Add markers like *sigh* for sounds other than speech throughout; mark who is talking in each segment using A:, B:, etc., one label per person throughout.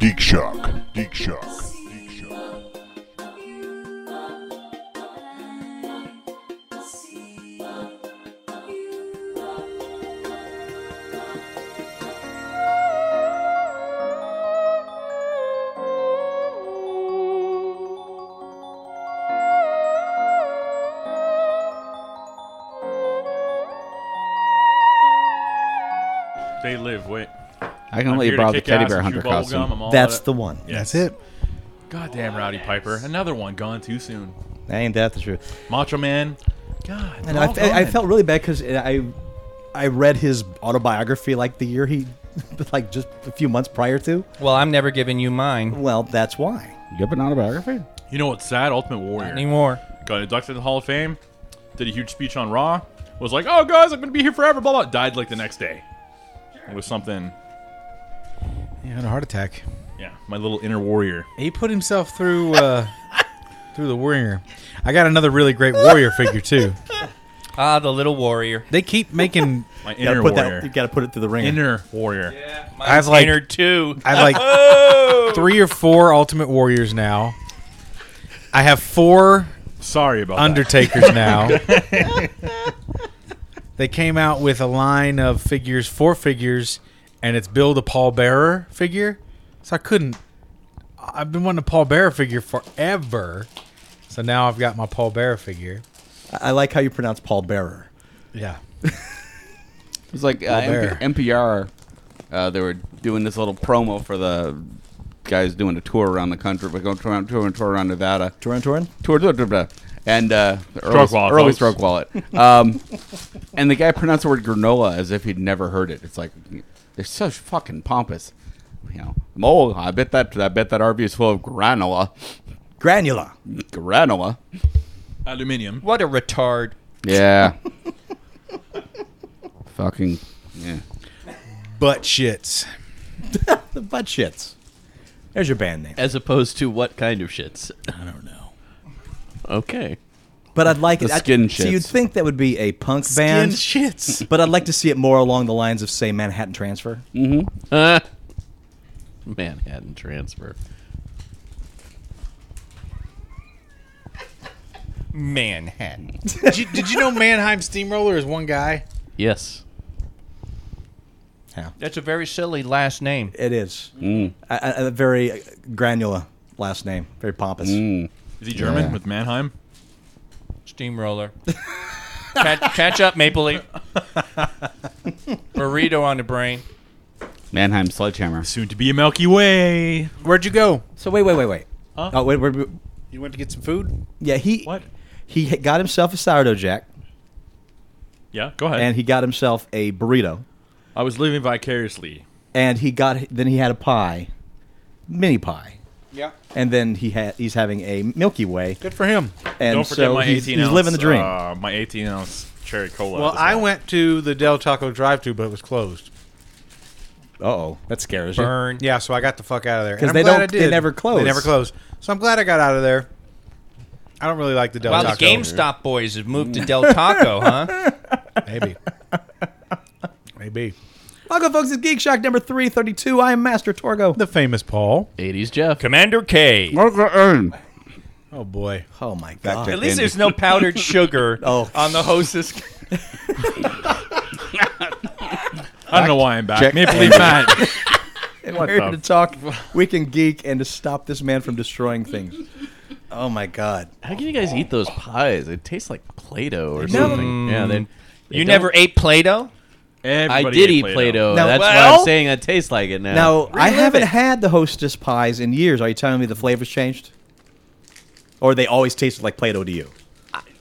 A: Geek Shock. Geek Shock. Geek Shock.
B: They live. Wait.
C: I can only
B: Here to
C: borrow the
B: kick
C: teddy
B: ass
C: bear
B: and
C: hunter
B: chew bubble gum,
C: costume.
B: I'm all
D: That's
B: out of-
D: the one.
B: Yes.
E: That's it.
B: Goddamn, Rowdy Piper. Another one gone too soon.
D: Ain't that the truth?
B: Macho Man. God.
D: And
B: they're
D: I,
B: all
D: I- I
B: gone.
D: felt really bad because I, I read his autobiography like the year he, *laughs* like just a few months prior to.
F: Well, I'm never giving you mine
D: Well, that's why.
C: You have an autobiography?
B: You know what's sad? Ultimate Warrior.
F: anymore.
B: Got inducted in the Hall of Fame. Did a huge speech on Raw. Was like, oh guys, I'm gonna be here forever. Blah blah. Died like the next day. It was something.
E: He had a heart attack.
B: Yeah, my little inner warrior.
E: He put himself through uh, *laughs* through the warrior. I got another really great warrior figure too.
F: Ah, the little warrior.
E: They keep making.
B: *laughs* My
D: You gotta
B: inner
D: put
B: warrior.
D: that. You gotta put it through the ringer.
B: Inner warrior. Oh!
E: I've like-
F: inner two.
E: I
F: *laughs*
E: have like three or four Ultimate Warriors now. I have four
B: Sorry about that. *laughs*
E: Undertakers now. they came out with a line of figures, four figures, and it's build a pallbearer figure. So I couldn't. I've been wanting a pallbearer figure forever. So now I've got my pallbearer figure.
D: I I like how you pronounce Paul Bearer.
E: Yeah.
C: It's like uh,
E: bear.
C: MP, NPR. Uh, they were doing this little promo for the guys doing a tour around the country. We're going to tour around, tour, and tour around Nevada.
D: Torin Torin.
C: Tour, tour, tour, tour. And uh, early,
B: Stroke wallet,
C: early
B: folks.
C: stroke wallet. Um, *laughs* and the guy pronounced the word granola as if he'd never heard it. It's like they're so fucking pompous. You know, oh, I bet that I bet that RV is full of granola,
D: Granula.
C: granola.
B: Aluminium.
F: What a retard.
D: *laughs*
C: Yeah. Fucking yeah.
E: Butt shits.
D: *laughs* The butt shits. There's your band name.
G: As opposed to what kind of shits? I don't know. Okay.
D: But I'd like
C: The
D: it. I-
C: skin
D: So you'd
C: shits.
D: think that would be a punk band.
E: shits.
D: But I'd like to see it more along the lines of, say, Manhattan Transfer. Ah.
G: Uh, *laughs* Manhattan transfer.
F: Manhattan.
E: did, you, did you know Mannheim Steamroller is one guy?
G: Yes.
F: That's a very silly last name.
D: It is a, a- a very granular last name, very pompous.
B: Is he German
C: Yeah.
B: with Mannheim?
F: Steamroller. catch, catch up, Maple Leaf. Burrito on the brain.
C: Mannheim sledgehammer.
B: Soon to be a Milky Way.
E: Where'd you go?
D: So wait, wait, wait, wait. Oh wait, wait, wait.
E: You went to get some food?
D: yeah, he
B: What?
D: he h- got himself a sourdough jack,
B: Yeah, go ahead.
D: and he got himself a burrito,
B: I was living vicariously.
D: and he got then he had a pie, mini pie,
E: Yeah.
D: and then he had he's having a Milky Way,
E: Good for him.
D: and
B: Don't forget
D: so
B: my
D: he's,
B: 18
D: he's
B: ounce.
D: living the dream.
B: Uh, my 18 ounce cherry
D: Oh,
B: cola.
E: Well,
B: was
E: I
B: out.
E: went to the Del Taco drive thru but it was closed.
D: oh, that scares you.
F: Burn.
E: Yeah, so I got the fuck out of there.
D: 'Cause
E: And I'm
D: they
E: glad
D: don't-
E: I
D: they
E: did.
D: never close.
E: They never closed. So I'm glad I got out of there. I don't really like the Del
F: Well, the
E: Taco.
F: GameStop boys have moved to Del Taco, huh?
E: *laughs* Maybe. Maybe.
D: Welcome, folks. It's Geek Shock number three thirty two. I am Master Torgo.
E: The famous Paul.
G: 80s Jeff.
F: Commander K.
E: Oh boy.
D: Oh my god.
F: At least there's
E: *laughs*
F: no powdered sugar
D: Oh.
F: on the hostess.
B: I don't know why I'm back.
C: Check.
B: Maple Leaf Matt.
D: We're here to talk we can geek and to stop this man from destroying things. Oh my god.
G: How can you guys eat those pies? It tastes like Play-Doh or something. Yeah, then
F: Mm. You never ate Play-Doh?
G: I
B: Everybody
G: did
B: ate
G: eat Play-Doh.
D: Now-
G: That's why
F: Well-
G: I'm saying I taste like it now.
D: Now I
F: relive
D: haven't
F: it.
D: had the hostess pies in years. Are you telling me the flavors changed? Or they always tasted like Play-Doh to you?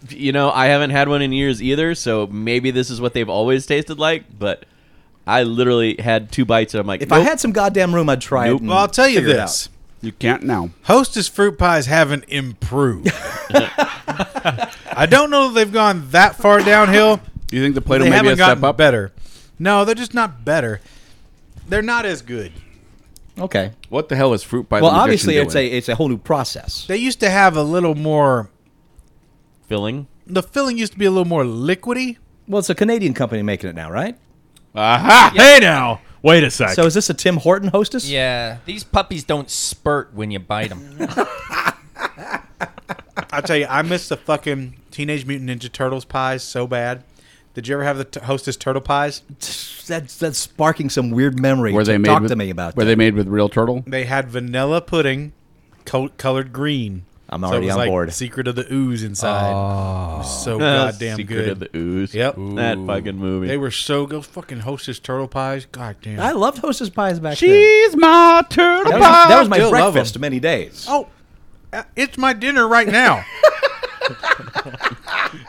G: you know, I haven't had one in years either, so maybe this is what they've always tasted like, but I literally had two bites and I'm like,
D: *laughs* If I
G: nope.
D: had some goddamn room, I'd try
C: Nope.
D: it. and
E: Well, I'll tell you
D: figure it
E: this.
C: You can't now.
E: Hostess fruit pies haven't
D: *laughs*
E: improved. I don't know that they've gone that far downhill.
C: You think the Play-Doh
E: they
C: may be
E: haven't
C: a step
E: gotten
C: up?
E: better. No, they're just not better. They're not as good.
D: out. Okay.
C: What the hell is fruit pie?
D: Well,
C: the magician
D: obviously it's a
C: doing?
D: it's a whole new process.
E: They used to have a little more.
G: filling.
E: The filling used to be a little more liquidy.
D: Well, it's a Canadian company making it now, right?
C: aha.
B: Hey now, Wait a sec.
D: So is this a Tim Horton hostess?
F: Yeah, these puppies don't spurt when you bite them.
E: *laughs* I tell you, I miss the fucking Teenage Mutant Ninja Turtles pies so bad. Did you ever have the t- Hostess turtle pies?
D: *laughs* That's that's sparking some weird memory.
C: Were they made
D: Talk
C: with,
D: to me about
C: Were
D: that.
C: they made with real turtle?
E: They had vanilla pudding, co- colored green.
D: I'm
E: So it
D: already
E: was
D: on
E: like
D: board.
E: Secret of the ooze inside. It
F: Oh.
E: was so goddamn
G: Secret
E: good.
G: of the Ooze.
E: Yep.
G: That
E: Ooh.
G: fucking movie.
E: They were so good. Fucking Hostess turtle pies. Goddamn.
D: I loved hostess pies back then.
C: She's my turtle.
D: That was, that was my
E: Still love
D: breakfast many days.
E: oh, uh, it's my dinner right now.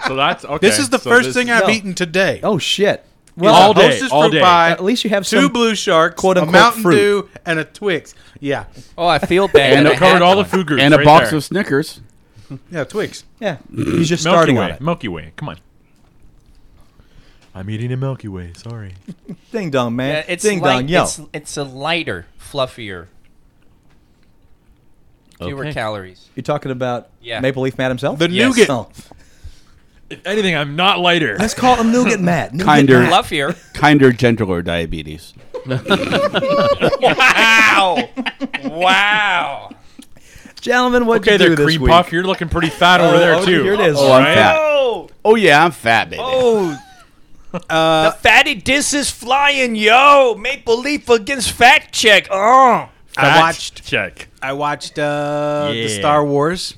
B: so that's okay.
E: this is the
B: so
E: first
B: this-
E: thing I've
D: No.
E: eaten today.
D: Oh shit! Well,
B: all
E: the
B: day,
E: Hostess
B: all
E: fruit
B: day.
E: pie,
D: at least you have
E: two
D: some
E: blue sharks,
D: quote,
E: a
D: unquote,
E: Mountain
D: fruit.
E: Dew, and a Twix. Yeah,
F: Oh, I feel bad.
B: And
F: I
B: it covered
F: had
B: all the
F: one.
B: food groups
C: and a
B: right
C: box
B: there.
C: of
D: *laughs*
C: Snickers.
E: yeah, Twix.
D: Yeah, he's just
B: Milky
D: starting
B: Way.
D: on it.
B: Milky Way. Come on. I'm eating a Milky Way. Sorry.
D: *laughs* Ding dong, man.
F: Yeah, it's
D: Ding
F: light,
D: dong, yo.
F: It's, it's a lighter, fluffier, fewer
G: Okay.
F: calories.
D: You're talking about
F: Yeah.
D: Maple Leaf Matt himself.
E: The nougat.
D: Oh.
B: If anything, I'm not lighter.
D: Let's call him
B: *laughs*
D: Nougat Matt. Nougat
C: Kinder.
D: Matt.
F: Fluffier.
C: *laughs* Kinder, gentler diabetes.
F: Wow! wow!
D: *laughs* Gentlemen, what
B: Okay,
D: you do
B: there,
D: this
B: cream
D: week?
B: puff. You're looking pretty fat over
D: Oh,
B: there
D: oh,
B: too.
D: here it is.
C: Oh, I'm
B: Right?
C: fat.
F: Oh,
C: Oh yeah, I'm fat,
F: *laughs*
C: Uh, baby.
F: oh!
E: Uh,
F: the fatty dis is flying, yo! Maple Leaf against Fact Check. Oh,
B: Fat
E: I watched.
B: Check.
E: I watched uh,
B: Yeah.
E: the Star Wars.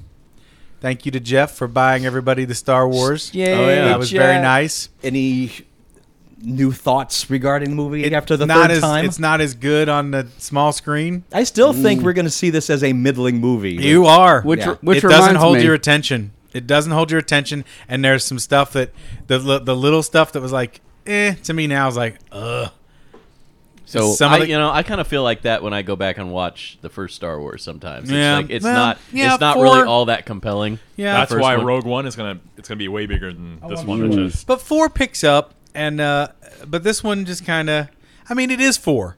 E: Thank you to Jeff for buying everybody the Star Wars.
F: Yay, Oh, yeah.
E: that was very
F: Jeff.
E: nice.
D: Any new thoughts regarding the movie after the
E: not
D: third
E: as,
D: time?
E: It's not as good on the small screen.
D: I still
G: Mm.
D: think we're going to see this as a middling movie.
E: You are.
C: Which-
D: Yeah.
C: which
E: it doesn't
C: reminds
E: hold
C: me-
E: your attention. It doesn't hold your attention. And there's some stuff that the li- the little stuff that was like, eh, to me now is like, ugh.
G: So
E: Some
G: I,
E: of the-
G: you know, I kind of feel like that when I go back and watch the first Star Wars. Sometimes
E: Yeah.
G: it's like it's
E: Well,
G: not
E: yeah,
G: it's not
E: four-
G: really all that compelling.
E: Yeah.
G: The
B: That's
G: first
B: why
G: one.
B: Rogue One is gonna it's gonna be way bigger than this one, which is
E: But four picks up, and uh, but this one just kind of. I mean, it is four.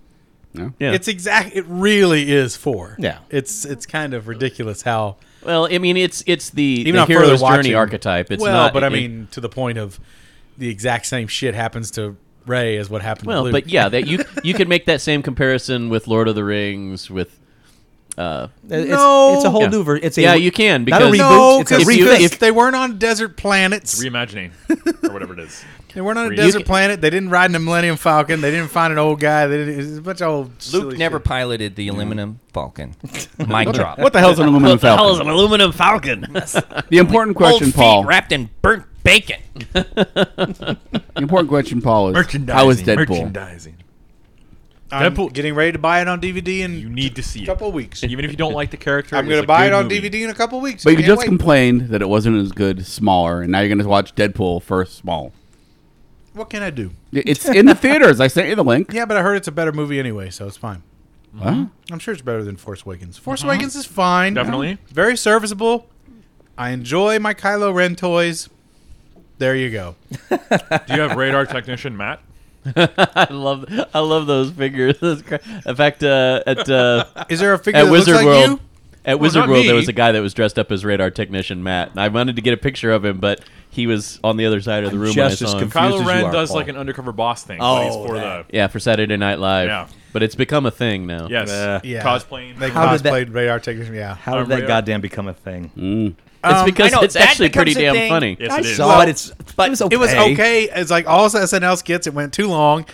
G: Yeah.
E: It's exact. It really is four.
D: Yeah.
E: It's it's kind of ridiculous how
G: well, I mean, it's it's the, the
E: on further
G: hero's
E: watching-
G: journey archetype. It's
E: well,
G: not,
E: but I
G: it-
E: mean, to the point of the exact same shit happens to Ray as what happened.
G: well,
E: to Luke.
G: but yeah,
E: *laughs*
G: that you you could make that same comparison with Lord of the Rings with. Uh,
D: It's,
E: No.
D: it's a whole
G: Yeah.
D: new version. It's a
G: Yeah, you can,
D: not a
G: because-
D: reboot.
E: no,
D: it's a
E: because
G: if you-
D: refit.
G: if-
E: they weren't on desert planets. *laughs*
B: reimagining or whatever it is.
E: They weren't on a
B: You
E: desert
G: can-
E: planet. They didn't ride in a Millennium Falcon. They didn't find an old guy. They didn't, it was a bunch of old.
F: Luke
E: silly
F: never
E: shit.
F: piloted the aluminum Falcon. Mic drop.
C: What the hell's an aluminum falcon?
F: an
G: *laughs*
F: aluminum Falcon? Question,
C: the important question, Paul.
F: wrapped in burnt bacon.
C: *laughs* The important question, Paul, is
B: Merchandising.
C: how is Deadpool?
B: Merchandising.
E: I'm
B: Deadpool-
E: getting ready to buy it on DVD in
B: You need to see
E: a
B: it.
E: couple weeks.
B: Even if you don't like the character,
E: I'm
B: going
E: going to
B: to
E: buy it on DVD in a couple weeks.
C: But you
E: Can't
C: just
E: wait.
C: complained that it wasn't as good, smaller, and now you're going to watch Deadpool first, small.
E: What can I do?
C: It's in the theaters. I sent you the link.
E: Yeah, but I heard it's a better movie anyway, so it's fine.
C: Huh?
B: Mm-hmm.
C: Mm-hmm.
E: I'm sure it's better than Force Awakens. Force
C: Uh-huh.
E: Awakens is fine. Um,
B: Definitely.
E: Very serviceable. I enjoy my Kylo Ren toys. There you go.
B: Do you have radar technician Matt?
G: *laughs* I love I love those figures. *laughs* Those cra- In fact, uh, at uh,
E: Is there a figure
G: at
E: that
G: Wizard
E: looks like
G: World.
E: you?
G: At Wizard
B: not
G: World, there
B: me.
G: was a guy that was dressed up as radar technician Matt, and I wanted to get a picture of him, but he was on the other side of the room when I
D: just
G: saw
D: as
G: him.
D: confused. as
B: Kylo
D: you
B: Ren
D: are,
B: does
D: Paul.
B: like an undercover boss thing. but he's
D: Oh,
B: for
D: that.
B: the
G: Yeah, for Saturday Night Live.
B: Yeah.
G: But it's become a thing now.
B: yes
E: Yeah.
B: cosplaying.
E: They
D: How did that-
E: cosplayed radar technician. Yeah.
D: Uh,
E: Um,
D: How did
B: Um,
D: that
B: yeah.
D: goddamn become a thing?
G: Mm. It's because
F: I know,
G: it's
F: that
G: actually
F: becomes
G: pretty
F: a
G: damn
F: thing.
G: funny.
B: yes,
D: I
B: it is.
D: saw it. It's
F: but
D: it was okay.
E: It was okay. It's like all SNL skits. It went too long.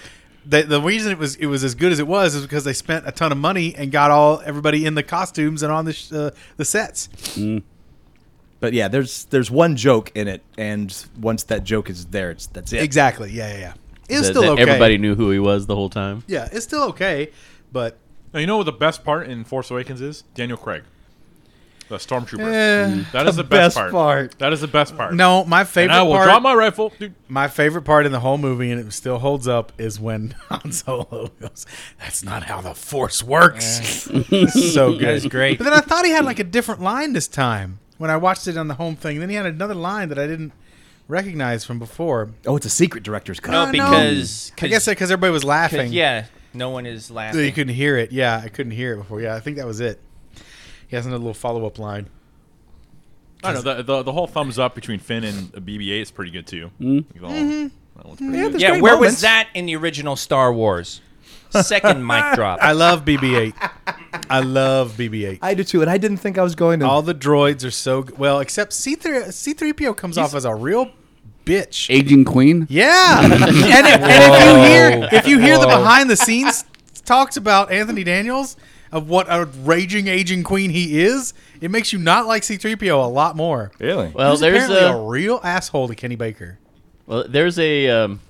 E: The, the reason it was it was as good as it was is because they spent a ton of money and got all everybody in the costumes and on the sh- uh, the sets.
G: Mm.
D: But yeah, there's there's one joke in it, and once that joke is there, it's that's it.
E: Exactly. Yeah, yeah, yeah. It's
G: That-
E: still
G: that
E: okay.
G: Everybody knew who he was the whole time.
E: Yeah, it's still okay, but
B: Now, you know what the best part in Force Awakens is? Daniel Craig, the stormtrooper.
E: eh,
B: that is the, best,
D: best
B: part.
D: part.
B: That is the best part.
E: no. My
B: and
E: favorite
B: I will
E: part.
B: drop my rifle. Dude,
E: My favorite part in the whole movie, and it still holds up, is when *laughs* Han Solo goes, *laughs* "That's not how the Force works."
D: *laughs*
E: *laughs* so good,
F: That's great.
E: But then I thought he had like a different line this time when I watched it on the home thing. Then he had another line that I didn't recognize from before.
D: Oh, it's a secret director's cut.
E: I
F: No,
E: know.
F: because
E: I guess because everybody was laughing.
F: yeah, no one is
E: so you
F: laughing.
E: couldn't hear it. Yeah, I couldn't hear it before. Yeah, I think that was it. He has another little follow up line.
B: I don't know the, the the whole thumbs up between Finn and BB-8 is
E: Mm-hmm.
B: pretty good too. Mm. That one's pretty good.
F: Yeah,
D: great
F: where
D: moments.
F: was that in the original Star Wars? Second
E: *laughs*
F: mic drop.
E: I love BB-8. I love BB-8.
D: I do too, and I didn't think I was going to.
E: All the droids are so g- well, except C3 C3PO comes off as a real bitch.
C: Aging Queen. *laughs*
E: Yeah, and, if, and if you hear if you hear the behind the scenes talks about Anthony Daniels of what a raging aging queen he is, it makes you not like C-3PO a lot more.
B: Really?
G: Well,
E: He's
G: there's
E: apparently
G: a,
E: a real asshole to Kenny Baker.
G: well, there's a um,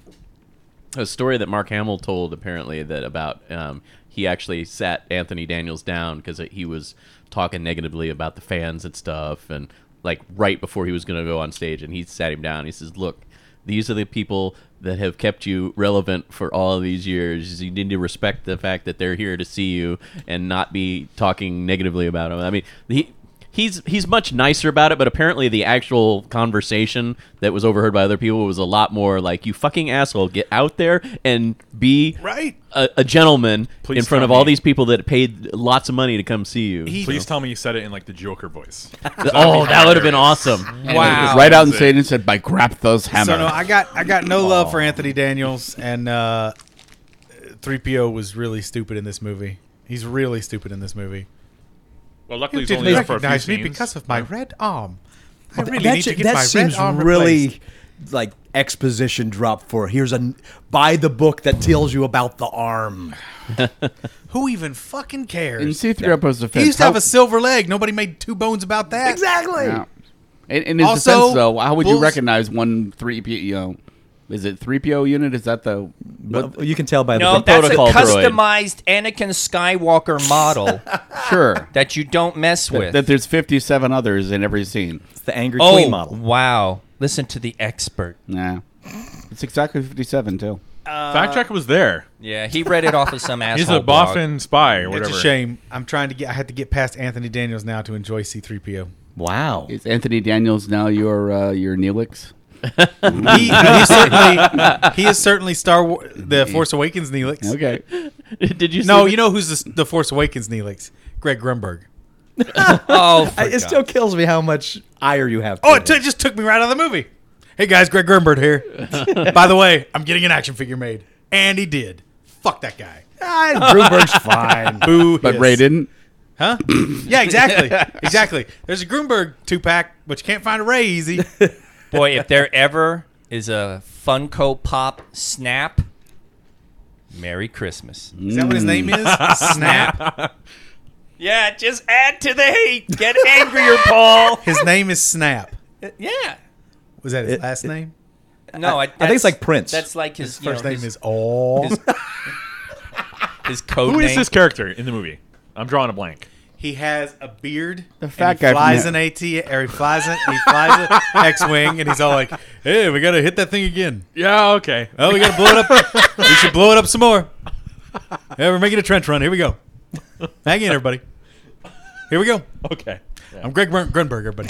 G: a story that Mark Hamill told apparently that about um, he actually sat Anthony Daniels down because he was talking negatively about the fans and stuff, and like right before he was going to go on stage, and he sat him down. He says, "Look, these are the people that have kept you relevant for all of these years. You need to respect the fact that they're here to see you and not be talking negatively about them." I mean, he he's he's much nicer about it, but apparently the actual conversation that was overheard by other people was a lot more like, "You fucking asshole, get out there and be
E: Right.
G: a, a gentleman
B: Please
G: in front
B: tell
G: of all
B: me.
G: these people that paid lots of money to come see you."
B: Please tell me you said it in like the Joker voice.
G: oh, that would have been awesome.
C: Um, Wow. Right out and saying and said, "By grab those hammer."
E: So no, I got I got no love for Anthony Daniels, and uh, 3PO was really stupid in this movie. He's really stupid in this movie.
B: Well,
E: You
B: luckily he's
E: didn't
B: only there for a few
E: recognize me
B: scenes.
E: because of my red arm. I really
D: that
E: need
D: ju-
E: to get
D: that
E: my red
D: seems
E: arm
D: really
E: replaced.
D: like exposition drop for here's a n- buy the book that tells you about the arm.
E: Who even fucking
C: in
E: cares?
C: C three PO's defense.
E: He used to
C: how-
E: have a silver leg. Nobody made two bones about that.
D: Exactly.
C: Yeah. In, in his
E: Also,
C: defense, though, how would you
E: Bulls-
C: recognize one three PO? is it three PO unit? Is that the
D: Well, you can tell by the
F: no,
D: book.
F: that's a
G: protocol droid.
F: customized Anakin Skywalker model
C: sure
F: that you don't mess *laughs* with.
C: that there's fifty seven others in every scene?
D: It's the angry
F: oh,
D: queen model.
F: wow. Listen to the expert. Uh,
C: Nah, it's exactly fifty seven too.
E: Uh,
B: Fact check was there.
F: Yeah, he read it off of some asshole
B: He's a
F: blog.
B: boffin spy or whatever.
E: It's a shame. I'm trying to get. I had to get past Anthony Daniels now to enjoy
D: *laughs*
E: C-3PO.
F: Wow.
C: Is Anthony Daniels now your uh, your Neelix?
E: He, he's certainly, he is certainly Star Wars, the Force Awakens Neelix.
C: Okay,
G: Did you?
E: No,
G: see
E: you know who's the, the Force Awakens Neelix? Greg Grunberg.
F: Oh,
D: I- it still kills me how much ire you have.
E: Oh, it
D: towards
E: t- just took me right out of the movie. Hey guys, Greg Grunberg
D: *laughs*
E: *laughs* here. By the way, I'm getting an action figure made, and he did. Fuck that guy.
D: Ah,
E: *laughs*
D: Grunberg's fine.
E: Boo.
C: but
E: hiss.
C: Ray didn't.
E: huh? Yeah, exactly, exactly. There's a Grunberg two pack, but you can't find a Ray easy.
F: boy, if there ever is a Funko Pop snap, Merry Christmas.
E: Is that what his name
F: *laughs*
E: is? Snap. *laughs*
F: Yeah, just add to the hate. Get angrier, Paul.
E: His name is Snap.
F: yeah.
E: Was that his
D: It-
E: last
D: it-
E: name?
F: No, I,
D: I think it's
F: that's-
D: like Prince.
F: That's like his, you know,
E: First name
F: his-
E: is All.
F: his code
B: Who
F: name.
B: is this character in the movie? I'm drawing a blank.
E: *laughs* He has a beard. The
C: fat
E: he
C: guy from
E: flies
C: the-
E: an AT, or he flies an, he flies an X-wing, and he's all like, "Hey, we gotta hit that thing again.
B: Yeah, okay.
E: Oh, we gotta blow it up. we should blow it up some more. Yeah, we're making a trench run. Here we go. Hang in, everybody. Here we go.
B: Okay.
E: I'm Greg Grun- Grunberg, everybody.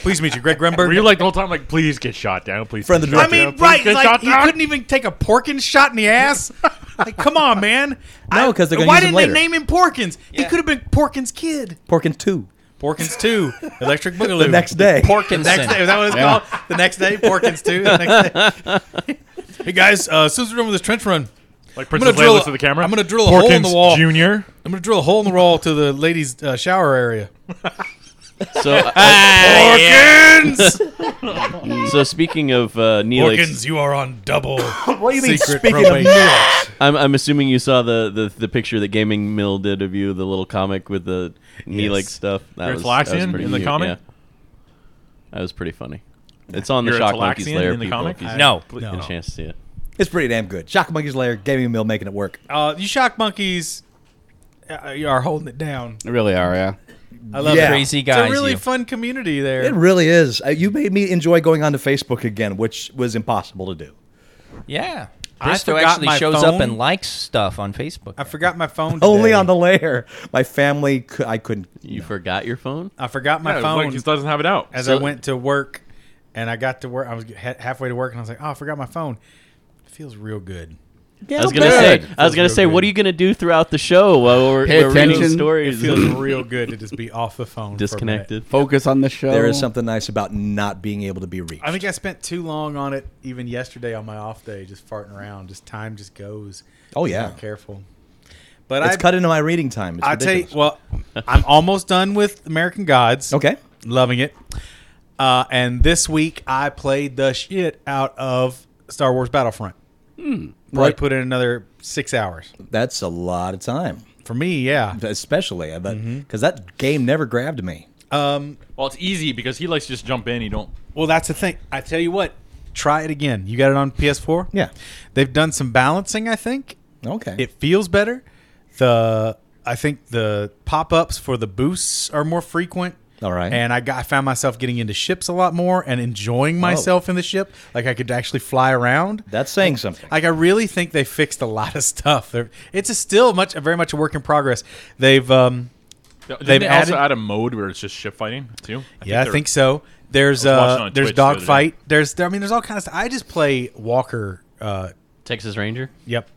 E: Please meet you, Greg Grunberg.
B: Were you like the whole time like please get shot down, please?
D: Friend
B: get
D: of the
B: shot
E: I
D: director.
B: down,
E: mean,
B: please
E: right?
B: get
E: Like
B: shot
E: he
B: down."
E: couldn't even take a Porkins shot in the ass. Like, come on, man.
D: No,
E: I-
D: 'cause they're gonna
E: why
D: use him
E: didn't
D: later.
E: they name him Porkins? He
F: Yeah.
E: could have been Porkins' kid.
D: Porkin two.
E: Porkins
D: *laughs*
E: two, Electric Boogaloo.
D: The next day.
E: The next day. Is that what it's called? The next day, Porkins two. The next day. *laughs* hey guys, uh, as soon as we're done with this trench run,
B: Like
E: gonna
B: Princess
E: drill a-
B: Leia looks at the camera.
E: I'm gonna drill a hole in the
B: Porkins
E: wall.
B: Junior.
E: I'm gonna drill a hole in the wall to the ladies' uh, shower area. *laughs*
G: So, uh,
E: Porkins, *laughs*
G: so speaking of uh, Neelix,
E: Porkins, you are on double.
F: *laughs*
D: What do you mean?
E: Secret
D: speaking
E: probation.
D: of Neelix,
G: I'm, I'm assuming you saw the, the, the picture that Gaming Mill did of you, the little comic with the Neelix stuff. That
B: You're a
G: was, that was
B: Talaxian
G: pretty
B: in the
G: cute,
B: comic?
G: Yeah. That was pretty funny. *laughs* It's on the
B: You're a
G: Shock Monkeys
B: Talaxian
G: layer
B: in the
G: people,
B: comic?
G: if you
B: I-
F: No.
G: get a chance to see it.
D: it's pretty damn good. Shock Monkey's Lair, Gaming Mill, making it work.
E: Uh, you shock monkeys. Uh, you are holding it down.
C: They really are, yeah.
E: I love
D: Yeah.
E: it.
F: Crazy
E: It's a
F: guys,
E: really
F: you.
E: fun community there.
D: It really is. Uh, You made me enjoy going onto Facebook again, which was impossible to do.
F: Yeah.
E: I
F: Bristow
E: forgot
F: actually
E: my
F: shows up
E: phone.
F: and likes stuff on Facebook.
E: I forgot my
F: *laughs*
E: phone. *laughs*
D: Only
E: today.
D: on the lair. My family, cou- I couldn't.
G: You forgot your phone?
E: I forgot my
B: Yeah,
E: phone.
B: Like, just doesn't have it out.
E: as
G: So-
E: I went to work, and I got to work. I was ha- halfway to work, and I was like, "Oh, I forgot my phone." It feels real good.
G: I was gonna say, I was gonna say, what are you gonna do throughout the show while we're,
C: Pay
G: we're reading
C: attention.
E: It
G: stories?
E: feels real good to just be off
G: *laughs*
E: the phone. for a minute.
G: disconnected.
C: Focus on the show.
D: There is something nice about not being able to be reached.
E: I think I spent too long on it even yesterday on my off day, just farting around. Just time just goes.
D: Oh,
E: If you're
D: yeah.
E: not careful. But
D: it's
E: I,
D: cut into my reading time. It's
E: I tell you,
D: ridiculous.
E: well, I'm almost done with American Gods.
D: okay.
E: loving it. Uh, and this week I played the shit out of Star Wars Battlefront.
C: Hmm.
E: Probably
D: Right.
E: put in another six hours
D: That's a lot of time,
E: for me. Yeah, Mm-hmm.
D: especially I bet because that game never grabbed me.
E: Um,
B: Well, it's easy because he likes to just jump in. He don't.
E: Well, that's the thing. I tell you what, try it again. You got it on PS4?
D: Yeah.
E: They've done some balancing, I think.
D: Okay.
E: It feels better. The I think the pop-ups for the boosts are more frequent.
D: All right.
E: And I got I found myself getting into ships a lot more and enjoying myself in the ship. Like I could actually fly around.
D: Oh. That's saying something.
E: Like I really think they fixed a lot of *laughs* stuff. They're, it's a still much very much a work in progress. They've um
B: Didn't
E: They've
B: they also
E: added-
B: add a mode where it's just ship fighting too.
E: yeah, I
B: they're-
E: think so. There's
B: I was watching
E: uh,
B: on
E: there's
B: Twitch the other day.
E: dogfight. There's there, I mean, there's all kinds of. I just play Walker. Uh,
G: Texas Ranger.
E: yep,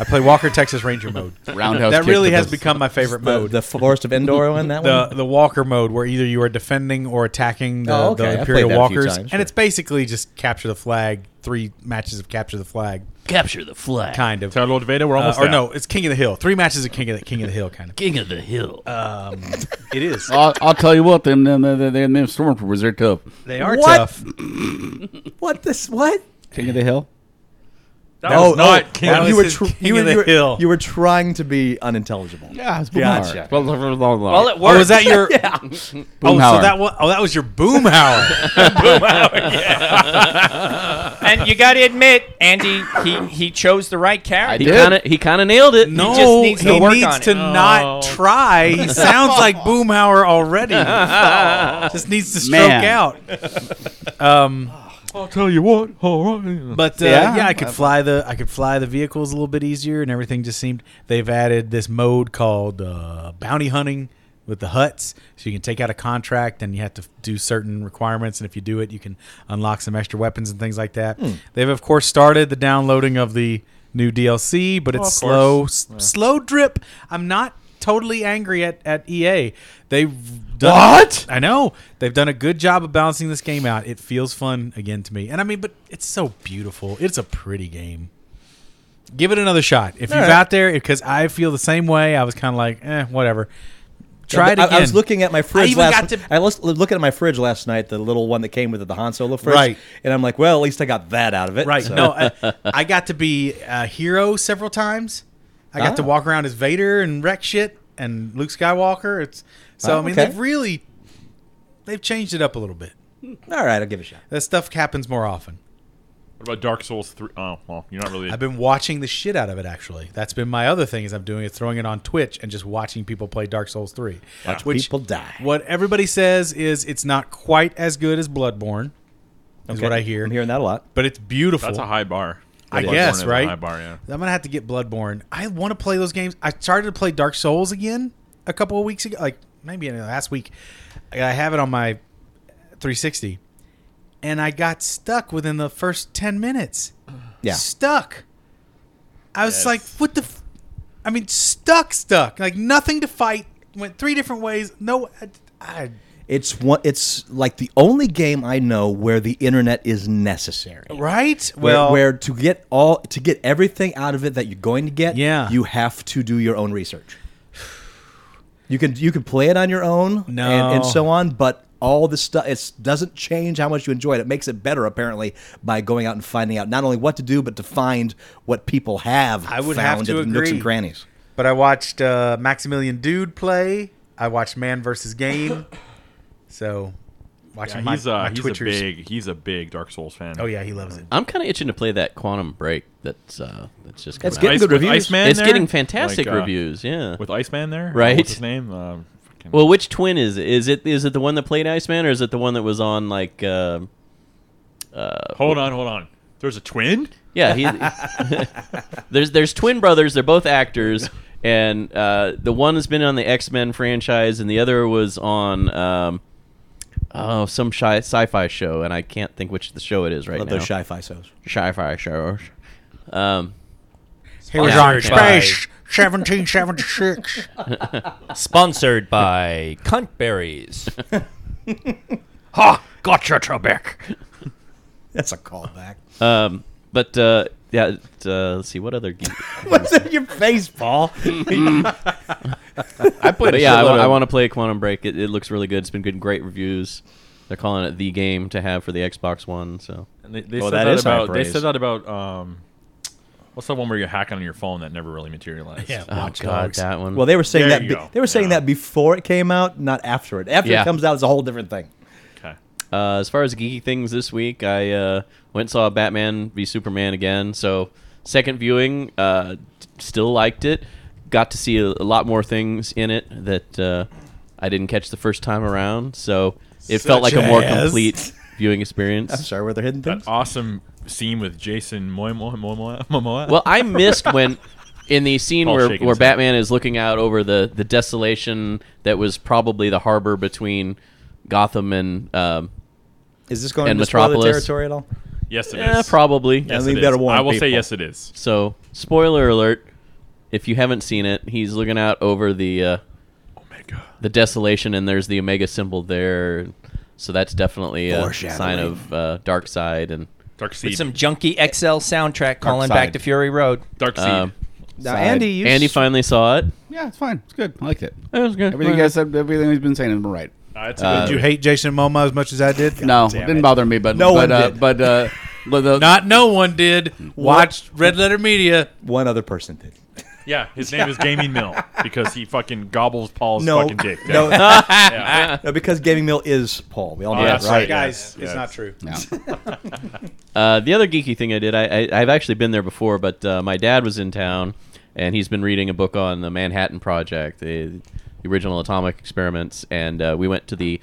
E: I play Walker Texas
G: *laughs*
E: Ranger mode.
C: roundhouse.
E: that
C: kick
E: really
C: to
E: has
C: the-
E: become my favorite
D: the,
E: mode.
D: the Forest of Endor one, that
E: The,
D: one.
E: the Walker mode, where either you are defending or attacking the,
D: Oh, okay.
E: the
D: I
E: Imperial
D: played that a few
E: Walkers,
D: times,
E: and
D: sure.
E: it's basically just capture the flag. Three matches of capture the flag,
G: Capture the flag.
E: kind of.
B: Tell Lord Vader we're
E: Uh,
B: almost
E: or
B: there.
E: no, it's King of the Hill. Three matches of King of the King of the Hill, kind of.
G: King of the Hill.
E: *laughs* It is.
C: I'll, I'll tell you what, them them them, them, them stormtroopers are tough.
E: They are
D: What?
E: tough.
D: *laughs* What this? What?
C: King of the Hill.
B: that was not King
E: that was
B: of
D: Oh, you were
E: his
D: tr-
E: King of
D: you were-
E: the
D: you were-
E: Hill.
D: You were trying to be unintelligible.
C: Yeah, it's
D: Gotcha.
F: Well, it
E: Oh,
F: worked.
E: was that *laughs* your? Oh,
C: Boomhauer.
E: so that was. Oh, that was your boom *laughs* hour.
F: and you got to admit, Andy, he, he chose the right character.
G: he
C: did.
G: kind of he kind of nailed it.
E: No,
F: just needs
E: he
F: to work
E: needs
F: on it.
E: to
B: Oh.
E: not try. He sounds like
B: *laughs*
E: boomhauer already. Just needs to stroke
C: Man.
E: out. Um,
B: I'll tell you what. All right.
E: But uh, yeah.
C: Yeah.
E: I could fly the I could fly the vehicles a little bit easier, and everything just seemed. They've added this mode called uh, bounty hunting with the huts, so you can take out a contract and you have to do certain requirements, and if you do it, you can unlock some extra weapons and things like that.
B: Hmm.
E: They've of course started the downloading of the new DLC, but it's
B: of course.
E: slow, s- slow drip. I'm not totally angry at at EA. They've done
C: What?
E: I know they've done a good job of balancing this game out. It feels fun again to me, and I mean, but it's so beautiful. It's a pretty game. Give it another shot if you've out there, because I feel the same way. I was kind of like, eh, whatever. Try it
D: I-
E: again.
D: I, was looking at my fridge
E: even
D: last.
E: got to-
D: I was looking at my fridge last night, the little one that came with it, the Han Solo fridge,
E: Right.
D: and I'm like, well, at least I got that out of it.
E: Right.
D: so-
E: No,
G: *laughs*
E: I, I got to be a hero several times. I got to
D: Ah.
E: walk around as Vader and wreck shit and Luke Skywalker. It's so
D: Ah,
E: I mean
D: okay.
E: they've really they've changed it up a little bit.
D: all right, I'll give it a shot.
E: That stuff happens more often.
B: What about Dark Souls three? Oh well, you're not really.
E: I've been watching the shit out of it. Actually, that's been my other thing is I'm doing is throwing it on Twitch and just watching people play Dark Souls three.
D: Watch people die.
E: What everybody says is it's not quite as good as Bloodborne. Is
D: Okay.
E: what I hear.
D: I'm hearing that a lot.
E: But it's beautiful.
B: That's a high bar.
E: I
B: Bloodborne
E: guess,
B: is a
E: right?
B: high bar, yeah.
E: I'm gonna have to get Bloodborne. I want to play those games. I started to play Dark Souls again a couple of weeks ago, like maybe in the last week. I have it on my 360, and I got stuck within the first 10
B: *sighs*
E: minutes.
D: Yeah.
E: stuck. I was
B: Yes.
E: like, what the? F-? I mean, stuck, stuck. Like nothing to fight. Went three different ways. No, I, I
D: It's one. It's like the only game I know where the internet is necessary.
E: right?
D: Where-
E: Well,
D: where, to get all to get everything out of it that you're going to get,
E: Yeah.
D: you have to do your own research. You can you can play it on your own,
E: No.
D: and, and so on, but all the stuff it doesn't change how much you enjoy it. It makes it better apparently by going out and finding out not only what to do, but to find what people have.
E: I would have
D: found
E: to
D: at the nooks
E: agree.
D: and crannies.
E: But I watched uh, Maximilian Dude play. I watched Man versus
B: *coughs*
E: Game. So watching
B: Yeah, he's
E: my,
B: uh,
E: my
B: he's
E: Twitchers.
B: a big he's a big Dark Souls fan.
E: oh yeah, he loves it.
G: I'm kind of itching to play that Quantum Break. That's uh, that's just
D: That's
G: coming
D: Getting
G: out.
B: Ice,
D: good
B: with
D: reviews.
B: Iceman
G: It's
B: there?
G: getting fantastic
B: Like, uh,
G: reviews. Yeah.
B: with Iceman there.
G: Right.
B: What's his name? Um, fucking-
G: well, which twin is it? Is it is it the one that played Iceman, or is it the one that was on like? Uh,
B: hold on, hold on. There's a twin.
G: Yeah, he,
E: *laughs*
G: *laughs* there's there's twin brothers. They're both actors, and uh, the one has been on the X Men franchise, and the other was on um, oh some sci- sci-fi show, and I can't think which the show it is right
D: Love
G: now.
D: those shy fisos.
G: sci-fi shows. Um,
E: He was on
F: Sponsored by-
E: Space
H: *laughs*
E: 1776.
F: *laughs* Sponsored by Cuntberries.
D: That's a callback.
G: Um, but uh, yeah, it, uh, let's see what other.
D: *laughs*
G: Geek?
D: What's in your
H: *laughs*
D: face, Paul?
C: I played.
G: but
C: a
G: yeah, I,
C: shitload of-
G: want to play Quantum Break. It, it looks really good. It's been getting great reviews. They're calling it the game to have for the Xbox One. So
B: And they, they said
D: Oh, that
B: that,
D: is high
B: about. They
D: praise.
B: said that about. Um, what's that one where you hack on your phone that never really materialized?
E: Yeah,
G: oh
E: Watch
G: god,
E: Dogs.
G: that one.
D: Well, they were saying
B: There
D: that
B: you
D: be-
B: go. *laughs*
D: they were saying
B: Yeah.
D: that before it came out, not after it. After
G: Yeah.
D: it comes out, it's a whole different thing.
B: Okay.
G: Uh, as far as geeky things this week, I uh, went and saw Batman v Superman again. So second viewing, uh, t- still liked it. Got to see a, a lot more things in it that uh, I didn't catch the first time around. So it felt like
E: Such
G: a more
E: as-
G: complete viewing experience.
D: *laughs* I'm sorry, were there hidden
B: That
D: things?
B: awesome scene with Jason Momoa. Momoa, *laughs* Momoa.
G: Well, I missed when in the scene
B: Paul
G: where,
B: shaking
G: where
B: his head.
G: Batman is looking out over the, the desolation that was probably the harbor between Gotham and um,
D: Is this going
G: and
D: into spoiler
G: Metropolis.
D: territory at all?
B: yes, it is.
G: eh, probably.
B: Yes,
D: we
B: it
D: better
B: is.
D: warn
B: I will say
D: people.
B: yes, it is.
G: So spoiler alert: if you haven't seen it, he's looking out over the uh,
B: Omega.
G: the desolation, and there's the Omega symbol there. So that's definitely a
D: Foreshadowing.
G: sign of uh, dark side and
B: Dark Seed.
F: With some junky XL soundtrack calling
C: side.
F: back to Fury Road.
B: Dark Seed.
G: um,
D: Now, Andy, you
G: Andy
D: s-
G: finally saw it.
C: Yeah, it's fine. It's good. I liked it.
G: It was good.
C: Everything you guys said, everything he's been saying, has been right.
B: Uh, it's a good
E: Did you hate Jason Momoa as much as I did?
C: no, it didn't bother me, but
D: No
C: but,
D: one
C: uh,
D: did.
C: but
E: *laughs*
C: uh, but the,
E: Not no one did. Watch Red Letter Media.
D: one other person did.
B: *laughs* yeah, his name is Gaming Mill because he fucking gobbles Paul's
D: No,
B: fucking dick.
D: no,
B: Yeah.
G: Ah,
B: *laughs*
D: no, because gaming mill is Paul. We all know
B: Oh,
D: that,
B: that's
D: right?
B: right. Guys,
E: it's not
B: *laughs*
E: true. *laughs*
C: Yeah.
G: Uh, the other geeky thing I did, I, I I've actually been there before, but uh, my dad was in town, and he's been reading a book on the Manhattan Project, the, the original atomic experiments, and uh, we went to the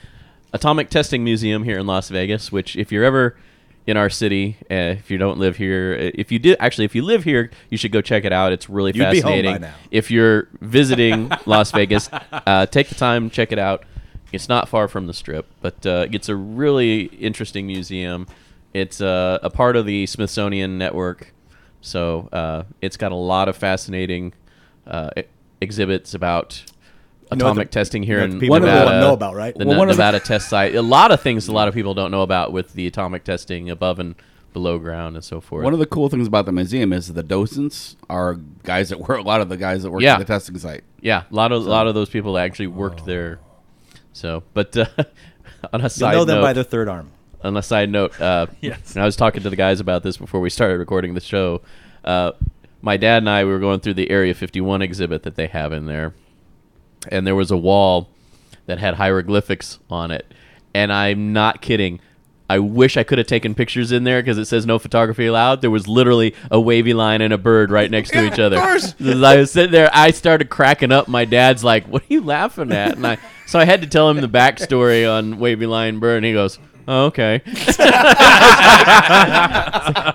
G: Atomic Testing Museum here in Las Vegas. Which, if you're ever in our city, uh, if you don't live here, uh, if you did actually, if you live here, you should go check it out. It's really
D: You'd be home by
G: fascinating.
D: now.
G: If you're visiting Las Vegas, uh, take the time, check it out. It's not far from the Strip, but uh, it's a really interesting museum. It's uh, a part of the Smithsonian Network, so uh, it's got a lot of fascinating uh, e- exhibits about
D: know what
G: atomic
D: the-
G: testing here
D: you know
G: in
D: what the people
G: Nevada.
D: don't know about, right?
G: The
D: Well,
G: Ne-
D: one of the- *laughs*
G: Nevada test site. A lot of things a lot of people don't know about with the atomic testing above and below ground and so forth.
C: One of the cool things about the museum is the docents are guys that work. A lot of the guys that work
G: Yeah.
C: at the testing site.
G: Yeah, a lot of a lot of those people actually worked there. So, but uh, *laughs* on a
D: Oh. You'll
G: side
D: know them
G: note,
D: by their third arm.
G: on a side note,
D: *laughs*
G: uh,
B: Yes.
G: and I was talking to the guys about this before we started recording the show. Uh, my dad and I we were going through the Area 51 exhibit that they have in there, and there was a wall that had hieroglyphics on it, and I'm not kidding. I wish I could have taken pictures in there because it says no photography allowed. There was literally a wavy line and a bird right next to
D: *laughs*
G: each other. *laughs* As I was sitting there, I started cracking up. My dad's like, "What are you laughing at?" And I, so I had to tell him the backstory on wavy line bird, and he goes, oh, "Okay." *laughs*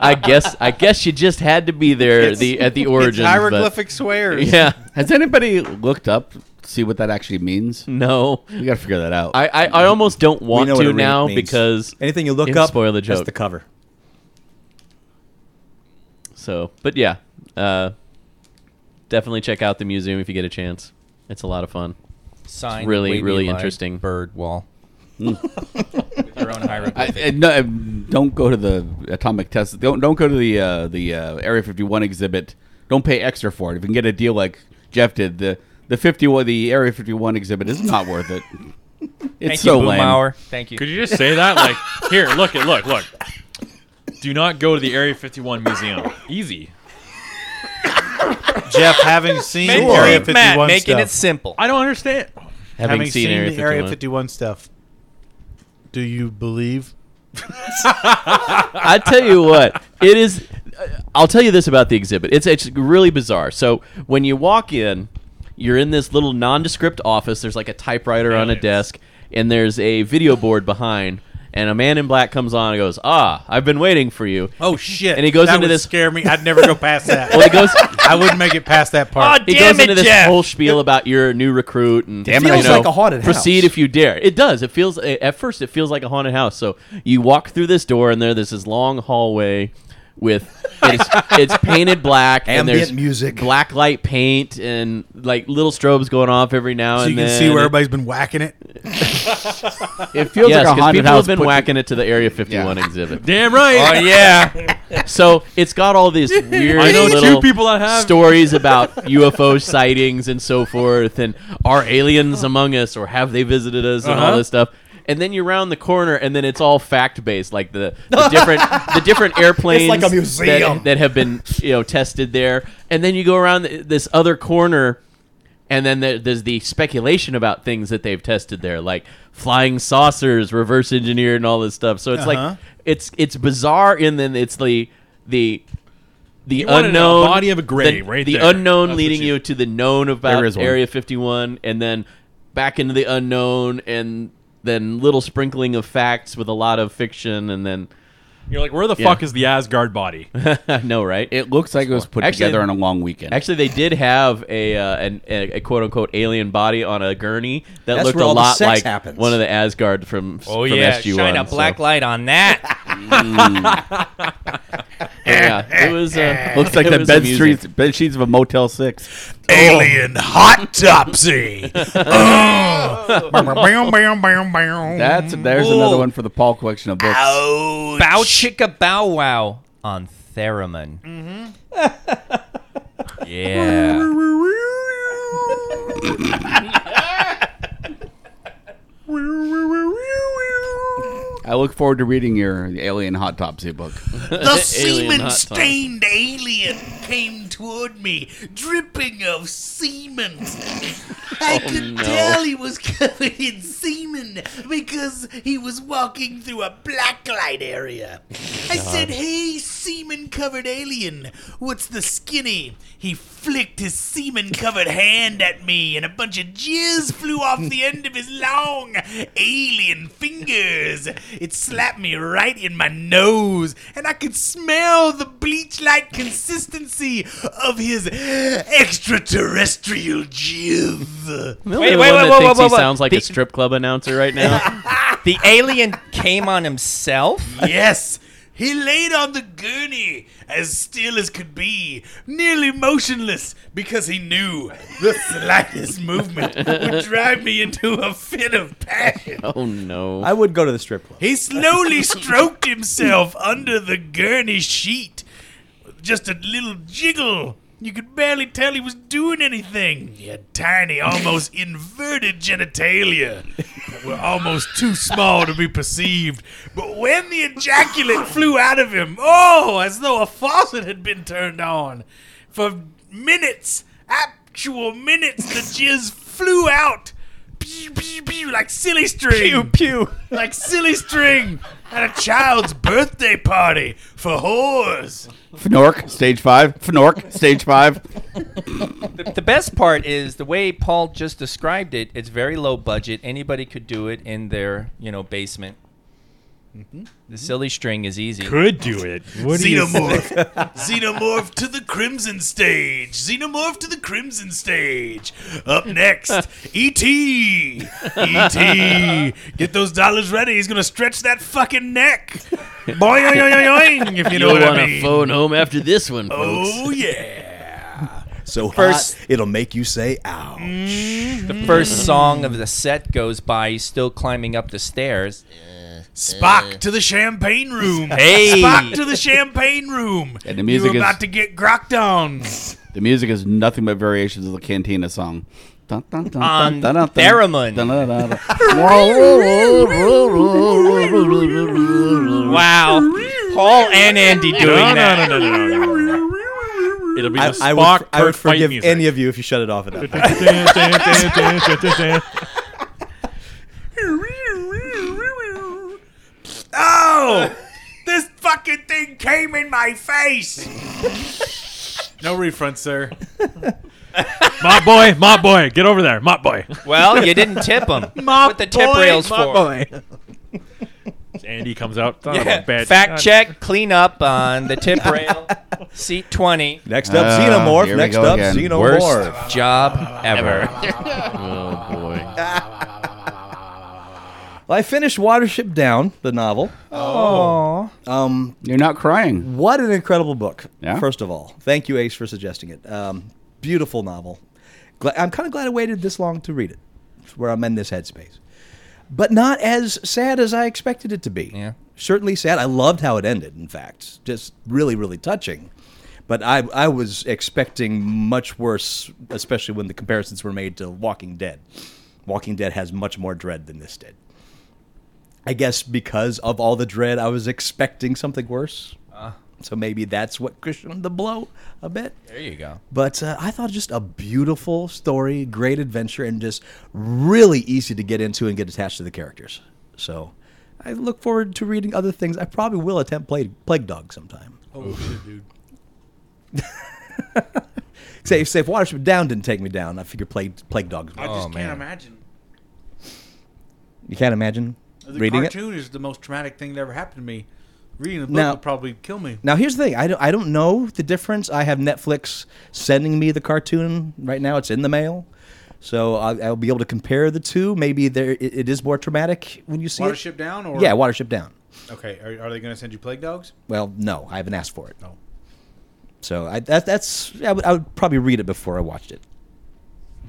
G: I guess I guess you just had to be there at the at the origin.
E: Hieroglyphic swears.
G: Yeah.
C: Has anybody looked up to see what that actually means?
G: No.
C: We got to figure that out.
G: I, I, I almost don't
D: We
G: want
D: know what
G: to
D: it really
G: now
D: means.
G: because
D: anything you look
G: it'll
D: up,
G: spoil the
D: that's
G: joke.
D: the cover.
G: so but yeah. Uh, definitely check out the museum if you get a chance. It's a lot of fun.
F: Signed
G: really,
F: wavy
G: really
F: line
G: interesting. *laughs*
F: bird wall. With your own
C: I,
F: hieroglyphic.
C: Mm. I- no, I- don't go to the atomic test. Don't don't go to the uh, the uh, Area 51 exhibit. Don't pay extra for it. If you can get a deal like Jeff did, the the 51 the Area 51 exhibit is not worth
F: *laughs*
C: it. It's
F: Thank
C: so
F: you,
C: lame.
F: Boomhauer. Thank you.
B: Could you just say that? Like, here, look it, look, look. Do not go to the Area 51 museum. Easy.
E: Jeff, having seen
F: Making
E: Area
F: it Matt,
E: 51
F: making
E: stuff,
F: it simple.
B: I don't understand.
G: Having, seen, Area
E: the
G: 51.
E: Area 51 stuff, do you believe?
G: I tell you what, it is. I'll tell you this about the exhibit. It's it's really bizarre. So when you walk in, you're in this little nondescript office. There's like a typewriter on a desk, and there's a video board behind. And a man in black comes on and goes, "Ah, I've been waiting for you."
E: Oh shit!
G: And he goes
E: that
G: into
E: would
G: this-
E: Scare me! I'd never go past that.
G: Well, he goes.
E: I wouldn't make it past that part.
F: Oh,
G: He
F: Damn
G: goes into
F: it,
G: this
F: Jeff.
G: whole spiel about you're a new recruit and
C: Damn it,
G: you
C: I
D: Feels
G: know,
D: like a haunted house.
G: proceed if you dare. It does. It feels at first it feels like a haunted house. So you walk through this door and there there's this long hallway with *laughs* it's, it's painted black and
D: Ambient
G: there's
D: music.
G: black light paint, and like little strobes going off every now
E: So
G: and
E: you can
G: then.
E: see where everybody's been whacking it.
C: It feels
G: yes,
C: like
G: 'cause
C: a haunted
G: people
C: house.
G: have been
C: put-
G: whacking it to the Area 51 exhibit.
B: *laughs* Damn right.
F: Oh
C: *laughs*
F: yeah.
G: So it's got all these weird
B: I know
G: little
B: two people that have.
G: stories about UFO sightings and so forth, and are aliens among us, or have they visited us, and all
B: Uh-huh.
G: this stuff. And then you're around the corner, and then it's all fact based, like the, the different the
C: *laughs*
G: different airplanes
D: like a museum.
G: *laughs* That, that have been you know tested there. And then you go around th- this other corner, and then there, there's the speculation about things that they've tested there, like flying saucers, reverse engineered, and all this stuff. So it's
E: Uh-huh.
G: like it's it's bizarre, and then it's the the the
B: wanted a
G: unknown
B: body of a grave
G: the,
B: right
G: the
B: there.
G: unknown
B: That's what
G: leading
B: you-
G: you to the known about
C: There is one.
G: area 51 and then back into the unknown and then little sprinkling of facts with a lot of fiction and then
B: You're like, where the
G: Yeah.
B: fuck is the Asgard body?
G: *laughs* I know right
C: It looks like it was put
G: Actually-
C: together on a long
G: *laughs*
C: weekend.
G: actually they did have a uh, an, a, a quote unquote alien body on a gurney that
D: That's
G: looked
D: where
G: a
D: all the
G: lot
D: sex
G: like
D: happens.
G: one of the Asgard from
F: Oh
G: from
F: yeah.
G: SG1
F: Shine a
D: *laughs*
F: black
G: so,
F: light on *laughs* that.
D: Mm.
G: Mm.
F: *laughs*
G: yeah, it was uh,
C: looks like
G: it
C: the
G: was
C: bed
G: amusing.
C: sheets, bed sheets of a Motel Six.
G: *laughs*
C: Oh.
E: Alien autopsy.
H: Oh.
C: That's there's another one for the Paul collection of books.
F: Bow chicka bow wow on theremin. Mm-hmm.
H: *laughs*
F: yeah.
C: I look forward to reading your Alien
G: *laughs*
C: Autopsy book.
H: The
G: Alien hot
H: semen
G: sauce.
H: stained alien came toward me, dripping of semen.
G: *laughs*
H: I could
G: Oh, no.
H: tell he was *laughs* covered in semen because he was walking through a blacklight area. I said, Hey, semen covered alien, what's the skinny? He flicked his semen covered hand at me, and a bunch of jizz flew off the end of his long alien fingers. It slapped me right in my nose, and I could smell the bleach like consistency of his extraterrestrial jizz.
G: Wait, wait,
F: Wait, wait,
G: wait,
F: wait,
G: that
F: whoa,
G: thinks
F: whoa,
G: he
F: whoa, whoa.
G: sounds like
F: The-
G: a strip club announcer right
H: *laughs*
G: now.
F: The alien came on himself.
H: Yes, he laid on the gurney as still as could be, nearly motionless, because he knew the slightest movement would drive me into a fit of passion.
G: *laughs* oh no!
D: I would go to the strip club.
H: He slowly stroked himself under the gurney sheet. Just a little jiggle. You could barely tell he was doing anything. He had tiny, almost inverted genitalia that were almost too small to be perceived. But when the ejaculate flew out of him, oh, as though a faucet had been turned on. For minutes, actual minutes, the jizz flew out. Pew, pew, pew, like silly string. Pew, pew. Like silly string at a child's birthday party for whores.
C: Fnork, stage five. Fnork, stage five.
F: The best part is the way Paul just described it. It's very low budget. Anybody could do it in their, you know, basement. The silly string is easy.
B: Could do it. What
H: Mm-hmm. Xenomorph.
B: *laughs*
H: Xenomorph to the Crimson Stage. Xenomorph to the Crimson Stage. Up next, E E.T.
I: E
H: E.T. Get those dollars ready. He's going to stretch that fucking neck. Boing, oing, oing, oing, if you know
G: You'll
H: what
G: want
H: I
G: to
H: mean.
G: phone home after this one, folks.
H: Oh, yeah.
D: So
F: First-
D: hot, it'll make you say, ow.
F: The first song of the set goes by. He's still climbing up the stairs.
H: *laughs* Spock to the champagne room.
F: Hey.
H: Spock to the champagne room.
C: And the music
H: You're
C: is-
H: about to get grocked on.
C: The music is nothing but variations of the Cantina song. Dun, dun, dun,
F: On
C: dun, dun, dun,
F: Theremin.
C: dun, dun, dun, dun.
F: Wow. Paul and Andy doing
B: No, no,
F: that.
B: no, no, no, no, no, no. It'll be the
D: I, I
B: Spock
D: would, f- I would
B: Kurt fight
D: forgive
B: music.
D: any of you if you shut it off at that point.
B: *laughs* That's
D: *laughs*
H: Oh! This fucking thing came in my face.
B: no refunds, sir. Mop boy, mop boy, get over there, mop boy.
F: Well, you didn't tip him. what the tip rails for?
B: *laughs* Andy comes out. Son of a
F: Yeah.
B: bitch.
F: Fact
B: *gasps*
F: check, clean up on the
B: *laughs*
F: tip rail, seat 20.
D: Next up,
C: Ah, here
D: Xenomorph.
C: we
D: Next
C: go
D: up,
C: again.
B: *laughs*
D: Xenomorph.
F: Job ever.
C: *laughs*
G: Oh boy!
D: Well, I finished Watership Down, the novel.
F: Oh.
C: You're not crying.
D: Um, What an incredible book!
C: Yeah.
D: First of all, thank you, Ace, for suggesting it. Um, beautiful novel. Gla- I'm kind of glad I waited this long to read it, It's where I'm in this headspace. But not as sad as I expected it to be.
F: Yeah.
D: Certainly sad. I loved how it ended. In fact, just really, really touching. But I, I was expecting much worse, especially when the comparisons were made to Walking Dead. Walking Dead has much more dread than this did. I guess because of all the dread, I was expecting something worse.
F: Uh.
D: so maybe that's what cushioned the blow a bit.
F: There you go.
D: But uh, I thought just a beautiful story, great adventure, and just really easy to get into and get attached to the characters. So I look forward to reading other things. I probably will attempt Plague, Plague Dog sometime. Oh, shit, dude. say, say if Watership Down didn't take me down, I figure Plague, Plague Dog's.
J: I just can't
F: Oh, man.
J: imagine.
D: You can't imagine
J: The
D: reading it?
J: cartoon is the most traumatic thing that ever happened to me. Reading the book
D: Now-
J: would probably kill me.
D: Now here's the thing. I don't, I don't know the difference. I have Netflix sending me the cartoon right now. It's in the mail, so I, I'll be able to compare the two. Maybe there it, it is more traumatic when you see
J: Watership Down
D: it.
J: or
D: Yeah, Watership Down.
J: Okay, are, are they going to send you Plague Dogs?
D: Well, no, I haven't asked for it.
J: No.
D: So I, that, that's I would, I would probably read it before I watched it.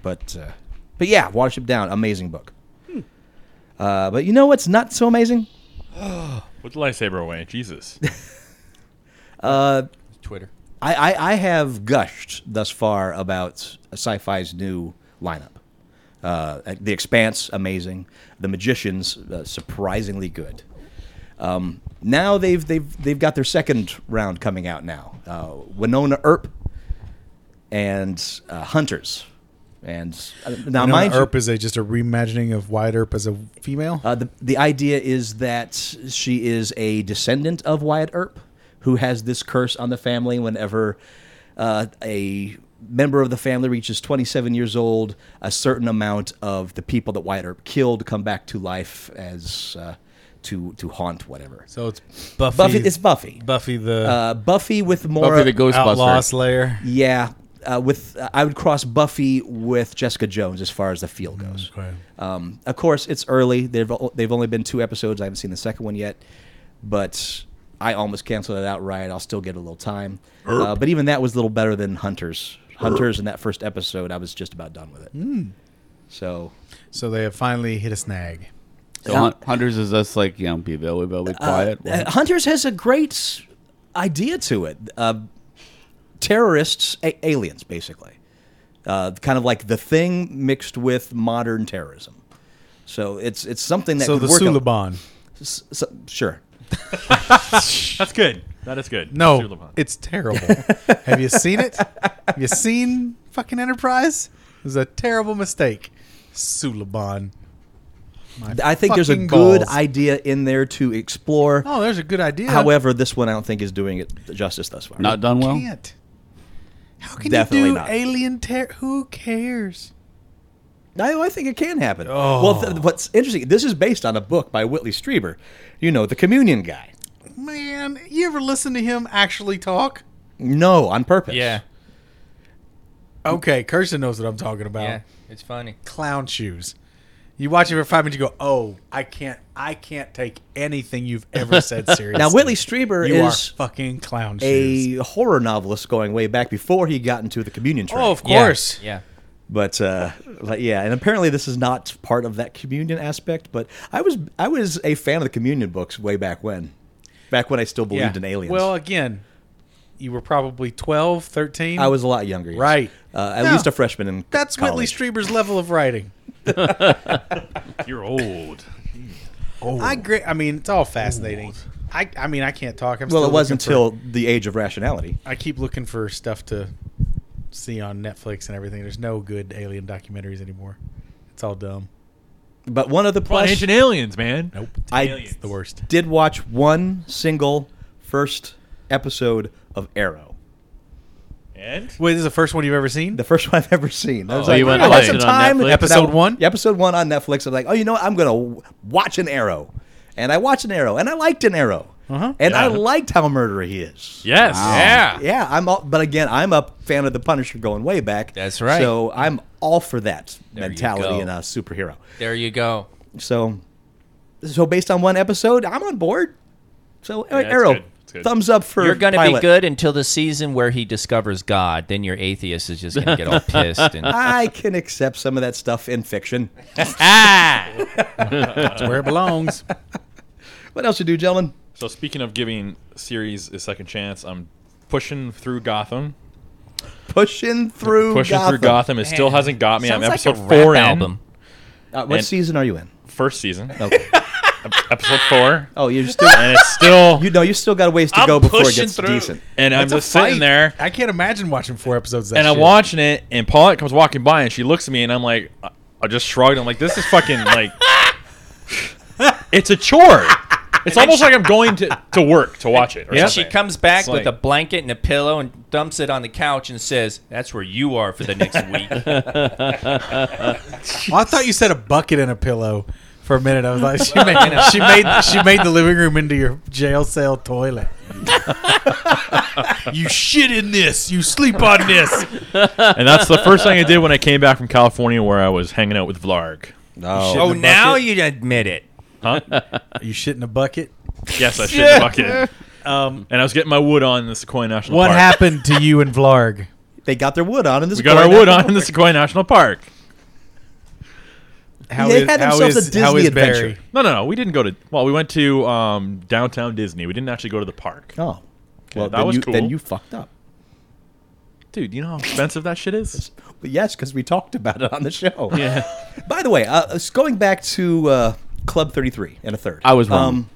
D: But uh, but yeah, Watership Down, amazing book.
J: Hmm.
D: Uh, but you know what's not so amazing?
B: Put the lightsaber away, Jesus.
F: Twitter.
D: Uh, I, I, I have gushed thus far about sci-fi's new lineup. Uh, the Expanse, amazing. The Magicians, uh, surprisingly good. Um, now they've they've they've got their second round coming out now. Uh, Winona Earp and uh, Hunters, and uh, now
E: Winona
D: mind you-
E: Earp is a, just a reimagining of Wyatt Earp as a female.
D: uh, the, the idea is that she is a descendant of Wyatt Earp, who has this curse on the family whenever uh, a member of the family reaches 27 years old, a certain amount of the people that Wyatt Earp killed come back to life as uh, to to haunt whatever.
E: so it's Buffy.
D: Buffy, it's Buffy.
E: Buffy the
D: Uh, Buffy with more
C: Buffy the
E: Outlaw
C: Ghostbuster.
E: Slayer.
D: yeah, uh, with uh, I would cross Buffy with Jessica Jones as far as the feel goes.
E: Mm,
D: Um, of course, it's early. They've o- they've only been two episodes. I haven't seen the second one yet, but I almost canceled it outright. I'll still get a little time. Uh, but even that was a little better than Hunters. Hunters in that first episode, I was just about done with it.
B: Hmm.
D: So
E: So they have finally hit a snag.
C: So Hun- Hunters is us like you know be very very quiet.
D: Uh, Hunters has a great idea to it. Uh, terrorists, a- aliens, basically. Uh, kind of like the thing mixed with modern terrorism. So it's it's something that
E: So the
D: could work out-
E: Suliban.
D: S- s- sure.
B: *laughs* That's good. That is good. Sir
E: No,
B: Levon.
E: it's
D: *laughs*
E: terrible. have you seen it? Have you seen fucking Enterprise? It was a terrible mistake. Suliban. My
D: I think there's a
E: fucking
D: good
E: balls.
D: idea in there to explore.
E: Oh, there's a good idea.
D: However, this one I don't think is doing it justice thus far.
C: not done well.
E: can't. How can
D: Definitely
E: you do
D: not.
E: alien terror? Who cares?
D: I, I think it can happen. Well,
E: Oh.
D: th- what's interesting, this is based on a book by Whitley Strieber, you know, the communion guy.
E: Man, you ever listen to him actually talk?
D: No, on purpose.
F: Yeah.
E: Okay, Kirsten knows what I'm talking about.
F: Yeah. It's funny.
E: Clown shoes. You watch it for five minutes, you go, "Oh, I can't, I can't take anything you've
D: *laughs*
E: ever said seriously."
D: Now, Whitley Strieber
E: you
D: is
E: are fucking clown shoes.
D: a horror novelist going way back before he got into the communion train.
E: Oh, of course.
F: Yeah.
D: But uh, like, yeah, and apparently this is not part of that communion aspect. But I was I was a fan of the communion books way back when, back when I still believed in aliens.
E: Well, again, you were probably 12, 13.
D: I was a lot younger, yes.
E: Right.
D: Uh, at
E: No.
D: least a freshman in
E: That's Whitley
D: college.
E: Strieber's level of writing.
B: *laughs* You're old.
E: I agree. I mean, it's all fascinating. I, I mean, I can't talk. I'm
D: Well,
E: still
D: it was
E: looking for-
D: until the age of rationality.
E: I keep looking for stuff to see on Netflix and everything. There's no good alien documentaries anymore. It's all dumb.
D: But one of the
B: Come on,
D: plus
B: ancient aliens, man.
E: Nope.
D: I
B: aliens.
E: It's the worst.
D: did watch one single first episode of Arrow,
B: And
E: Wait, this is the first one you've ever seen?
D: the first one I've ever seen. I was
G: Oh,
D: like,
G: you went
D: I
G: and
D: got
G: watched
D: some
G: it on
D: time.
G: Netflix?
E: Episode
D: Now,
E: one?
D: Episode one on Netflix. I'm like, oh, you know what? I'm gonna w- watch an arrow, and I watched an arrow, and I liked an arrow,
E: Uh-huh.
D: and I
B: Yeah.
D: liked how murdery he is.
B: yes, yeah.
D: Yeah, I'm all, but again, I'm a fan of the Punisher going way back.
F: That's right.
D: So I'm all for that
F: you
D: mentality
F: go.
D: in a superhero.
F: There you go.
D: So, so based on one episode, I'm on board. So
B: it's
D: Arrow,
B: good. It's good.
D: thumbs up for
F: You're going to be
D: Pilot.
F: good until the season where he discovers God. Then your atheist is just going to get
C: *laughs*
D: *laughs*
F: all pissed. And
D: I can accept some of that stuff
B: *laughs*
D: in fiction.
E: That's where it belongs.
D: What else you do, gentlemen?
B: So speaking of giving series a second chance, I'm pushing through Gotham.
D: Pushing through.
B: pushing
D: Gotham.
B: through Gotham. It still hasn't got me. I'm
F: Sounds
B: episode
F: like a
B: four
F: rap
B: in,
F: album.
D: Uh, what
B: and-
D: season are you in?
B: first season, *laughs*
D: Okay.
B: episode four,
D: Oh, you're still.
B: and it's still.
D: *laughs* you know, you still got a ways to
H: I'm
D: go before it
H: pushing
D: gets
H: through.
D: decent.
B: and I'm
E: It's a
B: just
E: fight.
B: sitting there,
E: I can't imagine watching four episodes. Of that
B: and I'm
E: shit.
B: watching it, and Paulette comes walking by, and she looks at me, and I'm like, I- I just shrugged. I'm like, this is fucking like,
D: *laughs*
B: it's a chore. It's almost like I'm going to, to work to watch it. Or
F: And she
B: something.
F: comes back
B: It's
F: with
B: like-
F: a blanket and a pillow and dumps it on the couch and says, "That's where you are for
B: *laughs*
F: the next week."
E: Well, I thought you said a bucket and a pillow for a minute. I was like, *laughs* she made, she made she made the living room into your jail cell toilet.
H: You shit in this. You sleep on this.
B: and that's the first thing I did when I came back from California, where I was hanging out with Vlarg.
D: No.
F: oh, now you admit it.
E: *laughs* You shit in a bucket.
B: Yes, I shit in the bucket. Um, and I was getting my wood on in the Sequoia National
E: What
B: Park.
E: happened to you and Vlarg?
D: They got their wood on in this.
B: We got our
D: corner.
B: wood on in the Sequoia National Park.
E: How
D: *laughs* They
E: is-
D: had
E: how
D: themselves
E: is-
D: a
E: how
D: Disney
E: is Barry?
D: adventure.
B: No, no, no. We didn't go to. Well, we went to um, downtown Disney. We didn't actually go to the park.
D: Oh, well,
B: that
D: then
B: was
D: you,
B: cool.
D: Then
B: *laughs*
D: you *laughs* fucked up.
B: Dude, you know how expensive that shit is.
D: But yes, because we talked about it on the
B: *laughs*
D: show. Yeah. *laughs* By the way, uh, it's going back to uh, Club Thirty Three and a third. Um,
C: I was wrong.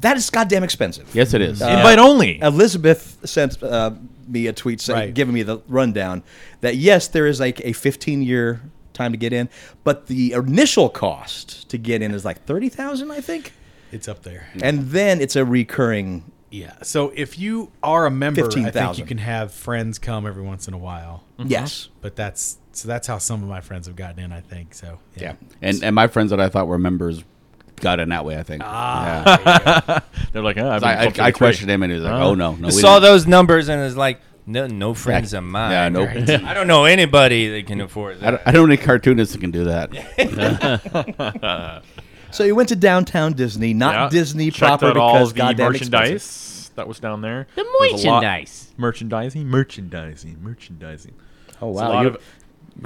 D: that is goddamn expensive. Uh,
C: Yes, it is.
B: Invite only.
D: Elizabeth sent uh, me a tweet saying,
E: Right.
D: giving me the rundown that yes, there is like a 15 year time to get in, but the initial cost to get in is like 30,000, I think,
E: It's up there.
D: and then it's a recurring.
E: Yeah. So if you are a member, I think
D: 15,000.
E: you can have friends come every once in a while.
B: Mm-hmm.
D: Yes.
E: But that's so that's how some of my friends have gotten in. I think so. Yeah.
C: And and my friends that I thought were members got in that way. I think.
F: Ah,
C: Yeah.
B: *laughs* They're like, oh, I've been
C: I, I,
B: up to
C: I
B: three.
C: questioned him, and he was like, "Oh no, no."
F: I
C: we
F: saw
C: didn't.
F: those numbers and it's like, no, no friends of mine.
C: Yeah, no.
F: I don't know anybody that can afford
C: I
F: that.
C: don't, I don't know any cartoonists that can do that.
D: So you went to downtown Disney, not
B: Yeah.
D: Disney
B: Checked
D: proper
B: out all
D: because
B: the
D: goddamn
B: merchandise
D: expensive.
B: that was down there.
G: The
B: There's a lot-
G: merchandise.
B: merchandising, merchandising, merchandising.
D: Oh
B: It's a lot
D: wow, you,
B: of-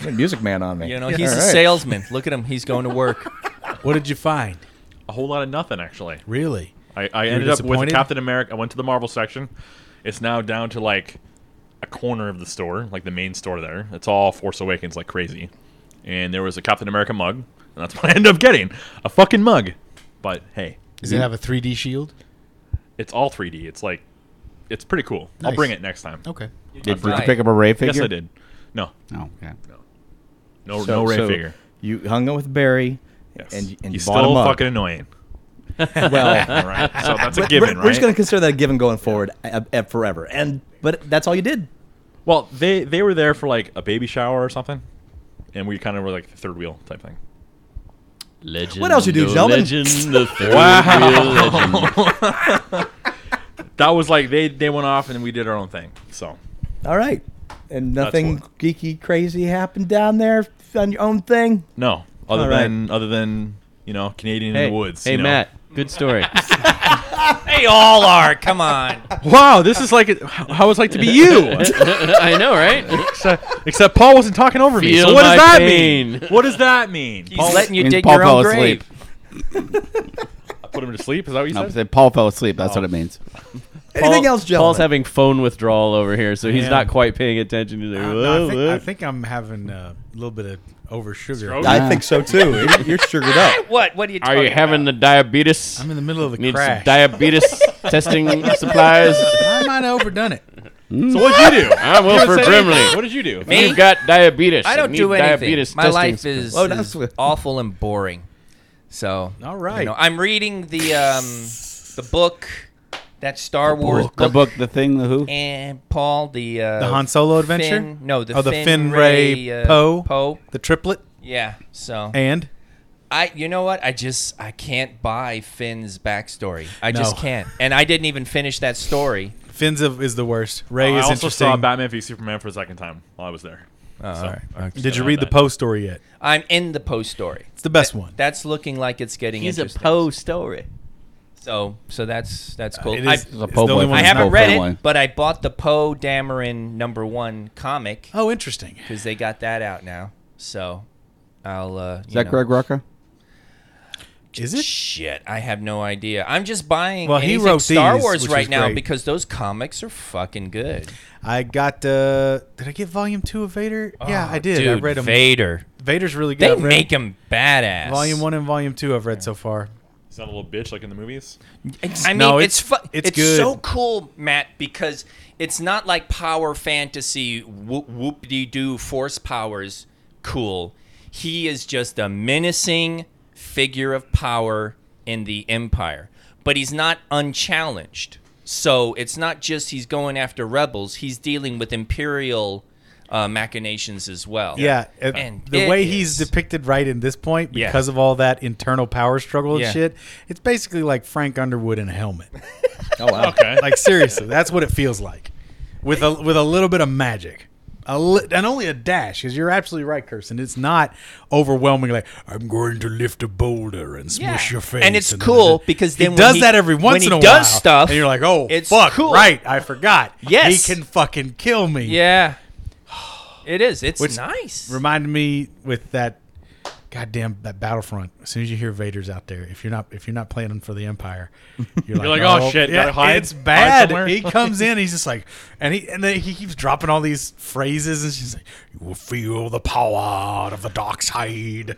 D: you're a music
B: *laughs*
D: man on me.
F: You know,
D: Yeah.
F: he's
D: All
F: a
D: right.
F: salesman. Look at him. He's going to work.
E: *laughs* What did you find?
B: a whole lot of nothing actually.
E: Really?
B: I, I ended up with
E: disappointed?
B: Captain America. I went to the Marvel section. It's now down to like a corner of the store, like the main store there. It's all Force Awakens like crazy. And there was a Captain America mug, and that's *laughs* what I ended up getting a fucking mug. But hey,
E: Does it have a 3D shield?
B: it's all 3D. It's like, it's pretty cool. I'll
E: Nice.
B: bring it next time.
E: Okay.
C: Did, did you
F: Right.
C: pick up a Ray figure?
B: Yes, I did. No,
C: No. okay.
B: no,
D: So-
B: no Ray
D: so
B: figure.
D: You hung out with Barry,
B: Yes.
D: and, and you
B: he's
D: bought
B: still
D: him up.
B: fucking annoying.
D: *laughs* well.
B: *laughs* All right, so that's a
D: But
B: given,
D: we're,
B: right?
D: we're just going to consider that a given going forward uh, uh, forever. And but that's all you did.
B: Well, they they were there for like a baby shower or something, and we kind of were like the third wheel type thing.
G: Legend.
D: What else you do,
G: oh,
D: gentlemen?
G: Legend. The
B: *laughs*
G: third
B: Wow.
G: wheel legend.
B: That was like they they went off and we did our own thing. So
D: All right. And nothing
B: what-
D: geeky crazy happened down there on your own thing.
B: no, other
D: All right.
B: than other than you know Canadian
G: Hey,
B: in the woods.
G: hey
B: you know.
G: Matt. Good story.
F: they all are. Come on.
B: *laughs* Wow, this is like a, how it's like to be
G: *laughs*
B: you.
G: I know,
B: *laughs*
G: right?
B: except, except Paul wasn't talking over me.
G: Feel
B: So what does
G: my
B: that mean?
G: pain.
B: What does that mean?
F: He's
B: Paul,
F: letting you
C: means
F: dig
C: Paul
F: your
C: fell
F: own
C: asleep.
F: grave.
B: I put him to sleep. Is that what you
C: No, I
B: said? Oh.
C: said Paul fell asleep. That's what it
B: *laughs*
C: means.
D: Anything else, gentlemen?
G: Paul's having phone withdrawal over here, so he's
E: Yeah.
G: not quite paying attention to the.
E: Uh, no, I, think, I think I'm having a little bit of over sugar.
B: Stroke?
D: I think so
G: *laughs*
D: too. You're- You're sugared up.
F: *laughs* What? What are you
G: Are
F: talking
G: you having the diabetes?
E: I'm in the middle of a
G: Need some *laughs*
E: crash. *laughs*
G: diabetes testing supplies.
E: I might have overdone it.
J: Hmm.
B: So what did you do?
G: I'm Wilford
B: Said anything.
G: Brimley.
B: What did you do?
F: Me?
G: You've got diabetes.
F: I don't
G: Need
F: do anything.
G: Diabetes
F: My
G: testing
F: life
G: supplies.
F: is,
D: Oh,
F: is
D: that's what-
F: awful and boring. So
E: All
F: you
E: right.
F: know, I'm reading the um, the book that Star Wars
C: The book, the thing, the who.
F: and Paul the uh,
E: The Han Solo adventure?
F: Finn- no, the
E: Oh, the
F: Finn,
E: Finn
F: Ray,
E: Ray
F: uh,
E: Poe?
F: Poe.
E: The triplet
F: Yeah. So
E: and
F: I, you know what? I just I can't buy Finn's backstory. I just
E: No.
F: can't. And I didn't even finish that story.
E: Finn's of is the worst. Ray
B: I
E: is
B: also
E: interesting.
B: saw Batman v Superman for the second time while I was there.
F: Oh, all right.
E: Did you read the Poe story yet?
F: I'm in the Poe story.
E: It's the best one.
F: That's looking like it's getting
G: He's a
F: interesting.
G: Poe story.
F: So so that's that's cool.
E: it
F: I,
E: is-
C: It's a
E: It's
C: po'
E: the only
C: boy
E: one
F: I
C: from
E: that's
F: haven't
C: Poe
F: read
C: Family.
F: it, but I bought the Poe Dameron number one comic
E: Oh, interesting.
F: because they got that out now. So I'll. Uh,
C: Is that Greg Rucka?
E: Is it?
F: Shit, I have no idea. I'm just buying
E: Well, he
F: anything
E: wrote
F: Star
E: these,
F: Wars
E: which
F: right
E: is
F: now
E: great.
F: because those comics are fucking good.
E: I got. Uh, did I get Volume Two of Vader? yeah,
F: Oh,
E: I did. I
F: Dude,
E: read them.
F: Vader.
E: Vader's really good.
F: They
E: I've read
F: make him badass.
E: Volume One and Volume Two. I've read so far.
B: He's not a little bitch like in the movies.
F: It's- I mean,
E: No, it's-
F: it's it's, fu- it's,
E: it's good.
F: so cool, Matt, because it's not like power fantasy whoop whoop de doo force powers. Cool. He is just a menacing figure of power in the empire, but he's not unchallenged. So it's not just he's going after rebels; he's dealing with imperial uh, machinations as well.
E: Yeah, uh,
F: And
E: the
F: it
E: way he's
F: is-
E: depicted right in this point,
F: Yeah.
E: because of all that internal power struggle and
F: Yeah.
E: shit, it's basically like Frank Underwood in a helmet.
C: *laughs* Oh wow.
B: Okay.
E: like seriously, that's what it feels like, with a with a little bit of magic, a li- and only a dash. Because you're absolutely right, Kirsten. It's not overwhelming. Like I'm going to lift a boulder and smush your face,
F: And it's
E: then-
F: cool because then
E: he
F: when
E: does
F: he-
E: that every
F: when
E: once
F: he
E: in a while.
F: does stuff,
E: and you're like, oh,
F: it's
E: fuck,
F: cool.
E: right? I forgot.
F: Yes.
E: he can fucking kill me.
F: Yeah, *sighs* it is. It's
E: Which
F: nice.
E: reminded me with that goddamn that Battlefront. As soon as you hear Vader's out there, if you're not if you're not planning for the
B: *laughs*
E: Empire, you're,
B: like, "Oh, shit,
E: yeah,
B: gotta hide-
E: it's
B: hide
E: bad.
B: somewhere."
E: he comes
B: *laughs*
E: in, he's just like, and he and then he keeps dropping all these phrases, and she's like, "You will feel the power of the dark side.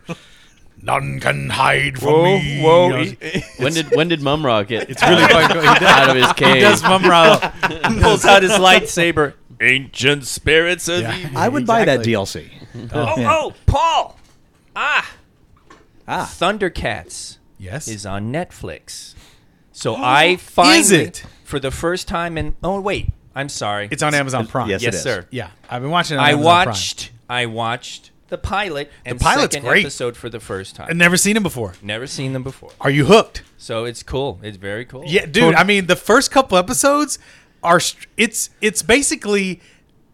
E: None can hide from me."
F: whoa,
E: He,
B: *laughs*
G: When did when did Mumra get
E: it's really fucking. Cool. He does,
G: out of his cage?
E: he does
G: *laughs*
E: Mumra.
F: pulls
E: *laughs*
F: out his lightsaber. Ancient spirits of
E: Yeah.
D: I would buy that
E: Exactly.
D: DLC.
F: Oh, oh, Paul. Ah.
D: Ah.
F: Thundercats
E: Yes.
F: is on Netflix.
E: *gasps*
F: So I finally
E: it?
F: for the first time in Oh wait, I'm sorry.
E: It's on Amazon Prime.
D: Yes, it
F: Yes,
D: is.
F: sir.
E: Yeah, I've been watching. It on
F: I
E: Amazon
F: watched I watched the pilot and
E: pilot's
F: second
E: great.
F: episode for the first time.
E: Prime. I've never seen him before.
F: Never seen them before.
E: Are you hooked?
F: So it's cool. It's very cool.
E: Yeah, dude. I mean, the first couple episodes are str- it's it's basically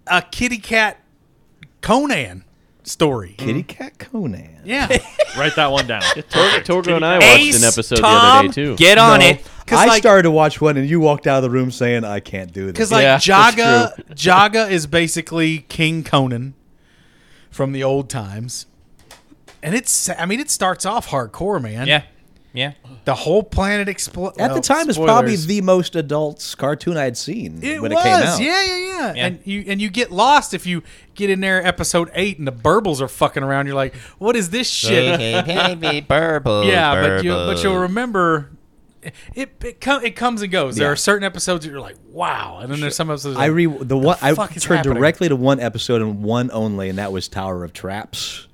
E: a kitty cat Conan story.
D: Kitty Cat Conan.
E: Yeah,
B: Write that one
G: *laughs*
B: down.
G: Tor- Torgo and I watched an episode
F: Tom,
E: Um,
G: the other day too.
F: Get on
D: No,
F: it.
D: I
E: like-
D: started to watch one, and you walked out of the room saying, "I can't do this."
E: because like
G: Yeah, that's
E: Jaga *laughs*
G: *laughs*
E: Jaga is basically King Conan from the old times, and it's I mean it starts off hardcore, man.
F: Yeah. Yeah.
E: the whole planet explodes.
D: at the time, it's
E: it's
D: probably the most adult cartoon I'd seen
E: It
D: when
E: was,
D: it came out.
E: yeah, yeah, yeah,
F: Yeah.
E: And you and you get lost if you get in there episode eight and the burbles are fucking around. You're like, what is this shit?
F: Baby
E: *laughs*
F: burble.
E: yeah, but you but you'll remember it it, com- it comes and goes. There
D: Yeah.
E: are certain episodes that you're like, wow, and then there's some episodes
D: I
E: like,
D: re the one I
E: fuck is
D: turned
E: happening?
D: directly to one episode and one only, and that was Tower of Traps.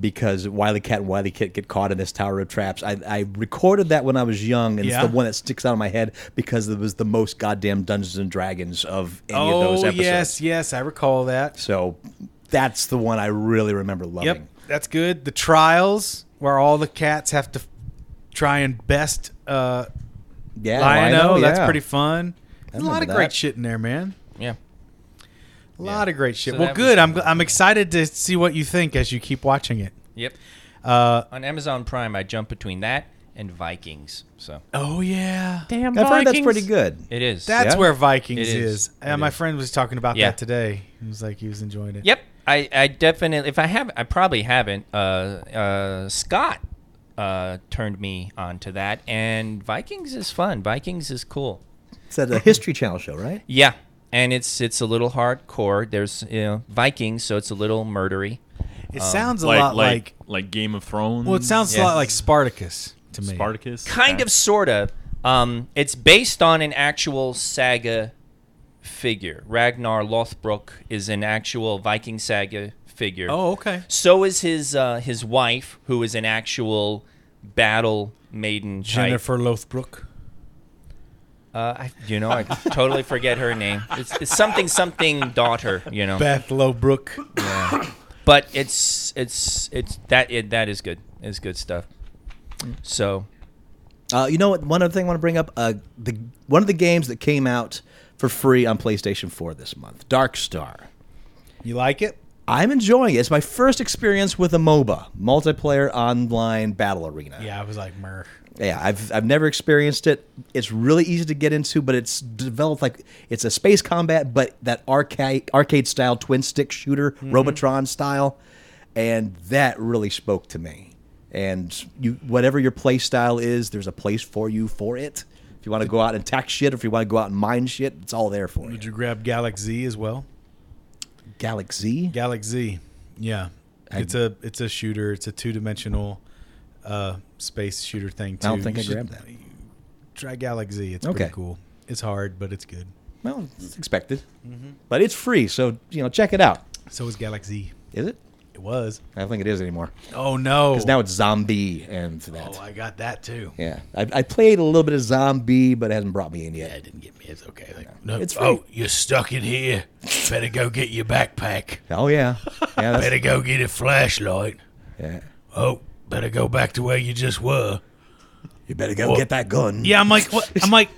D: Because Wily Cat and Wily Kit get caught in this Tower of Traps. I, I recorded that when I was young, and
E: Yeah.
D: it's the one that sticks out of my head because it was the most goddamn Dungeons and Dragons of any
E: oh
D: of those episodes.
E: yes, yes, I recall that.
D: So that's the one I really remember loving.
E: Yep, that's good. The trials where all the cats have to f- try and best uh,
D: Yeah,
E: Lion-O,
D: Lino,
E: That's
D: yeah.
E: pretty fun. There's a lot
D: remember
E: of great
D: that.
E: shit in there, man.
F: yeah.
E: A lot of great shit.
F: So
E: well,
F: that was-
E: good. I'm gl- I'm excited to see what you think as you keep watching it.
F: Yep.
E: Uh,
F: On Amazon Prime, I jump between that and Vikings. So
E: oh yeah,
D: I've heard that's pretty good.
F: it is.
E: that's
D: Yeah.
E: where Vikings
F: It is.
E: is. Uh, my friend was talking about
F: Yeah.
E: that today. He was like, he was enjoying it.
F: Yep. I, I definitely, if I have, I probably haven't. Uh, uh, Scott uh, turned me on to that, and Vikings is fun. Vikings is cool.
D: It's a History Channel show, right?
F: Yeah, and it's it's a little hardcore. There's you know Vikings, so it's a little murdery. Um,
E: It sounds a
B: like,
E: lot like,
B: like like Game of Thrones.
E: well,
G: Mm,
E: it sounds a
F: Yeah.
E: lot like Spartacus to me.
B: Spartacus.
F: kind of sorta um, it's based on an actual saga figure ragnar lothbrok is an actual viking saga figure
E: Oh, okay.
F: so is his uh, his wife who is an actual battle maiden type.
E: Jennifer Lothbrook.
F: uh, I, you know i totally forget her name it's, it's something something daughter you know
E: Beth Lothbrook.
F: but it's it's it's that it, that is good it's good stuff so
D: Uh, you know what? One other thing I want to bring up: uh, the one of the games that came out for free on PlayStation 4 this month, Dark Star.
E: You like it?
D: I'm enjoying it. It's my first experience with a MOBA, multiplayer online battle arena.
K: Yeah, I was like, mer.
D: Yeah, I've I've never experienced it. It's really easy to get into, but it's developed like it's a space combat, but that arcade arcade style twin stick shooter,
E: Mm-hmm.
D: Robotron style, and that really spoke to me. And you, whatever your play style is, there's a place for you for it. If you want to go out and attack shit, or if you want to go out and mine shit, it's all there for you.
E: Did you grab Galaxy as well?
D: Galaxy.
E: Galaxy, yeah. It's a it's a shooter. It's a two dimensional uh, space shooter thing. Too.
D: I don't think
E: You
D: I
E: should
D: grabbed that.
E: Try Galaxy. It's
D: Okay.
E: pretty cool. It's hard, but it's good.
D: Well, it's expected,
E: Mm-hmm.
D: but it's free, so you know check it out.
E: So is Galaxy.
D: Is it?
E: It was.
D: I don't think it is anymore.
E: Oh no!
D: Because now it's zombie and that.
E: oh, I got that too.
D: Yeah, I, I played a little bit of zombie, but it hasn't brought me in
E: That
D: yet.
E: didn't get me. It's okay. Like, no.
D: It's
E: oh,
D: free.
E: you're stuck in here. Better go get your backpack.
D: Oh yeah, yeah,
E: *laughs*
D: that's,
E: Better go get a flashlight.
D: yeah.
E: Oh, better go back to where you just were.
D: You better go
E: Well,
D: get that gun.
E: Yeah, I'm like, what? I'm like,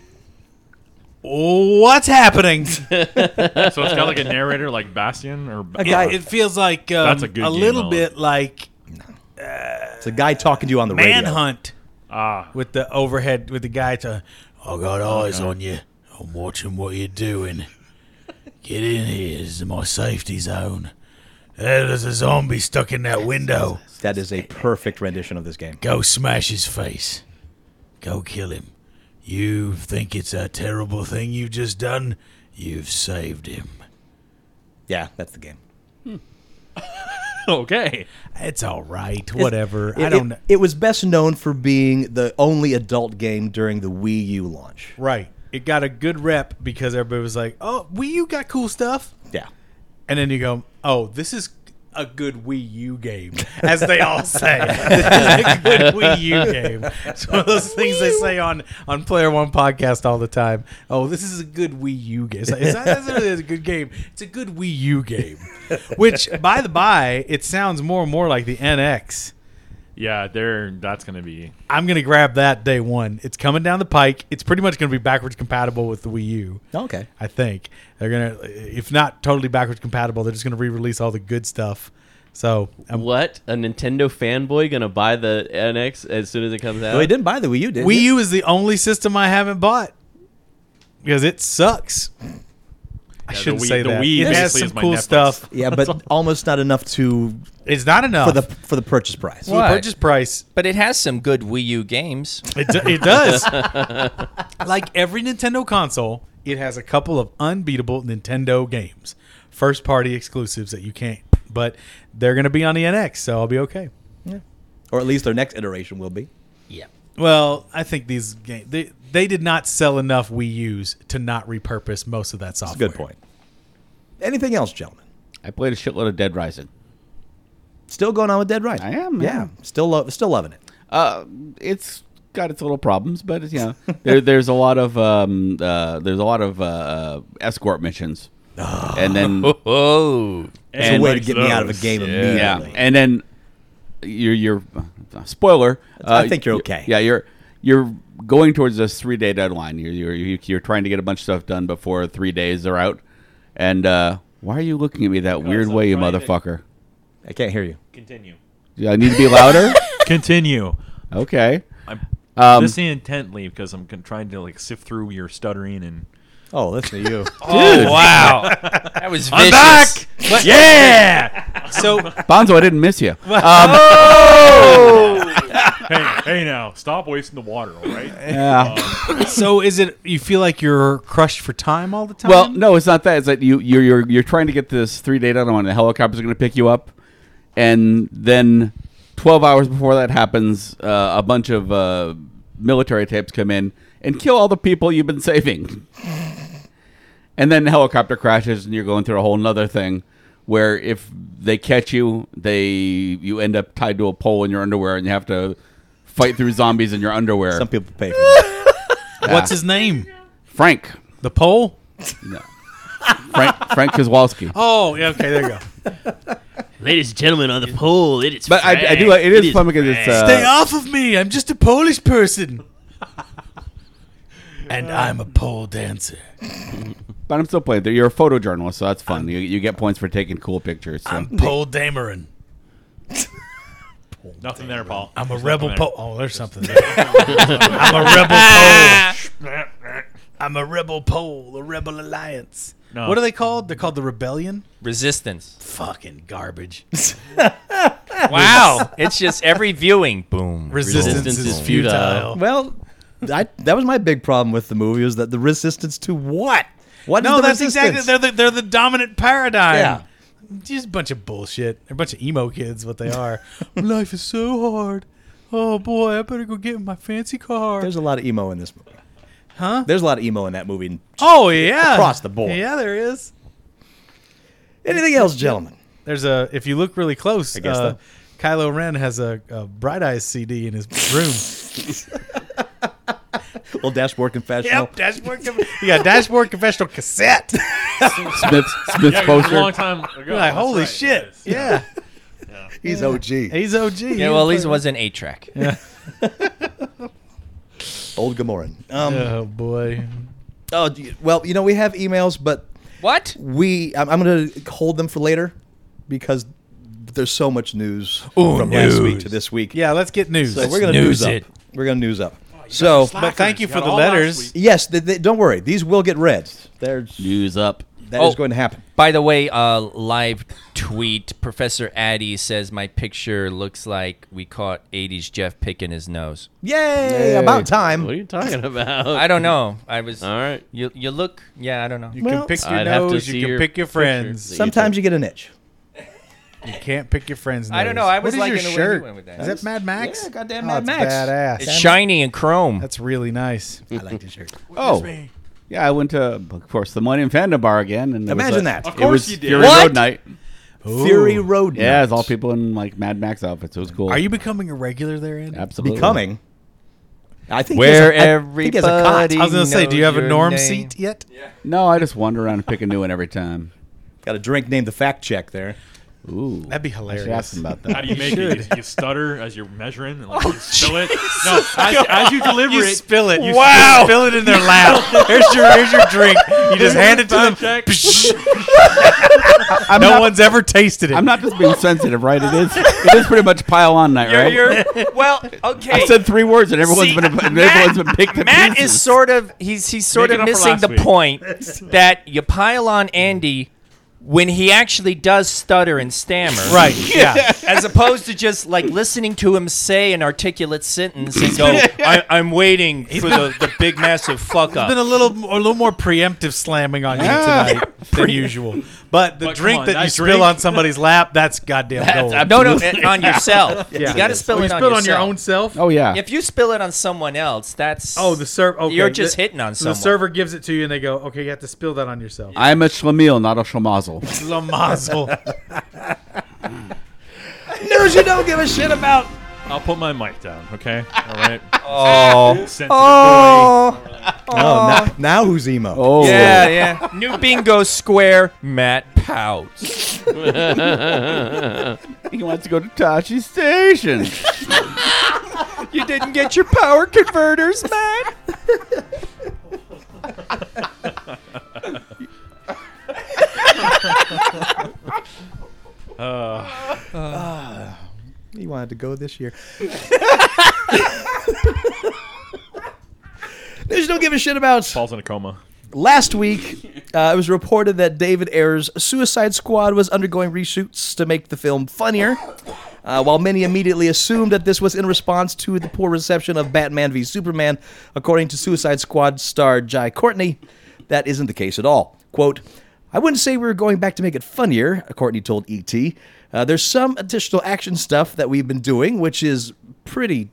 E: what's
D: *laughs*
E: happening?
B: *laughs* So it's got like a narrator, like Bastion or Ba-
D: guy-
E: It feels like um,
B: That's a good game,
E: little
B: though.
E: bit like
D: it's a guy talking to you on the radio.
E: Manhunt
B: ah,
E: with the overhead with the guy to. I got eyes on you. I'm watching what you're doing. Get in here. This is my safety zone. There, There's a zombie stuck in that window.
D: That is a perfect rendition of this game.
E: Go smash his face. Go kill him. You think it's a terrible thing you've just done? You've saved him.
D: Yeah, that's the game.
B: *laughs* okay.
E: It's all right. Whatever.
D: It,
E: I don't know.
D: It, it was best known for being the only adult game during the Wii U launch.
E: Right. It got a good rep because everybody was like, "Oh, Wii U got cool stuff,"
D: Yeah,
E: and then you go, "Oh, this is a good Wii U game," as
H: *laughs*
E: they *laughs* all say. this is a good Wii U game. It's one of those things they say on on Player One podcast all the time. Oh, this is a good Wii U game. It's, it's not necessarily a good game. It's a good Wii U game. Which, by the by, it sounds more and more like the NX.
B: Yeah, there. That's gonna be.
E: I'm gonna grab that day one. It's coming down the pike. It's pretty much gonna be backwards compatible with the Wii U.
D: Okay.
E: I think they're gonna, if not totally backwards compatible, they're just gonna re-release all the good stuff. So um,
G: What? A Nintendo fanboy gonna buy the NX as soon as it comes out?
D: well, he didn't buy the Wii U, did
E: Wii U is the only system I haven't bought because it sucks. I
B: the
E: shouldn't
B: Wii-
E: say
B: the
E: that.
B: Wii
E: it has
B: basically
E: some
B: is my
E: cool
B: Netflix.
E: stuff.
D: Yeah, but almost not enough to
E: It's not enough
D: for the for the purchase price.
E: For the purchase price.
I: But it has some good Wii U games.
E: It, do- it
F: *laughs*
E: does.
D: *laughs*
E: like every Nintendo console, it has a couple of unbeatable Nintendo games, first party exclusives that you can't. But they're going to be on the NX, so I'll be okay.
D: Or at least their next iteration will be.
E: Well, I think these games they, they did not sell enough Wii U's to not repurpose most of that software.
D: Good point. Anything else, gentlemen?
C: I played a shitload of Dead Rising.
D: Still going on with Dead Rising.
C: I am,
D: Yeah,
C: yeah.
D: still lo- still loving it.
C: Uh, it's got its little problems, but it's, you know,
G: *laughs*
C: there, there's a lot of um, uh, there's a lot of uh, escort missions, and
D: *laughs*
C: then
G: Oh,
D: It's Ah. a way to get me out of a
B: those.
D: game
C: yeah,
D: immediately.
C: and then you're you're uh, spoiler.
D: I
C: uh,
D: think you're
C: y-
D: okay.
C: Yeah, you're you're going towards this three day deadline. You're you're you- you're trying to get a bunch of stuff done before three days are out, and uh, why are you looking at me that weird
B: I'm
C: way, you
B: trying to-
C: motherfucker?
D: I can't hear you.
B: Continue.
C: Do I need to be louder?
B: *laughs* Continue.
C: okay.
B: I'm
C: Um,
B: listening intently because I'm con- trying to like sift through your stuttering and.
D: Oh,
B: *laughs*
D: listen to you.
I: Oh
E: *laughs*
I: wow, that was vicious.
B: Yeah.
E: So
C: Bonzo, I didn't miss you.
E: Um,
D: *laughs*
B: hey, hey, now stop wasting the water. All
D: *laughs*
B: right. Um,
C: Yeah.
E: *laughs* so is it you feel like you're crushed for time all the time?
C: Well, no, it's not that. It's that you you're you're, you're trying to get this three day deadline. The helicopters are going to pick you up, and then twelve hours before that happens, uh, a bunch of uh, military tapes come in and kill all the people you've been saving. *laughs* and then the helicopter crashes, and you're going through a whole nother thing. Where if they catch you, they you end up tied to a pole in your underwear, and you have to fight through zombies in your underwear.
D: Some people
C: *laughs*
D: pay for that.
E: What's his name?
C: Frank,
E: The pole?
C: no, Frank Frank Kozlowski.
E: Oh, yeah, okay, there you go.
G: *laughs* ladies and gentlemen, on the pole, it is.
C: But I, I do like it is fun because it's uh,
E: Stay off of me. I'm just a Polish *laughs* person. and I'm a pole dancer.
C: But I'm still playing. You're a photojournalist, so that's fun. You, you get points for taking cool pictures. So.
H: I'm Paul
E: *laughs*
H: Dameron.
B: Nothing there, Paul.
E: I'm a rebel Pole. Oh, there's something there. *laughs* I'm a rebel Pole.
H: I'm a rebel pole, a rebel alliance.
B: No.
E: What are they called? They're called the Rebellion?
F: Resistance.
E: *laughs* Fucking garbage.
F: *laughs* Wow. it's just every viewing, boom.
E: Resistance,
G: Resistance
E: is
G: is futile.
E: futile.
D: Well, I, that was my big problem with the movie was that the resistance to what? What? is
E: No,
D: the
E: that's
D: resistance?
E: exactly. They're the, they're the dominant paradigm.
D: Yeah.
E: Just a bunch of bullshit. They're a bunch of emo kids, what they are. *laughs* Life is so hard. Oh, boy, I better go get in my fancy car.
D: There's a lot of emo in this movie.
E: Huh?
D: There's a lot of emo in that movie.
E: oh, yeah.
D: across the board.
E: Yeah, there *laughs* is.
D: Anything else, gentlemen?
E: There's a, if you look really close,
D: guess
E: uh,
D: that-
E: Kylo Ren has a, a Bright Eyes CD in his room.
D: *laughs* Little dashboard confessional.
H: Yep, that's working.
E: he got Dashboard Confessional
D: *laughs*
E: cassette.
C: Smith, Smith's
B: Yeah, it was a
C: poster.
B: long time ago.
E: like, holy
B: That's right.
E: shit. Yeah.
L: He's OG.
E: *laughs* He's OG.
F: Yeah, well, at least it was an eight track.
G: *laughs*
D: Old Gamoran. Um,
E: Oh, boy.
D: Oh, do you- well, you know we have emails, but
F: What?
D: we I'm, I'm going to hold them for later because there's so much news from last week to this week.
E: Yeah, let's get news.
D: so we're going to
F: news
D: news up.
F: it.
D: We're going to news up. So,
E: but thank you
B: You
E: for
B: got
E: the
B: all last
E: letters.
D: yes, they, they, don't worry. These will get read. There's
C: News up.
D: that is
F: Oh.
D: going to happen.
F: By the way, uh, live tweet Professor Addy says my picture looks like we caught '80s Jeff picking his nose.
D: Yay! About
G: What are
D: time.
G: you talking about?
F: I don't know. I was.
G: All right.
F: You you look. Yeah, I don't know.
E: You
D: Well,
E: can pick your
G: I'd have to
E: nose.
G: see
E: You can
G: your
E: pick your
G: picture.
E: friends.
D: Sometimes you get an itch.
E: You can't pick your friends.
F: I don't know.
E: nose.
F: I was
E: what is
F: liking
E: your
F: the way you
E: shirt?
F: went with that.
E: Is that Mad Max?
D: Yeah, goddamn
E: Oh,
D: Mad
E: it's
D: Max.
E: Badass.
F: It's shiny and chrome.
E: That's really nice.
D: I like this shirt.
C: Oh, yeah. I went to, of course, the Millennium Fandom Bar again. And it was
D: Imagine
C: a-
D: that. Of
C: it was
B: course you did.
C: Fury
F: What?
C: Road night.
D: Fury Road.
C: Yeah, it's
D: Nights.
C: all people in like Mad Max outfits. It was cool.
E: Are you becoming a regular there, Andy?
C: absolutely
D: becoming. I think he has
F: Where
D: a- I think he has a cot.
F: everybody
E: I was gonna say, do you have a
F: knows
E: norm
F: your name.
E: seat yet?
C: No, I just wander around and pick a new one every time.
D: Got a drink named the Fact Check there.
C: Ooh,
E: That'd be
C: I should ask
E: hilarious.
C: them about
B: How
C: that.
B: do you make it? You, you stutter as you're measuring and like
D: Oh,
B: you spill it. No,
D: *laughs*
B: as, as you deliver
E: You
B: it,
E: spill it.
B: you
E: wow! Spill it in *laughs* their lap. here's your here's your drink. You just hand it to them.
B: Check.
E: *laughs*
C: I'm
E: No
C: not,
E: one's ever tasted it.
C: I'm not just being sensitive, right? It is. It is pretty much pile on night, right?
F: You're- well, okay.
C: I said three words, and everyone's
F: See, uh,
C: been and everyone's been picked to
F: Matt
C: pieces.
F: is sort of he's he's sort
B: Make
F: of
B: it up for
F: missing
B: last
F: the
E: *laughs*
B: week.
F: point that you pile on Andy when he actually does stutter and stammer,
E: Right? Yeah.
F: *laughs* As opposed to just like listening to him say an articulate sentence
E: *laughs*
F: and go, I, "I'm waiting for the, the big massive fuck
E: It's been
F: up."
E: a little a little more preemptive slamming on you
D: *laughs*
E: tonight than usual. But the
B: But come
E: drink
B: on,
E: that
B: that
E: you spill
B: drink-
E: on somebody's lap, that's goddamn gold.
F: No, no, on yourself.
E: *laughs* Yeah.
F: you got to
E: Yes.
F: spill
E: Oh,
F: it
E: you
F: on
E: spilled
F: yourself.
E: self.
C: Oh yeah.
F: If you spill it on someone else, that's
E: Oh, the server. Okay.
F: You're just
E: The-
F: hitting on
E: so
F: someone.
E: The server gives it to you, and they go, "Okay, you have to spill that on *laughs* yourself."
C: I'm a schlemiel, not a schlemazel.
E: Lamazel.
D: *laughs* News you don't give a shit about.
B: I'll put my mic down. Okay. All
D: *laughs*
B: right.
F: Oh,
B: Sensitive
D: Oh, now, now who's emo?
C: Oh
F: yeah, yeah. New bingo square, Matt Pouts.
C: *laughs* He wants to go to Tachi Station.
F: You didn't get your power converters, Matt.
B: boy. Uh,
D: He Uh, wanted to go this year. News you don't give a shit about.
B: Paul's in a coma.
D: Last week, uh, it was reported that David Ayer's Suicide Squad was undergoing reshoots to make the film funnier. Uh, while many immediately assumed that this was in response to the poor reception of Batman v Superman, according to Suicide Squad star Jai Courtney, that isn't the case at all. Quote, I wouldn't say we were going back to make it funnier, Courtney told ET. Uh, there's some additional action stuff that we've been doing, which is pretty.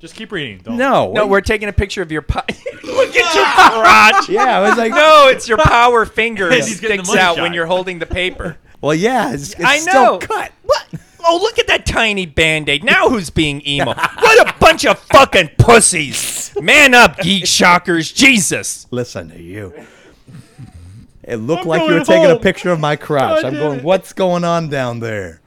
B: Just keep reading. Don't.
D: No.
F: No, we're taking a picture of your *laughs* pie. Look at your crotch.
D: Yeah, I was like,
F: No, it's your power finger that
B: He's getting the
F: sticks out
B: mugshot.
F: when you're holding the paper.
D: well, yeah, it's, it's
F: *laughs* I
D: still
F: know.
D: cut.
F: What? Oh, look at that tiny band-aid. Now who's being emo? *laughs* What a bunch of fucking pussies. Man up, geek shockers. Jesus.
D: Listen to you. It looked like you were taking a
E: *laughs*
D: picture of my crotch. I'm going, what's going on down there?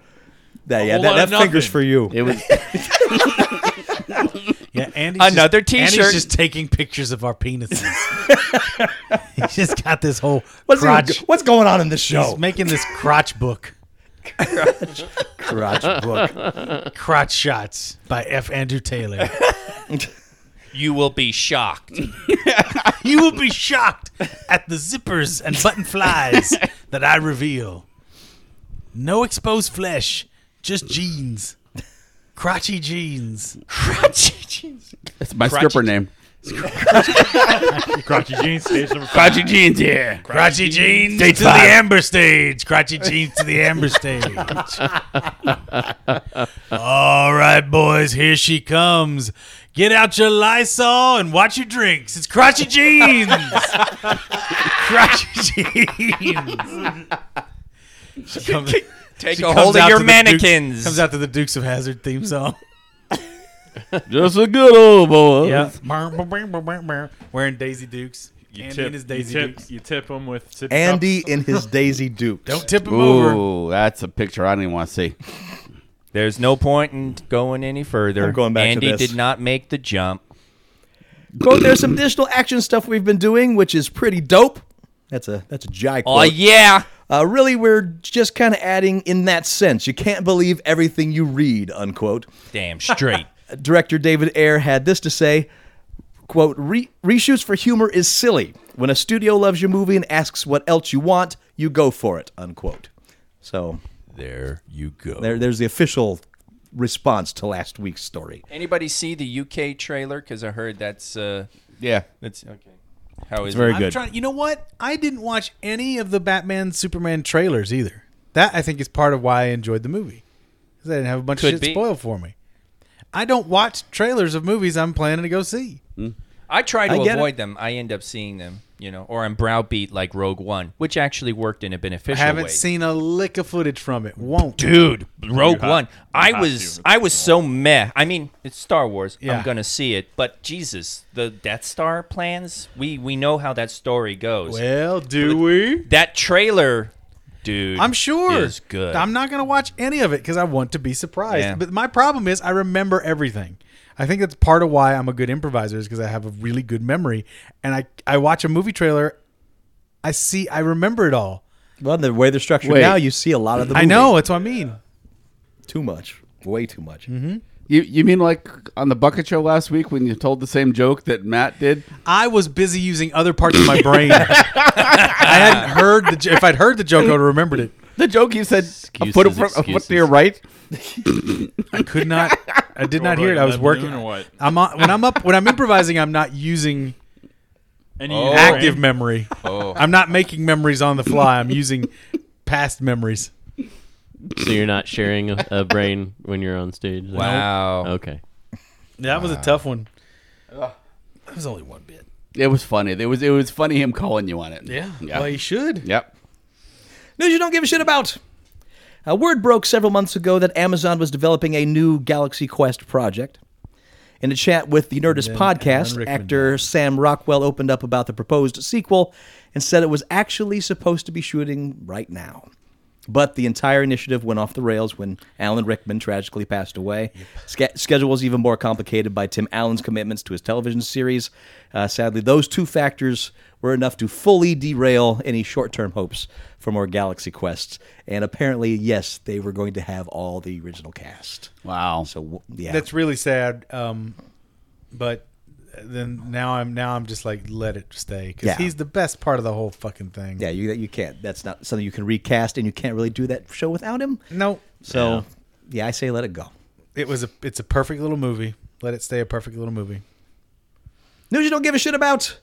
D: That, yeah,
B: whole
D: that,
B: lot
D: that
B: of
D: finger's
B: nothing.
D: for you.
C: It was
E: *laughs* Yeah, Andy's
F: Another
E: just, Andy's
F: t-shirt.
E: just taking pictures of our penises. *laughs* He's just got this whole
D: What's, even
E: crotch.
D: go- what's going on in this show?
E: He's making this crotch book,
D: crotch book.
E: crotch shots by F. Andrew Taylor. *laughs*
F: You will be shocked.
E: you will be shocked at the zippers and button flies that I reveal. No exposed flesh, just jeans, crotchy jeans.
C: That's my stripper name.
B: Crotchy jeans, stage number five.
C: Crotchy jeans here.
E: Crotchy jeans to the amber stage. Crotchy jeans to the amber stage. All right, boys, here she comes. Get out your Lysol and watch your drinks. It's crotchy jeans. crotchy jeans. She comes,
F: Take
E: she
F: a
E: comes
F: hold of
E: out
F: your
E: to the Dukes-
F: mannequins.
E: comes out to the Dukes of Hazard theme song.
C: Just a good old boy.
E: Wearing Daisy Dukes.
B: You
E: Andy
B: tip,
E: and his
B: you
E: Daisy
B: tip,
E: Dukes.
B: you tip him with sippy
L: Andy in his Daisy Duke.
E: Don't tip him over.
C: Ooh, that's a picture I don't even want to see.
F: There's no point in going any further.
L: I'm going back to
F: Andy
L: this.
F: did not make the jump.
D: Go. There's some additional action stuff we've been doing, which is pretty dope. That's a that's a jai.
F: Oh
D: quote.
F: yeah.
D: Uh, really, we're just kind of adding in that sense. You can't believe everything you read. Unquote.
F: Damn straight.
D: *laughs* Director David Ayer had this to say: "Quote Re- reshoots for humor is silly. When a studio loves your movie and asks what else you want, you go for it." Unquote. So
F: there you go.
D: there, there's the official response to last week's story.
F: Anybody see the UK trailer? Because I heard that's uh,
C: Yeah.
F: that's okay. How is
C: very
F: it?
E: I'm
C: good.
E: trying- you know what? I didn't watch any of the Batman Superman trailers either. That I think is part of why I enjoyed the movie. 'Cause I didn't have a bunch
F: Could
E: of shit
F: be.
E: spoiled for me. I don't watch trailers of movies I'm planning to go see.
F: Mm, I try to
D: I get it.
F: avoid them. I end up seeing them, you know, or I'm browbeat like Rogue One, which actually worked in
E: I
F: a beneficial
E: haven't
F: way.
E: seen a lick of footage from it. Won't.
F: Dude, Rogue
B: have-
F: One.
B: you
F: I
B: have
F: was
B: to.
F: I was so meh. I mean, it's Star Wars.
E: Yeah.
F: I'm gonna see it, but Jesus, the Death Star plans. We we know how that story goes.
E: Well, do we?
F: that trailer, dude.
E: I'm sure.
F: is good.
E: I'm not going to watch any of it because I want to be surprised.
F: Yeah.
E: But my problem is I remember everything. I think that's part of why I'm a good improviser is because I have a really good memory, and I I watch a movie trailer, I see I remember it all.
D: Well, the way they're structured
C: Wait.
D: now, you see a lot of the. Movie.
E: I know that's what I mean.
D: too much, way too much.
L: Mm-hmm.
C: You, you mean like on the bucket show last week when you told the same joke that Matt did?
E: I was busy using other parts of
C: *laughs*
E: my brain. I hadn't heard the. jo- If I'd heard the joke, I would have remembered it.
C: The joke you said, a foot, in
G: Excuses,
C: front, a foot to
G: excuses.
C: your right.
E: I could not. I did not
B: What,
E: hear it.
B: like
E: I was
B: 11
E: working.
B: noon or what?
E: I'm on, when I'm up when I'm improvising. I'm not using
B: And you
E: active memory. I'm not making memories on the fly. I'm using past memories.
G: *laughs* So you're not sharing a, a brain when you're on stage. then?
F: Wow.
G: Okay.
E: That was a tough one. That was only one bit.
C: It was funny. It was it was funny him calling you on it.
E: Well, you should.
C: Yep.
D: News you don't give a shit about. Uh, word broke several months ago that Amazon was developing a new Galaxy Quest project. In a chat with the Nerdist podcast,
E: Rickman
D: actor Sam Rockwell opened up about the proposed sequel and said it was actually supposed to be shooting right now. But the entire initiative went off the rails when Alan Rickman tragically passed away. Ske- schedule was even more complicated by Tim Allen's commitments to his television series. Uh, sadly, those two factors were enough to fully derail any short term hopes for more Galaxy quests. And apparently, yes, they were going to have all the original cast.
C: Wow.
D: So, w- yeah.
E: That's really sad. Um, but then now I'm now I'm just like let it stay because
D: Yeah.
E: he's the best part of the whole fucking thing.
D: yeah, you, you can't. That's not something you can recast, and you can't really do that show without him.
E: No,
D: So, yeah I say let it go.
E: it was a it's a perfect little movie. Let it stay a perfect little movie.
D: News you don't give a shit about.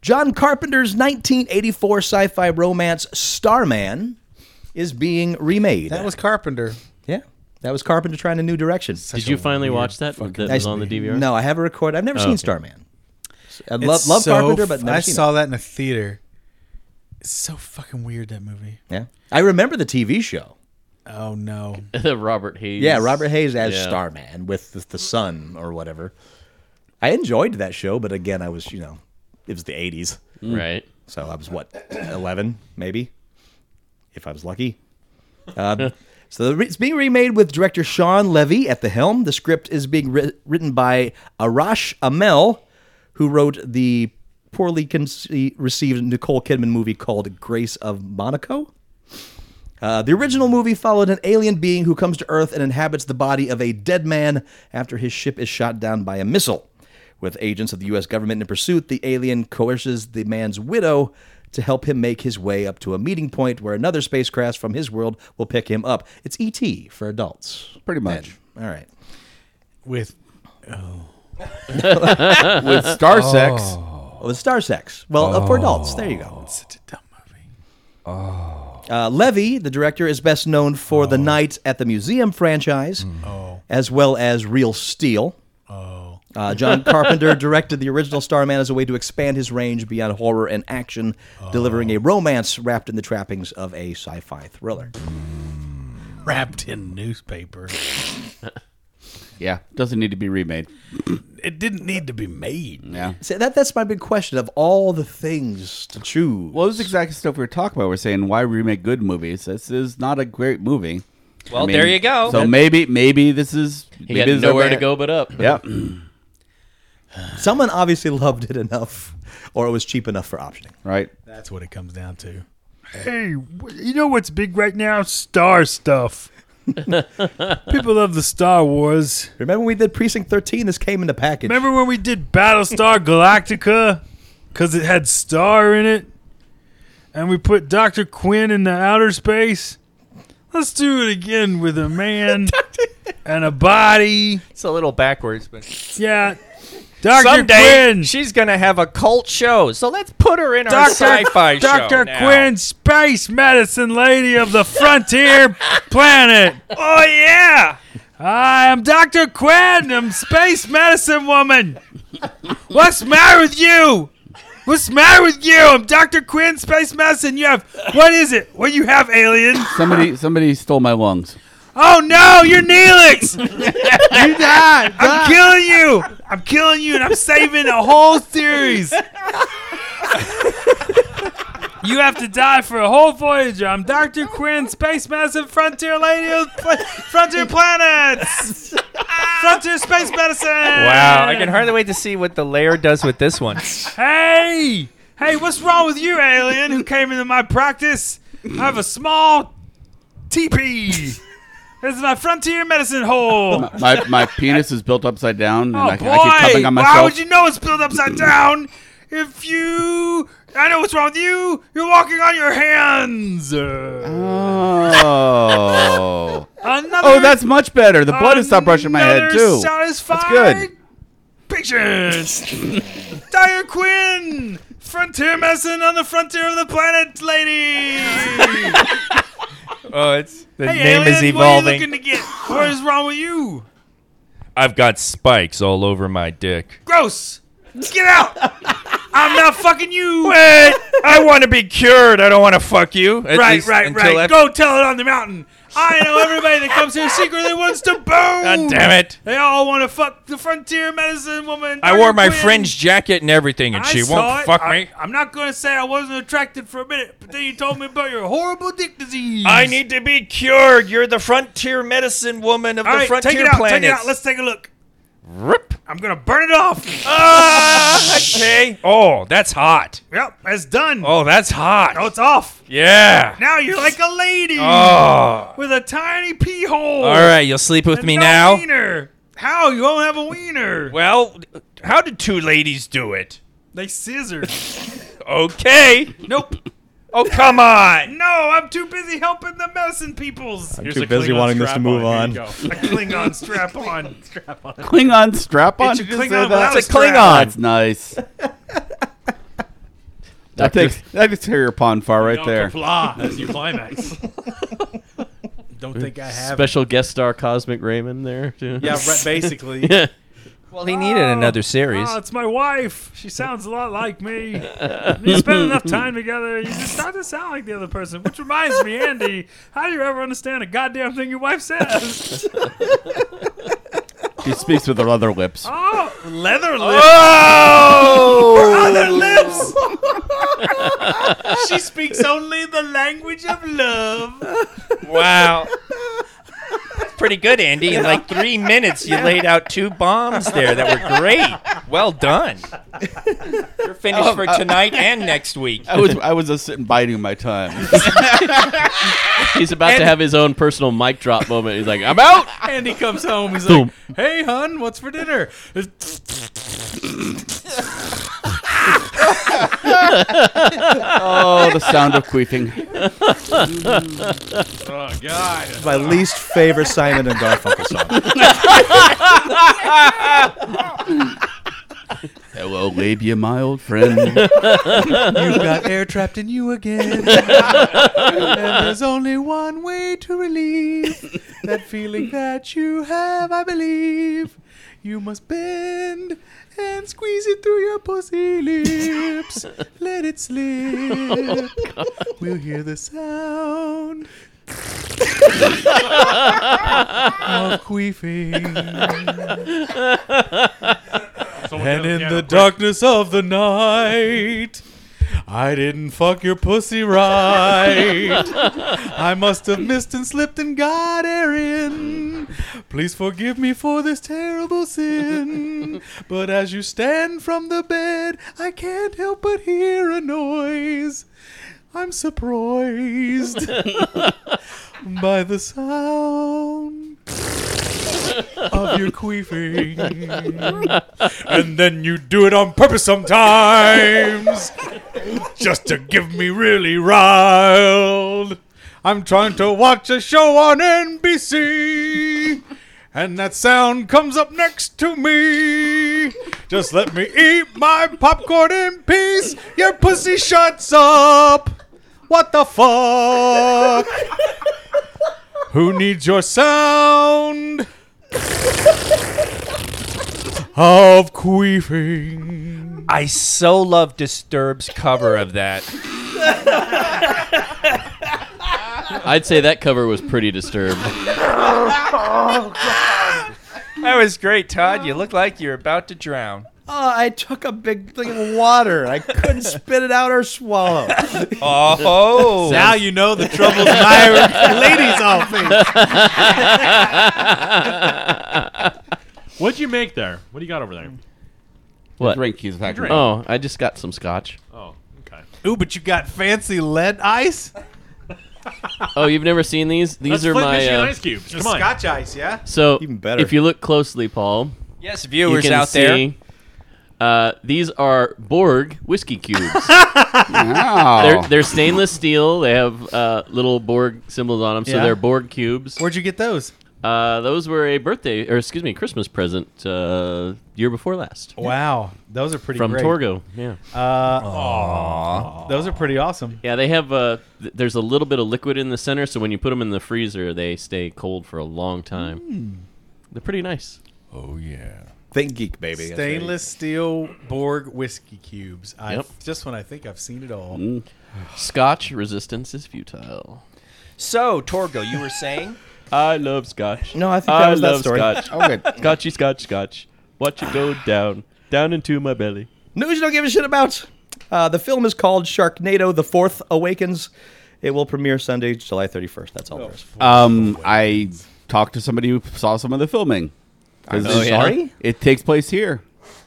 D: John Carpenter's 1984 sci-fi romance Starman is being remade.
E: That was Carpenter.
D: yeah. That was Carpenter trying a new direction.
G: Did you finally watch that? That was on the DVR.
D: No, I have a record. I've never seen
G: Oh, okay.
D: Starman. I
E: It's
D: love, love
E: so
D: Carpenter, but
E: f-
D: never
E: I
D: seen
E: saw
D: it.
E: that in a theater. It's so fucking weird that movie.
D: Yeah, I remember the TV show.
G: *laughs*
E: Oh no!
G: Robert Hayes.
D: Yeah, Robert Hayes as
G: Yeah.
D: Starman with the, the sun or whatever. I enjoyed that show, but again, I was you know, it was the 80s,
G: Right.
D: so I was what 11 maybe, if I was lucky. Um, *laughs* So the re- it's being remade with director Sean Levy at the helm. The script is being writ- written by Arash Amel, who wrote the poorly conce- received Nicole Kidman movie called Grace of Monaco. Uh, the original movie followed an alien being who comes to Earth and inhabits the body of a dead man after his ship is shot down by a missile. With agents of the U.S. government in pursuit, the alien coerces the man's widow to help him make his way up to a meeting point where another spacecraft from his world will pick him up. It's E.T. for adults.
C: Pretty much.
D: All right.
E: With Oh. *laughs*
C: With star sex.
D: Oh, it's Star Sex. Well, uh, for adults. There you go.
H: Such a dumb movie.
D: Uh, Levy, the director, is best known for The Night at the Museum franchise, as well as Real Steel.
H: Oh.
D: Uh, John Carpenter directed the original Starman as a way to expand his range beyond horror and action, delivering a romance wrapped in the trappings of a sci fi thriller.
H: Wrapped in newspaper.
C: Yeah, doesn't need to be remade.
H: It didn't need to be made.
C: Yeah.
D: So that, that's my big question of all the things to choose.
C: Well, this is exactly stuff we were talking about. We're saying why remake good movies. This is not a great movie.
F: Well, there you go.
C: So maybe, maybe this is.
G: He
C: maybe
G: got
C: this is our
G: nowhere to
C: bad-
G: go but up.
C: Yep.
D: Someone obviously loved it enough, or it was cheap enough for optioning.
C: Right.
H: That's what it comes down to.
I: Hey, wh- you know what's big right now? Star
F: *laughs*
I: stuff. People love the Star Wars.
D: Remember when we did Precinct 13? This came in the
I: *laughs*
D: package.
I: Remember when we did Battlestar Galactica? Because it had Star in it? And we put Dr. Quinn in the outer space? Let's do it again with a man and a body.
F: It's a little backwards, but
I: Yeah. Dr.
F: someday
I: Quinn!
F: she's gonna have a cult show. So let's put her in our sci-fi show.
I: Dr.
F: now.
I: Quinn, space medicine lady of the
F: *laughs*
I: frontier planet. Oh, yeah. I am Dr. Quinn. I'm space medicine woman. What's the matter with you? What's the matter with you? I'm Dr. Quinn, space medicine. You have, what is it? What you have, alien?
C: Somebody, somebody stole my lungs.
I: Oh, no, you're Neelix. *laughs* you died. I'm killing you. I'm killing you, and I'm saving a whole series. *laughs* You have to die for a whole Voyager. I'm Dr. Quinn, Space Medicine Frontier Lady of Pla- Frontier *laughs* Planets! Frontier Space Medicine!
F: Wow, I can hardly wait to see what the layer does with this one.
I: Hey! Hey, what's wrong with you, alien, who came into my practice? I have a small teepee. This is my frontier medicine hole.
C: My my penis is built upside down, and
I: Oh
C: I,
I: boy!
C: I keep coming on myself.
I: Why would you know it's built upside down? If you, I know what's wrong with you. You're walking on your hands. Uh,
C: Oh.
I: another.
C: oh, that's much better. The blood has stopped rushing my head
I: Another
C: too.
I: Satisfied
C: That's good.
I: Pictures. Dyer Quinn, frontier medicine on the frontier of the planet, lady.
C: *laughs*
F: Oh, it's the
I: hey,
F: name
I: alien,
F: is
I: What are you
F: evolving.
I: looking to get? What is wrong with you?
F: *laughs* I've got spikes all over my dick.
I: Gross. Get
F: *laughs*
I: out. I'm not fucking you.
F: Wait, I want to be cured. I don't want to fuck you. At
I: right,
F: least
I: right,
F: until
I: right.
F: after-
I: Go tell it on the mountain. I know everybody that comes here secretly wants to bone.
F: God damn it!
I: They all want to fuck the frontier medicine woman.
F: I
I: Dr.
F: wore my
I: Quinn.
F: fringe jacket and everything, and
I: I
F: she
I: saw
F: won't
I: it.
F: fuck
I: I,
F: *laughs* me.
I: I'm not gonna say I wasn't attracted for a minute, but then you told me about your horrible dick disease.
F: I need to be cured. You're the frontier medicine woman of
I: All
F: the
I: right,
F: frontier
I: take it out. Take it
F: planets.
I: out. Let's take a look.
F: Rip.
I: I'm gonna burn it off.
F: Ah, okay. Oh, that's hot.
I: yep, it's done.
F: Oh, that's hot.
I: Oh, it's off.
F: yeah.
I: Now you're like a lady
F: Oh.
I: with a tiny pee hole.
F: All right, you'll sleep with
I: and
F: me
I: no
F: now.
I: Wiener. How you won't have a wiener?
F: Well, how did two ladies do it?
I: They scissors.
F: *laughs* Okay.
I: nope.
F: Oh, come on.
I: No, I'm too busy helping the medicine peoples.
B: Here's
L: too
B: a
L: busy
B: Klingon
L: wanting this to
B: strap-on.
L: move
B: Here you
L: on.
B: go.
F: *laughs*
I: A Klingon strap on.
C: Klingon strap on.
I: It's a
C: Did you say
I: Klingon
C: that?
I: without
F: It's a
I: strap.
F: Klingon.
C: That's
I: *laughs*
C: nice. that takes that takes Harry Pond far right there.
B: Blah, ah, as you
E: *laughs*
B: climax.
J: Don't think I have.
G: Special guest star Cosmic Raymond there. Too. *laughs*
J: yeah, right, basically.
F: Well, he needed another series.
I: Oh, it's my wife. She sounds a lot like me. You spend enough time together, you just start to sound like the other person. Which reminds me, Andy, how do you ever understand a goddamn thing your wife says?
C: He speaks with her other lips.
I: Oh, leather lips. *laughs*
F: Oh!
I: Other lips.
H: *laughs*
F: *laughs*
I: she speaks only the language of love.
F: wow. *laughs* pretty good, Andy. In like three minutes, you laid out two bombs there that were great. Well done. You're finished
C: Oh,
F: for
C: uh,
F: tonight and next week.
C: I
J: *laughs*
C: was I was just sitting biding my time.
G: He's about to
F: And-
G: have his own personal mic drop moment. He's like, I'm out.
J: *laughs* Andy comes home. He's
G: Boom.
J: like, "Hey, hun, what's for dinner?"
C: *laughs* oh, the sound of queefing.
B: Oh God.
D: *laughs* My least favorite Simon and Garfunkel song.
C: *laughs*
I: *laughs*
C: Hello, labia, my old
D: *laughs*
C: friend.
J: You've got air trapped in you again. and there's only one way to relieve that feeling that you have, I believe. You must bend and squeeze it through your pussy lips. Let it slip. we'll hear the sound of queefing. And in the darkness of *laughs* the night, I didn't fuck your pussy right. I must have missed and slipped and got air in. Please forgive me for this terrible sin. But as you stand from the bed, I can't help but hear a noise. I'm surprised *laughs* by the sound of your queefing. And then you do it on purpose sometimes. just to give me really riled. I'm trying to watch a show on NBC. And that sound comes up next to me. Just let me eat my popcorn in peace. Your pussy shuts up. What the fuck? Who needs your sound? of queefing.
F: I so love Disturb's cover of that.
G: I'd say that cover was pretty disturbed.
F: That was great, Todd. You look like you're about to drown.
D: Oh, I took a big thing of water.
J: *laughs*
D: I couldn't spit it out or swallow.
F: *laughs* Oh,
J: Now you know the troubles
F: *laughs*
J: my ladies all face.
B: *laughs* What'd you make there? What do you got over there?
G: What?
C: Drink, he's back.
B: Drink.
G: Oh, I just got some scotch.
B: Oh, okay.
J: Ooh, but you got fancy lead ice?
G: Oh, you've never seen these? These
B: Let's
G: are
B: flip
G: my.
B: Michigan
G: uh,
B: ice cubes. Come on.
E: Scotch ice, yeah?
G: so
D: Even better.
G: If you look closely, Paul,
F: yes,
G: you
F: viewers
G: can
F: out there.
G: see. Uh, these are Borg whiskey
J: *laughs*
G: cubes. they're,
C: Wow.
G: they're stainless steel. They have uh, little Borg symbols on them, so
J: Yeah.
G: they're Borg cubes.
J: Where'd you get those?
G: Uh, those were a birthday, or excuse me, Christmas present uh, year before last
J: Wow, those are pretty
G: from
J: great. Uh,
G: Torgo. Yeah,
J: Those are pretty awesome.
G: yeah. They have uh, th- there's a little bit of liquid in the center, so when you put them in the freezer, they stay cold for a long time. They're pretty nice.
D: Think geek, baby. That's right.
J: Stainless steel Borg whiskey cubes. I
G: Yep. Mm.
J: just when I think I've seen it all.
G: Scotch resistance is futile.
F: So, Torgo, you were saying?
G: I love Scotch.
D: No, I think that was that story.
C: Oh, good.
G: Scotchy, Scotch, Scotch. Watch it go down, down into my belly.
D: *laughs* News you don't give a shit about. Uh, the film is called Sharknado: The Fourth Awakens. It will premiere Sunday, July 31st. That's all there is.
C: Um, I talked to somebody who saw some of the filming. 'Cause
G: Oh,
C: it's-
G: yeah?
D: Sorry?
C: It takes place here.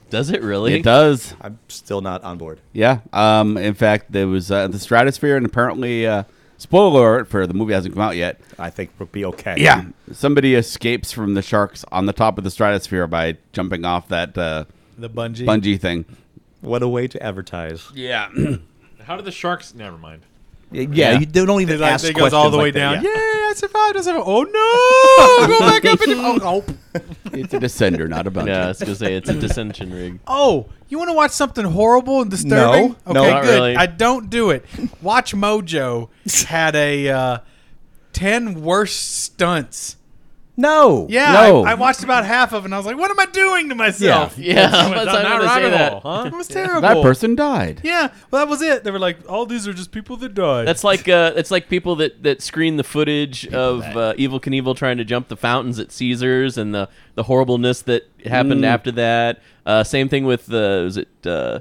G: Does it really?
C: It does.
D: I'm still not on board.
C: Yeah. Um, in fact, there was uh, the stratosphere, and apparently, uh, spoiler alert for the movie hasn't come out yet.
D: I think we'll be okay.
C: Yeah, somebody escapes from the sharks on the top of the stratosphere by jumping off that uh,
J: The bungee.
C: bungee thing.
D: What a way to advertise. Yeah,
B: *clears throat* How did the sharks? Never mind.
D: You, they don't even
J: It, like,
D: ask
J: it goes all
D: questions
J: the way
D: like that,
J: down.
D: yeah.
J: Yay, I survived. I survived. Oh no! Go back up and oh, oh.
C: *clears throat* It's a descender, not a bungee.
G: Yeah, I was gonna say it's a dissension rig.
J: Oh, you want to watch something horrible and disturbing?
D: No, no.
J: okay,
G: Not
J: good.
G: really.
J: I don't do it.
C: *laughs*
J: Watch Mojo had a uh, ten worst stunts.
D: No.
J: Yeah,
C: No.
J: I, I watched about half of it, and I was like, "What am I doing to
G: *laughs*
J: myself?
G: Yeah, I was
B: Down
G: gonna
B: that
G: say
B: rabbit
G: that.
B: hole, huh?
J: It was terrible."
C: That person died.
J: Yeah, well, that was it. They were like, "All these are just people
G: *laughs*
J: that died."
G: That's like uh, it's like people that, that screen the footage of uh, Evil Knievel trying to jump the fountains at Caesars and the, the horribleness that happened after that. Uh, same thing with the was it uh,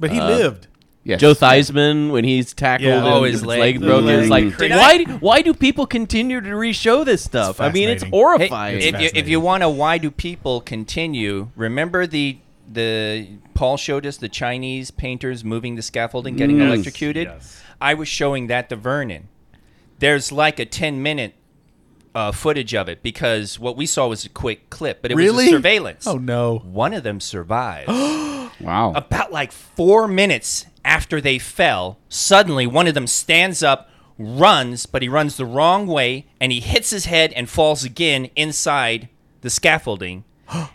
J: but he lived.
C: Yes.
G: Joe Theismann when he's tackled
C: Yeah.
G: and
C: Oh, his leg.
G: leg
C: The
G: broken. It's
C: leg.
G: like
C: Did
G: why why do people continue to re-show this stuff? I mean, it's horrifying.
F: if you if you want to, why do people continue? Remember the the Paul showed us the Chinese painters moving the scaffold and getting
G: Mm. Yes.
F: electrocuted. I was showing that to Vernon. There's like a ten minute uh, footage of it because what we saw was a quick clip, but it was
E: Really?
F: a surveillance.
E: Oh, no.
F: One of them survived.
C: wow.
F: About like four minutes after they fell, suddenly one of them stands up, runs, but he runs the wrong way, and he hits his head and falls again inside the scaffolding.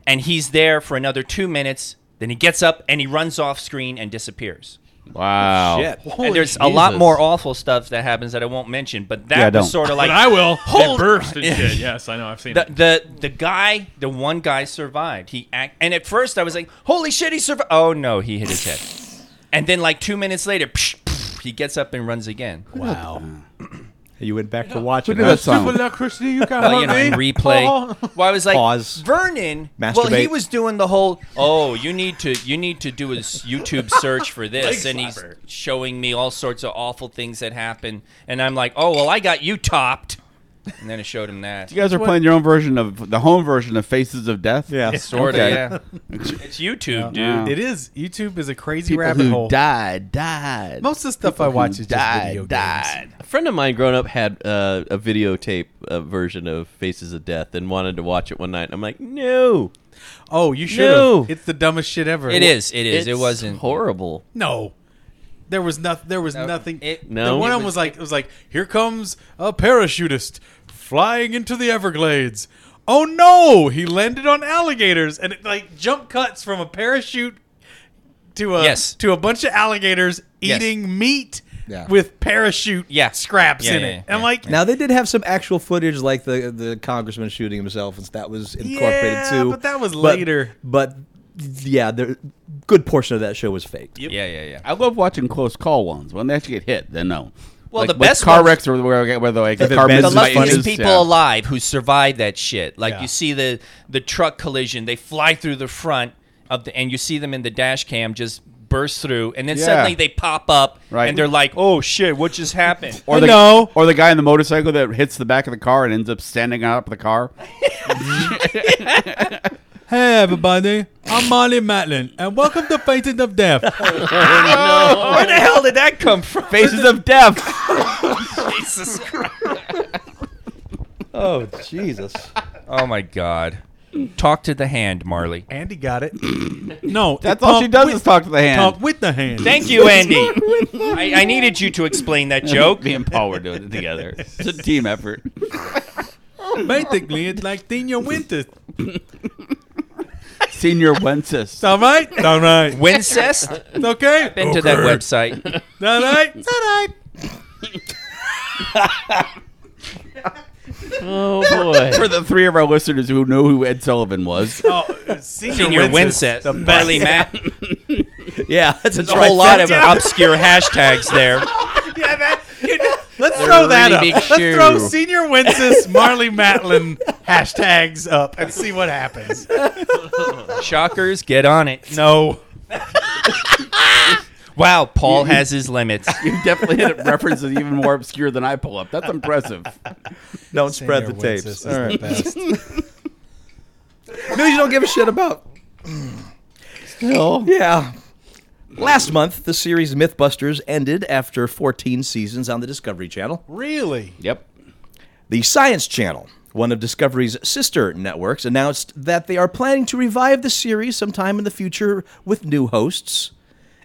F: and he's there for another two minutes. Then he gets up and he runs off screen and disappears.
G: Wow.
F: and there's a lot more awful stuff that happens that I won't mention, but that
G: Yeah,
F: was
G: don't.
F: sort of like
B: But I
F: *laughs*
B: will. It
F: Hold
B: burst *laughs* and shit. Yes, I know. I've seen
F: the,
B: it.
F: The the guy, the one guy survived. He act, and at first I was like, "Holy shit, he survived!" Oh no, he hit his head. And then like two minutes later, psh, psh, he gets up and runs again. Wow.
L: You went back to watching
F: did that song?
L: electricity,
F: you Well, you know, in replay.
J: Oh.
F: Well, I was like,
L: Pause.
F: Vernon. Well, he
L: Masturbate.
F: was doing the whole. Oh, you need to, you need to do a s- YouTube
B: *laughs*
F: search for this,
G: Leg
F: and he's showing me all sorts of awful things that happen, and I'm like, oh well, I got you topped, and then I showed him that.
C: You guys are playing your own version of the home version of Faces of Death.
F: Yeah. Sorta,
C: Okay.
F: *laughs* yeah. It's YouTube,
C: Yeah.
E: It is. YouTube is a crazy
C: People
E: rabbit
C: who
E: hole.
C: died, died.
E: Most of the stuff I watch is just video games.
G: A friend of mine growing up had uh, a videotape uh, version of Faces of Death and wanted to watch it one night. I'm like, no.
E: Oh, you should.
G: No.
E: have. It's the dumbest shit ever.
F: It is. It is.
G: It's
F: it wasn't
G: horrible.
E: No. There was nothing. There was nothing.
G: No.
E: The one
G: It
E: of them
G: was-
E: was like, it was like, here comes a parachutist flying into the Everglades. Oh no, he landed on alligators, and it like jump cuts from a parachute to a
F: Yes.
E: to a bunch of alligators
F: Yes.
E: eating meat
L: Yeah.
E: with parachute scraps in it. I'm like,
L: now they did have some actual footage, like the the congressman shooting himself, and that was incorporated
E: Yeah,
L: too.
E: but that was later.
L: But yeah, the good portion of that show was faked.
F: Yeah, yeah, yeah.
C: I love watching close call ones. When they actually get hit, then no.
F: Well,
C: Like
F: the
C: with
F: best
C: car
F: ones-
C: wrecks are where, I- where the, like, the,
F: the,
C: car
F: the
C: misses by
F: luckiest
C: inches,
F: people
C: yeah.
F: alive who survived that shit. Like
E: Yeah.
F: you see the the truck collision, they fly through the front of the, and you see them in the dash cam just burst through, and then
C: Yeah.
F: suddenly they pop up,
C: Right.
F: and they're like, "Oh shit, what just happened?" *laughs*
C: Or the, *laughs* or the guy in the motorcycle that hits the back of the car and ends up standing out of the
F: *laughs*
C: car.
E: hey everybody, I'm Molly Matlin, and welcome to Faces of
C: *laughs*
E: Death.
J: *laughs*
C: Oh,
F: Where the hell did that come from?
C: Faces of Death.
F: *laughs* Jesus Christ!
L: Oh Jesus!
F: Oh my God! Talk to the hand, Marley.
E: Andy got it. No,
C: That's all she does is talk to the hand.
E: Talk with the hand.
F: Thank you, Andy.
C: *laughs*
F: I, I needed you to explain that joke.
C: Me and Paul were doing it together. It's a team effort.
E: Basically, it's like Dino Winters.
C: Senior Wences.
E: All right, all right.
F: Wincest.
E: It's okay.
F: Been to that website.
E: All
G: *laughs*
E: right, all right.
G: Oh boy.
C: *laughs* For the three of our listeners who know who Ed Sullivan was,
E: Oh, senior,
F: Senior
E: Winsett.
F: Wincest. Marley Matt.
C: *laughs*
L: Yeah, that's
F: There's a whole lot of obscure hashtags there.
E: Yeah, that, you know, let's throw that
G: really
E: up.
G: big
E: Let's throw
G: shoe.
E: senior Wences, Marley Matlin hashtags up and see what happens.
F: Shockers, get on it.
E: No.
F: Wow, Paul has his limits.
C: *laughs* you definitely hit a reference that's even more obscure than I pull up. That's impressive.
L: Don't spread the
E: Senior Wences is
L: tapes. All right.
E: the best.
L: News you don't give a shit about. *laughs*
C: Still,
L: Yeah. Last month, the series MythBusters ended after 14 seasons on the Discovery Channel.
E: Really?
C: yep.
L: The Science Channel, one of Discovery's sister networks, announced that they are planning to revive the series sometime in the future with new hosts.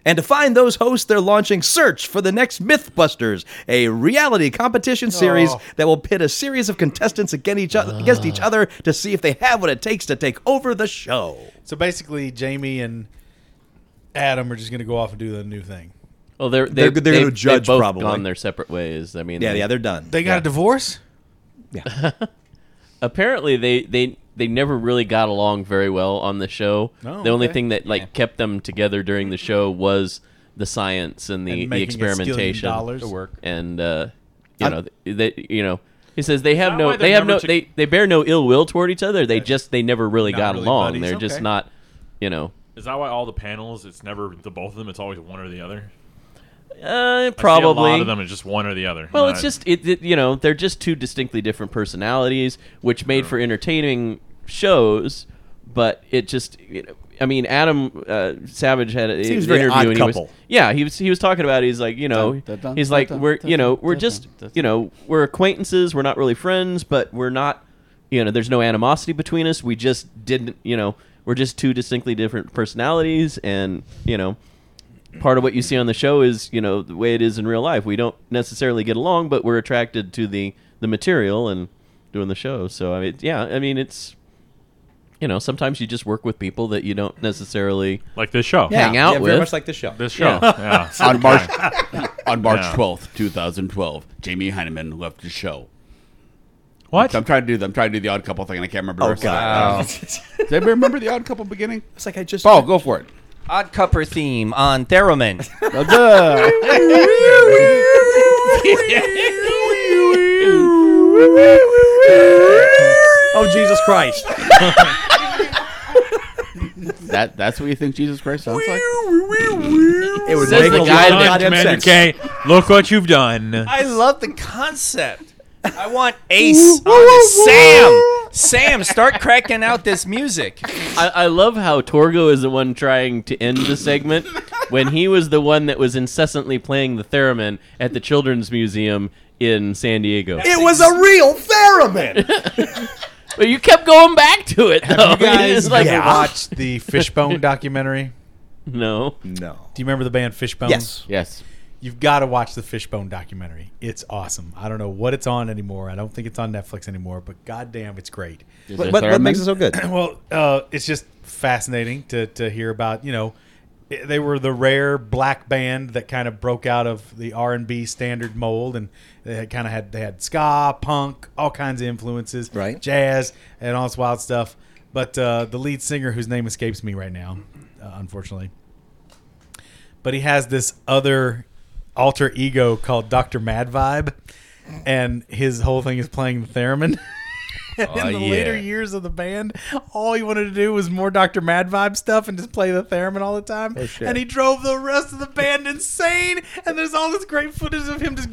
L: And to find those hosts, they're launching Search for the Next Mythbusters, a reality competition series that will pit a series of contestants against each, other, against each other to see if they have what it takes to take over the show.
E: So basically, Jamie and Adam are just going to go off and do the new thing.
G: Well, they're they,
L: They're- they're gonna
G: they've-
L: judge
G: they've both
L: probably.
G: gone their separate ways. I mean,
L: Yeah,
G: they-
L: yeah, they're done.
E: They got a divorce?
G: apparently they they they never really got along very well on the show.
E: Oh,
G: the only
E: okay.
G: thing that like kept them together during the show was the science and the,
E: And
G: the
E: making a stillion
G: experimentation
E: dollars. The work.
G: and uh, you know they you know he says they have no
B: why
G: they
B: they're
G: have no
B: never to-
G: they, they bear no ill will toward each other. They just they never really
B: Not
G: got
B: really
G: along.
B: buddies,
G: They're just
B: okay.
G: not you know
B: Is that why all the panels? It's never the both of them. It's always one or the other.
G: Uh,
B: I see
G: probably.
B: a lot of them is just one or the other.
G: Well, it's
B: Not-
G: just it, it- You know, they're just two distinctly different personalities, which made for entertaining shows. But it just, you know, I mean, Adam uh, Savage had a,
D: Seems
G: an
D: very
G: interview
D: odd
G: and he was,
D: couple.
G: yeah, he was he was talking about. it, He's like, you know,
C: Dun, dun, dun,
G: he's
C: dun,
G: like,
C: dun,
G: we're
C: dun,
G: you know,
C: dun,
G: we're
C: dun,
G: just
C: dun,
G: you know, we're acquaintances. We're not really friends, but we're not. You know, there's no animosity between us. We just didn't. You know, we're just two distinctly different personalities, and you know, part of what you see on the show is you know the way it is in real life. We don't necessarily get along, but we're attracted to the the material and doing the show. So I mean, yeah, I mean it's you know sometimes you just work with people that you don't necessarily
B: Like this show.
G: hang
D: Yeah,
G: out
D: yeah,
G: with.
D: very much like this show.
B: this show.
G: Yeah. *laughs*
B: Yeah.
C: on March *laughs* on
B: Yeah.
C: March twelfth, two thousand twelve, Jamie Heineman left the show.
B: What?
C: So I'm trying to do the, I'm trying to do the Odd Couple thing, and I can't remember. the
D: Oh,
C: rest of it.
B: *laughs*
D: God.
C: Does anybody remember the Odd Couple beginning?
D: it's like I just.
C: Paul, go for it.
F: Odd Cupper theme on Theremin.
D: Oh, Jesus Christ.
C: *laughs* That that's what you think Jesus Christ sounds like.
D: It would
G: Says
D: make
G: the
D: a
G: guy
D: lot
G: that-
D: of goddamn sense.
B: Okay, look what you've done.
F: *laughs* I love the concept. I want Ace on the Sam. Sam, start cracking out this music.
G: I, I love how Torgo is the one trying to end the segment when he was the one that was incessantly playing the theremin at the Children's Museum in San Diego.
D: It was a real theremin.
G: But you *laughs* kept going back to it, though. *laughs*
E: You guys
G: It's like,
E: ever watched
G: *laughs*
E: the Fishbone documentary?
G: no.
D: no.
E: Do you remember the band Fishbone?
D: Yes.
C: Yes.
E: You've got to watch the Fishbone documentary. It's awesome. I don't know what it's on anymore. I don't think it's on Netflix anymore, but goddamn, it's great.
D: What, what- what makes it so good?
E: *clears throat* well, uh, it's just fascinating to, to hear about. You know, i- they were the rare black band that kind of broke out of the R and B standard mold, and they had kind of had they had ska, punk, all kinds of influences,
D: Right.
E: Jazz and all this wild stuff. But uh, the lead singer, whose name escapes me right now, uh, unfortunately, but he has this other alter ego called Doctor Mad Vibe, and his whole thing is playing the theremin. And
J: Oh,
E: *laughs*
G: Uh,
E: in the later years of the band, all he wanted to do was more Dr. Mad Vibe stuff and just play the theremin all the time.
G: Oh,
E: and he drove the rest of the band insane. And there's all this great footage of him just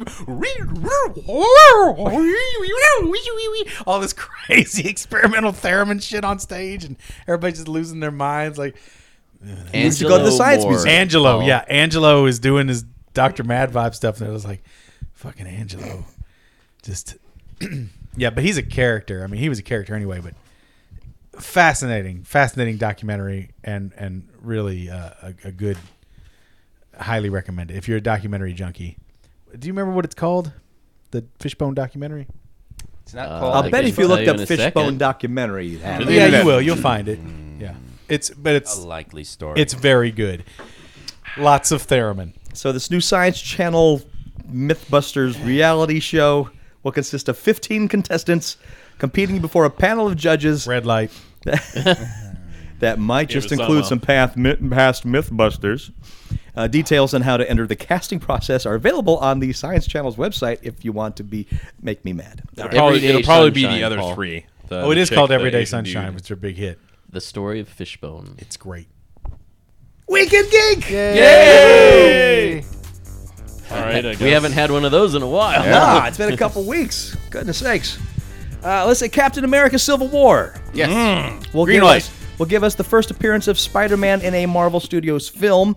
E: all this *laughs* crazy experimental theremin shit on stage, and everybody's just losing their minds. Like
G: You
D: should go to the science museum.
E: Angelo, yeah, Angelo is doing his Dr. Mad Vibe stuff, and it was like, fucking Angelo, just *clears throat* yeah. But he's a character. I mean, he was a character anyway. But fascinating, fascinating documentary, and and really uh, a, a good, highly recommend it if you're a documentary junkie. Do you remember what it's called? The Fishbone documentary.
F: It's not
G: Uh,
F: called.
D: I'll
G: I
D: bet
G: can
D: if you
G: tell
D: looked
G: you
D: up
G: in a
D: Fishbone
G: second.
D: documentary, you'd have it.
E: Oh, Yeah, you will. You'll find it.
D: Hmm.
E: Yeah, it's but
F: a
E: it's
F: likely story.
E: it's very good. Lots of theremin.
D: So this new Science Channel MythBusters reality show will consist of 15 contestants competing before a panel of judges
E: Red light.
D: *laughs* that might just
B: us some,
D: include
B: huh?
D: some path, mi- past MythBusters. Uh, details on how to enter the casting process are available on the Science Channel's website if you want to be make me mad.
B: Probably,
G: Everyday
B: it'll probably be
G: Sunshine,
B: the other
G: Paul.
B: three. The-
E: Oh, it
B: the
E: is
B: chick,
E: called
B: the
E: Everyday
B: Asian dude.
E: Sunshine, which is a big hit.
G: The story of Fishbone.
E: It's great.
D: Weekend Geek!
B: All right, I guess.
G: We haven't had one of those in a while. *laughs*
D: Ah, *laughs* it's been a couple weeks. Goodness sakes. Uh, let's say Captain America Civil War.
C: Yes.
D: will
C: Green
D: give
C: light.
D: us will give us the first appearance of Spider-Man in a Marvel Studios film.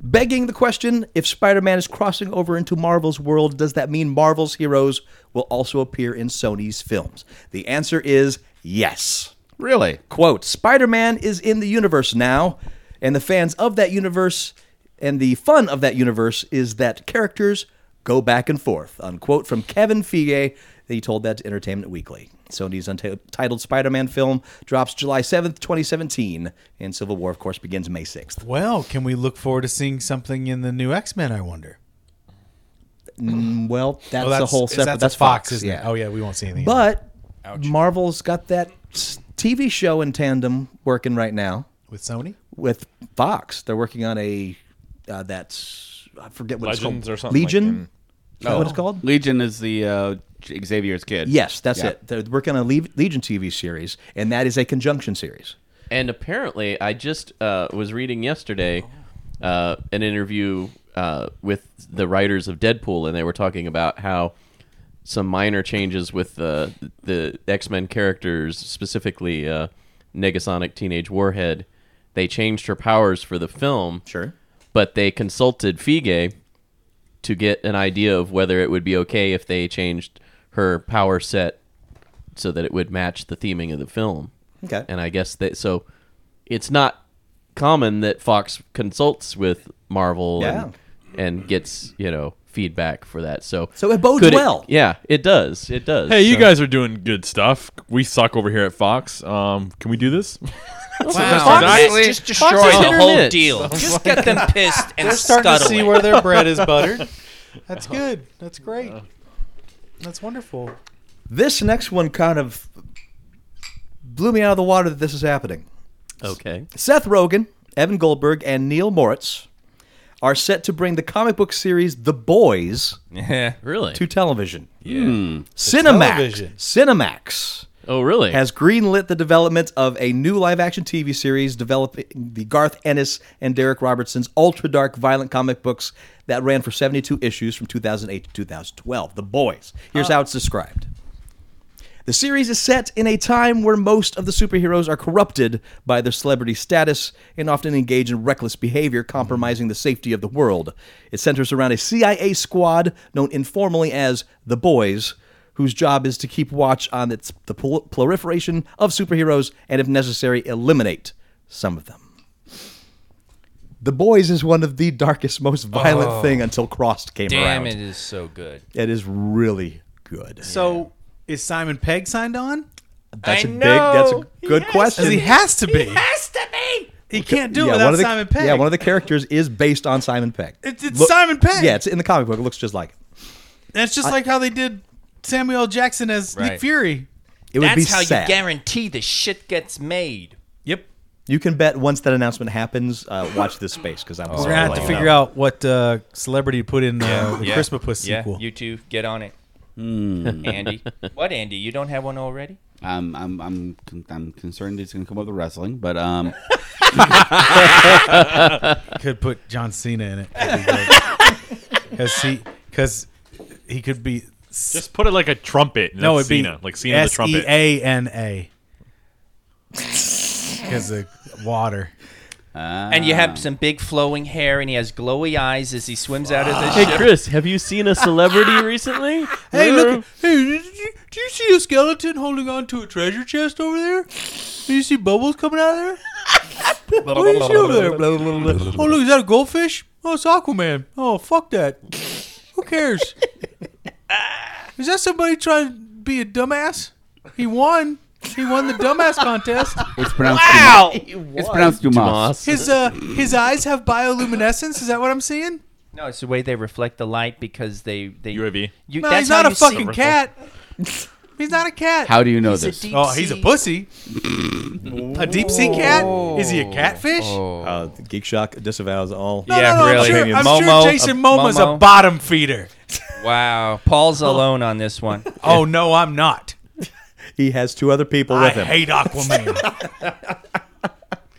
D: Begging the question, if Spider-Man is crossing over into Marvel's world, does that mean Marvel's heroes will also appear in Sony's films? The answer is yes.
C: Really?
D: Quote, Spider-Man is in the universe now, and the fans of that universe and the fun of that universe is that characters go back and forth. Unquote from Kevin Feige. He told that to Entertainment Weekly. Sony's untitled Spider-Man film drops July 7th, 2017, and Civil War, of course, begins May 6th.
E: Well, can we look forward to seeing something in the new X Men? I wonder.
D: Mm, Well, that's,
E: Oh,
D: a whole
E: is
D: separate.
E: that
D: That's,
E: the
D: Fox,
E: isn't
D: yeah.
E: it? Oh yeah, we won't see anything.
D: But Marvel's got that s- TV show in tandem working right now.
E: with Sony,
D: with Fox. They're working on a uh, that's I forget what it's
B: Legends
D: called.
B: or something like Oh.
D: Legion.
B: in-
D: Is that what it's called?
C: Legion is the uh, Xavier's kid.
D: Yes, that's
C: Yeah.
D: it. They're working on a Le- Legion TV series, and that is a conjunction series.
G: And apparently, I just uh, was reading yesterday uh, an interview uh, with the writers of Deadpool, and they were talking about how some minor changes with the the X Men characters, specifically uh, Negasonic Teenage Warhead. They changed her powers for the film,
D: Sure.
G: but they consulted Fige to get an idea of whether it would be okay if they changed her power set so that it would match the theming of the film.
D: Okay.
G: And I guess that so it's not common that Fox consults with Marvel and, and gets, you know, feedback for that. So
D: So it bodes
G: could
D: well.
G: yeah, it does. It does.
B: Hey, you
G: So-
B: guys are doing good stuff. We suck over here at Fox. Um, can we do this?
F: Wow,
G: Exactly.
F: just destroy
G: Fox is
F: the
G: hit or
F: whole
G: miss.
E: *laughs*
F: deal. Just get them pissed and
E: They're starting to
F: scuttle
E: see
F: it.
E: where their bread
D: *laughs*
E: is buttered. That's
D: Oh.
E: good. That's great.
D: Uh.
E: That's wonderful.
D: This next one kind of blew me out of the water that this is happening.
G: Okay.
D: Seth Rogen, Evan Goldberg, and Neil Moritz are set to bring the comic book series The Boys
G: *laughs* *laughs* Really?
D: to television.
F: Yeah.
D: Hmm. Cinemax.
E: television.
D: Cinemax
G: oh, really?
D: has greenlit the development of a new live-action TV series developing the Garth Ennis and Derek Robertson's ultra-dark violent comic books that ran for 72 issues from 2008 to 2012. The Boys. Here's how it's described. The series is set in a time where most of the superheroes are corrupted by their celebrity status and often engage in reckless behavior, compromising the safety of the world. It centers around a CIA squad known informally as the Boys, whose job is to keep watch on its, the prol- proliferation of superheroes and, if necessary, eliminate some of them. The Boys is one of the darkest, most violent thing until Crossed came
F: Oh. Damn,
D: around.
F: it is so good.
D: It is really good.
E: So is Simon Pegg signed on?
D: that's
F: I
D: a big. That's
F: know.
D: a good
F: Yes.
D: question.
E: He has to be.
F: Has to be.
E: He can't do it
D: yeah,
E: without
D: one of the,
E: Simon Pegg.
D: Yeah, one of the characters is based on Simon Pegg.
E: It's- it's
D: Look-
E: Simon Pegg.
D: Yeah, it's in the comic book. It looks just like him.
E: That's just like how they did Samuel L. Jackson as
F: Right.
E: Nick Fury.
D: It would be
F: That's how
D: sad.
F: you guarantee the shit gets made.
E: Yep.
D: You can bet once that announcement happens, uh, watch this space because I'm.
F: Oh,
J: Oh,
D: Oh,
J: We're gonna have to figure out what uh, celebrity to put in uh, the Christmas
F: yeah, *laughs*
J: sequel.
F: You two, get on it.
B: Mm.
C: Hmm. *laughs*
F: Andy. What, Andy? You don't have one already?
C: I'm I'm I'm con- I'm concerned it's going to come up with wrestling, but
B: *laughs*
C: um,
J: Could put John Cena in it
F: *laughs*
J: because he because he could be
B: Just put it like a trumpet. and
J: no,
B: that's
J: it'd be
B: Cena, like Cena the trumpet.
J: S E A N
F: *laughs*
J: A because of water.
E: Ah.
F: and you
D: Ah.
F: have some big flowing hair, and he has glowy eyes as he swims out of the
G: Hey,
F: ship.
G: Chris, have you seen a celebrity *laughs* recently?
E: Hey, look. Hey, did you, did you see a skeleton holding on to a treasure chest over there? Do you see bubbles coming out of there?
D: *laughs*
E: what do you see over there? *laughs* Oh, look, is that a goldfish? Oh, it's Aquaman. Oh, fuck that. Who cares? is that somebody trying to be a dumbass? He won. He won the dumbass contest.
C: it's pronounced wow! It's pronounced Dumas.
G: Moss.
E: His uh, his eyes have bioluminescence. Is that what I'm seeing?
F: No, it's the way they reflect the light because they they
B: UAV.
F: You,
E: No,
F: that's
E: he's not
F: how
E: a
F: you see it.
E: fucking cat. He's not a cat.
C: How do you know
F: He's a
C: this?
F: deep
E: Oh, he's a
F: sea- *laughs*
E: pussy. a deep sea cat? Is he a catfish?
D: Uh, Geek Shock disavows all.
E: No,
F: Oh. Yeah,
E: no, no,
F: really.
E: I'm sure,
F: Opinion.
E: I'm
F: Momo,
E: sure Jason
F: a-
E: Momo's a
F: Momo.
E: bottom feeder.
F: Wow, Paul's alone on this one.
E: *laughs* Oh no, I'm not.
D: He has two other people
E: I
D: with him.
E: hate Aquaman. *laughs*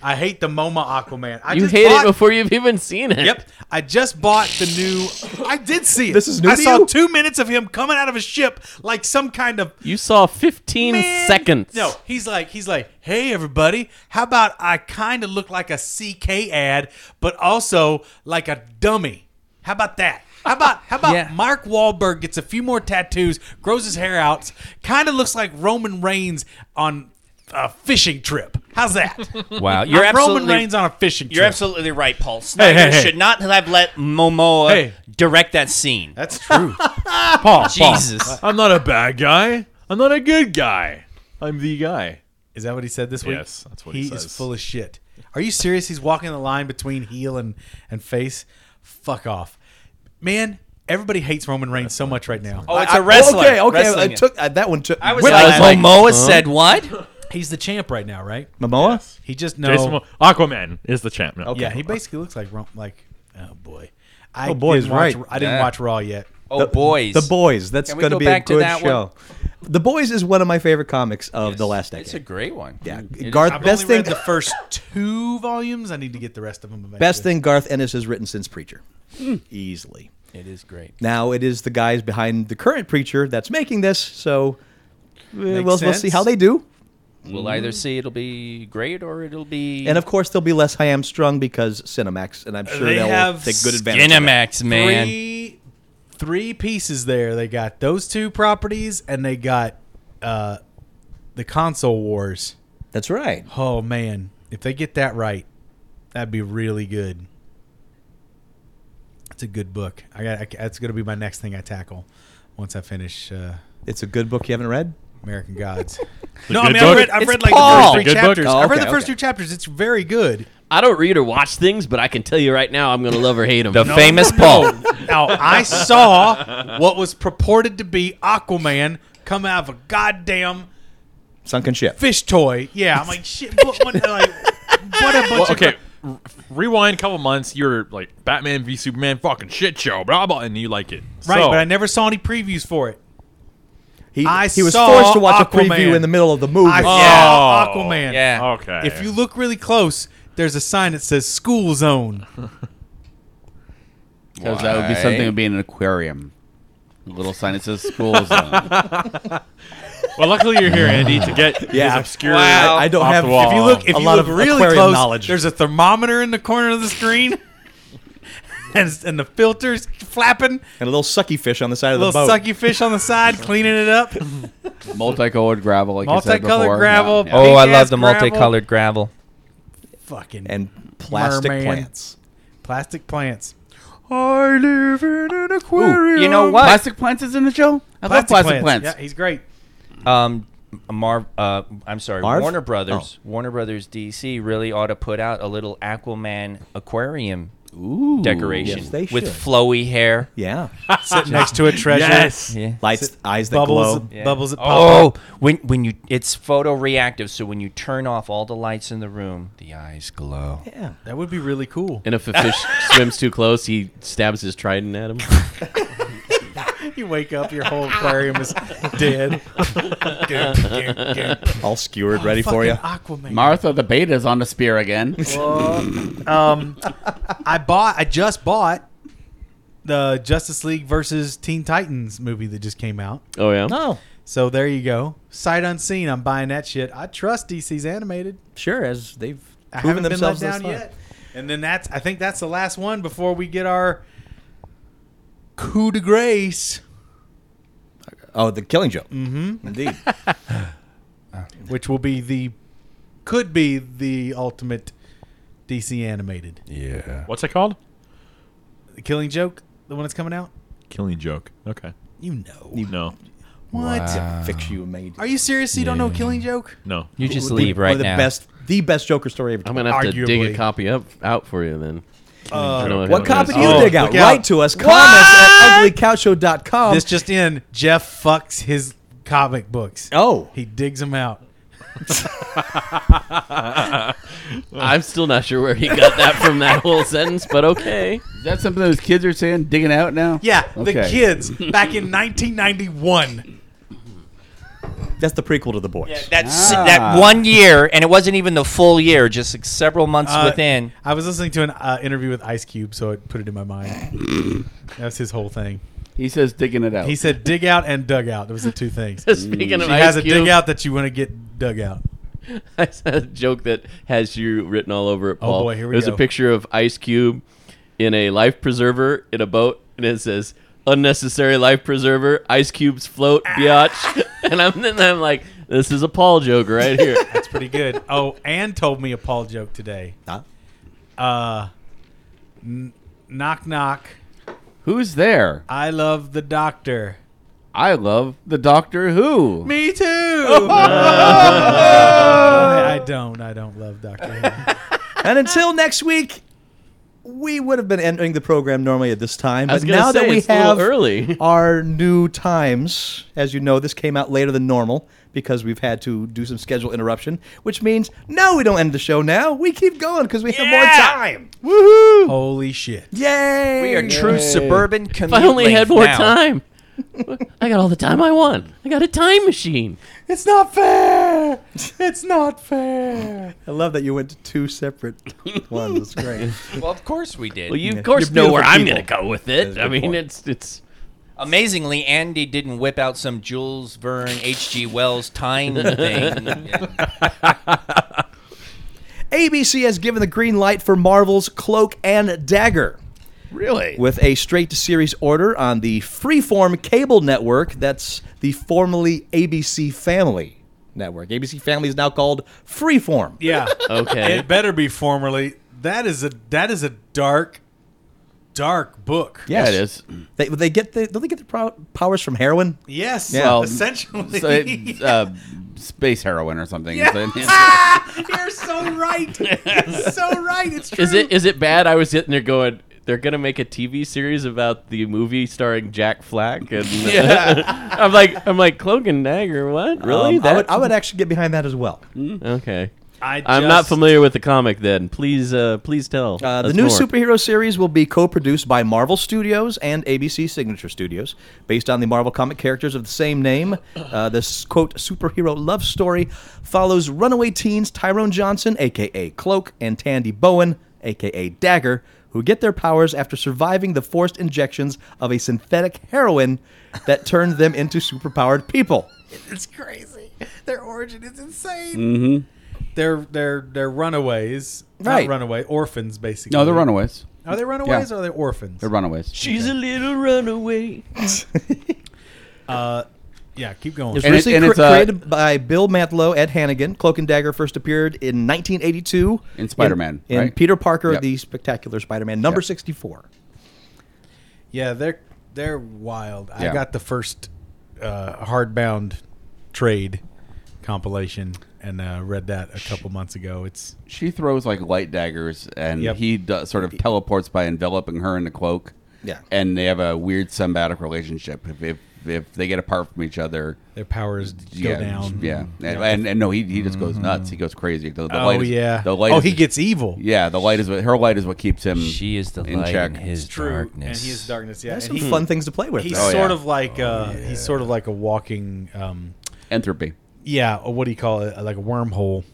E: I hate the Moma Aquaman. I
G: You
E: just
G: hate
E: bought,
G: it before you've even seen it.
E: Yep, I just bought the new. I did see it.
D: This is new
E: I
D: to
E: saw
D: you?
E: two minutes of him coming out of a ship like some kind of
G: You saw 15
E: Man.
G: seconds.
E: No, he's like he's like, hey everybody, how about I kind of look like a CK ad, but also like a dummy? How about that? How about how about
F: Yeah.
E: Mark Wahlberg gets a few more tattoos, grows his hair out, kind of looks like Roman Reigns on a fishing trip. How's that? *laughs*
F: Wow, you're
E: I'm
F: absolutely
E: Roman Reigns on a fishing trip.
F: You're absolutely right, Paul. Snyder
E: hey.
F: should not have let Momoa
E: Hey.
F: direct that scene.
E: That's
F: *laughs*
E: true.
B: Paul, Paul.
F: Jesus.
B: I'm not a bad guy. I'm not a good guy. I'm the guy.
E: Is that what he said this week?
B: Yes, that's what he
E: is
B: says.
E: full of shit. Are you serious? He's walking the line between heel and and face. Fuck off, man. Everybody hates Roman Reigns so much right now.
F: Oh, it's a wrestler.
D: Okay, okay. I
F: Wrestling it.
D: took uh, that one. Took,
F: I was
D: Wait,
F: like,
D: I was
F: Momoa said what?
E: He's the champ right now, right?
D: Momoa.
E: He just
B: Jason
E: knows.
B: Mo- Aquaman is the champ now.
E: Yeah, he basically looks like Rom- like. Oh boy. I
D: Oh, boy,
E: didn't
D: he's
E: watch,
D: right.
E: I didn't
F: Yeah.
E: watch Raw yet.
F: Oh, boys.
D: The boys. That's
F: Can we
D: going to
F: go
D: be a
F: back to
D: good
F: that one?
D: show. The Boys is one of my favorite comics of the last decade.
F: It's a great one.
D: yeah,
F: It is-
D: Garth.
E: I've
D: Best
E: only
D: thing.
E: read the first two volumes. I need to get the rest of them. Eventually. Hmm.
D: best thing Garth Ennis has written since Preacher, easily.
F: It is great.
D: Now it is the guys behind the current Preacher that's making this, so uh, we'll, we'll see
E: sense.
D: how they do.
F: We'll either see it'll be great or it'll be
D: And of course, they'll be less high hamstrung because Cinemax, and I'm sure
M: They
D: will
M: have
D: take good advantage. of that.
F: Cinemax, man.
E: Three, three pieces there. They got those two properties, and they got uh, the console wars.
D: That's right.
E: Oh man, if they get that right, that'd be really good. It's a good book. I got. I, that's gonna be my next thing I tackle once I finish uh,
D: It's a good book you haven't read.
E: American
D: *laughs*
E: Gods.
M: No,
B: good
M: I mean I've
B: book?
M: read, I've
F: It's
M: read like
F: Paul.
M: the
B: Good
M: first three
B: book?
M: chapters.
D: Oh,
E: I've read
D: okay,
E: the first
D: okay.
E: two chapters. It's very good.
G: I don't read or watch things, but I can tell you right now, I'm gonna love or hate them.
F: the
G: *laughs*
F: famous Paul.
E: Now I saw
D: *laughs*
E: what was purported to be Aquaman come out of a goddamn
D: Sunken Ship.
E: fish toy. Yeah, I'm like shit. What, what, like, what a bunch
B: Well,
E: of
B: okay, r- rewind a couple months. You're like Batman v Superman, fucking shit show, blah blah, and you like it,
E: Right,
B: So,
E: but I never saw any previews for it.
D: He,
E: I
D: he was
E: saw
D: forced to watch a preview
E: Aquaman.
D: in the middle of the movie.
E: I
B: Oh,
E: saw Aquaman.
F: Yeah.
B: okay.
E: If you look really close, there's a sign that says school zone.
C: *laughs* Because that would be something that would be in an aquarium. A little uh. sign that says school zone.
B: *laughs* well, luckily you're here, Andy, to get yeah.
D: Yeah.
B: obscure.
F: Wow. I-
D: I don't
B: off
D: have-
B: The
D: if
B: wall.
E: If you look, if
D: A
E: you
D: lot
E: look
D: of
E: really
D: aquarium
E: close,
D: knowledge.
E: there's a thermometer in the corner of the
D: *laughs*
E: screen, and, and the filters flapping.
D: and a little sucky fish on the side of the
E: little
D: boat.
E: sucky fish on the side
D: *laughs*
E: cleaning it up.
C: Multicolored gravel, like you said
E: Multicolored
C: before.
E: gravel.
C: Yeah, yeah.
F: Oh, I
E: Pink-ass
F: love the
E: gravel.
F: multicolored gravel.
E: Fucking
D: and plastic
E: Merman.
D: plants.
E: plastic plants.
J: I live in an aquarium.
F: You know what?
C: Plastic plants is in the show. I love plastic plants.
E: Yeah, he's great.
F: um, Marv, uh, I'm sorry,
D: Marv?
F: Warner Brothers,
C: Oh.
F: Warner Brothers DC really ought to put out a little Aquaman aquarium decoration
D: Yes, they
F: with
D: should.
F: flowy hair. *laughs*
D: Yeah,
E: Sitting next to a treasure.
B: yes,
F: Yeah.
D: lights, eyes that
E: Bubbles,
D: glow.
F: Yeah.
E: bubbles. That pop
F: Oh, when when you it's photoreactive, so when you turn off all the lights in the room, the eyes glow.
D: Yeah,
E: That would be really cool.
G: And if a
F: *laughs*
G: fish swims too close, he stabs his trident at him.
E: You wake up, your whole aquarium is dead.
D: all skewered, ready for you.
E: Aquaman.
C: Martha the Beta's on the spear
B: *laughs*
C: again.
B: Oh.
E: um, I bought. I just bought the Justice League versus Teen Titans movie that just came out.
G: Oh yeah.
D: Oh,
E: So there you go. Sight unseen. I'm buying that shit. I trust DC's animated.
D: sure. As they've
E: I haven't been
D: proven
E: let
D: themselves this
E: down
D: far.
E: yet. And then that's. I think that's the last one before we get our coup de grace,
D: Oh, the Killing Joke. Mm-hmm. Indeed.
E: *laughs* which will be the could be the ultimate DC animated.
B: What's it called?
E: The Killing Joke, the one that's coming out.
B: Killing joke. Okay.
E: You know
B: No,
E: what?
D: Fix you, made.
E: Are you serious? You don't know Killing Joke?
B: no.
F: You just leave right
D: One of the
F: now.
D: best, the best Joker story ever.
G: I'm
D: told.
G: gonna have to dig a
E: Arguably.
G: copy up out for you then. I don't know if
D: Uh, What
G: it
D: copy
G: is.
D: do you
E: Oh,
D: dig out?
E: look out.
D: Write to us. Comments at
G: Um,
D: uglycouchshow.com.
E: This just in: Jeff fucks his comic books.
D: oh,
E: He digs them out.
G: *laughs* I'm still not sure where he got that from that
D: *laughs*
G: whole sentence, but okay. *laughs*
C: Is that something those kids are saying? Digging out now?
E: Yeah, the
C: Okay. *laughs*
E: kids back in 1991.
D: that's the prequel to The Boys.
F: That's that one year, and it wasn't even the full year, just like several months
E: Uh,
F: within.
E: I was listening to an uh, interview with Ice Cube, so it put it in my mind. that was his whole thing.
C: He says digging it out.
E: He said dig out and dug out. Those are two things.
G: *laughs*
E: She
G: Speaking of Ice
E: has a
G: Cube,
E: dig out that you want to get dug out.
G: I saw a joke that has you written all over
D: Oh,
G: it, Paul.
E: boy, here we
G: There's a
E: go.
G: picture of Ice Cube in a life preserver in a boat, and it says "unnecessary life preserver." Ice Cube's float, biatch. *laughs* and I'm then I'm like, this is a Paul joke right here.
E: *laughs* That's pretty good. Oh, Ann told me a Paul joke today.
D: Huh?
E: Uh, n- knock knock.
C: Who's there?
E: I love the doctor.
C: I love the Doctor Who.
E: Me
D: *laughs*
E: too. I I don't. I don't love Doctor Who.
D: *laughs* And until next week, we would have been ending the program normally at this time.
G: I was
D: But
G: gonna
D: now
G: say
D: that we
G: it's a
D: have
G: little early. *laughs*
D: our new times, as you know, this came out later than normal because we've had to do some schedule interruption, which means no, we don't end the show now. We keep going because we have more time. Woohoo!
E: Holy shit.
D: Yay!
F: We are true suburban
G: If I only had more time. I got all the time I want. I got a time machine.
E: *laughs*
D: *laughs*
E: It's not fair. It's not fair.
N: I love that you went to two
C: *laughs*
N: separate ones. That's great.
F: Well, of course we did.
G: Well, you of course know where I'm going to go with it. I mean, it's it's
F: Amazingly, Andy didn't whip out some Jules Verne, H.G. Wells
G: *laughs*
F: time
C: *laughs*
F: thing.
D: ABC has given the green light for Marvel's Cloak and Dagger. Really? With a straight to series order on the Freeform cable network that's the formerly ABC Family network. ABC Family is now called Freeform.
E: Yeah.
G: okay.
E: It better be formerly. That is a that is a dark, dark book.
C: Yeah, it is.
D: They, they get the, don't they get their pro- powers from heroin?
E: Yes.
C: Well,
E: essentially.
C: So it, uh, space heroin or something.
E: You're so right.
C: *laughs*
E: You're so right. It's true.
G: Is it is it bad? I was sitting there going, they're gonna make a TV series about the movie starring Jack Flack,
D: *laughs*
G: and *laughs*
C: *laughs*
G: I'm like, I'm like Cloak and Dagger. What? Really?
D: Um, I, would, I would actually get behind that as well.
C: Hmm.
G: okay.
E: I
G: I'm not
E: just-
G: familiar with the comic. Then please, uh, please tell.
D: Uh, the
G: us
D: new
G: more.
D: superhero series will be co-produced by Marvel Studios and ABC Signature Studios, based on the Marvel comic characters of the same name. Uh, this quote superhero love story follows runaway teens Tyrone Johnson, aka Cloak, and Tandy Bowen, aka Dagger, who get their powers after surviving the forced injections of a synthetic heroin that turned them into superpowered people.
E: It's crazy. Their origin is insane. They're they're they're runaways,
D: Right.
E: not runaway orphans, basically.
C: No, they're runaways.
E: Are they runaways
C: Yeah.
E: or are they orphans?
C: They're runaways.
G: She's a little
D: *laughs*
G: runaway.
E: Uh, yeah, keep going.
D: It's
C: And it-
D: originally
C: and
D: cre-
C: it's, uh,
D: created by Bill Matlow, Ed Hannigan. Cloak and Dagger first appeared in 1982
C: In Spider-Man,
D: in, in
C: right?
D: Peter Parker,
C: Yep.
D: the Spectacular Spider-Man, number
C: Yep.
F: *laughs*
D: 64.
E: Yeah, they're they're wild. I
C: Yeah.
E: got the first uh, hardbound trade compilation and uh, read that a couple months ago. It's
C: She throws like light daggers, and
E: Yep.
C: he do, sort of teleports by enveloping her in a cloak.
D: Yeah.
C: and they have a weird symbiotic relationship. If if, if they get apart from each other,
E: their powers go
C: yeah,
E: down. Mm-hmm.
C: yeah, And, and, and no, he, he just goes nuts. He goes crazy. The, the
E: oh
C: light is-
E: yeah.
C: the light
E: oh,
C: is-
E: he gets evil.
C: Yeah, the light is what her light is what keeps him.
F: she is the
C: in
F: light
C: check.
F: in his
E: True,
F: darkness.
E: and he is darkness. Yeah,
D: There's some
E: and he,
D: fun things to play with.
E: he's
D: though.
C: Oh,
E: sort
C: yeah.
E: of like uh, he's sort of like a walking, um,
C: entropy, Mm.
E: yeah. or What do you call it? Like a wormhole.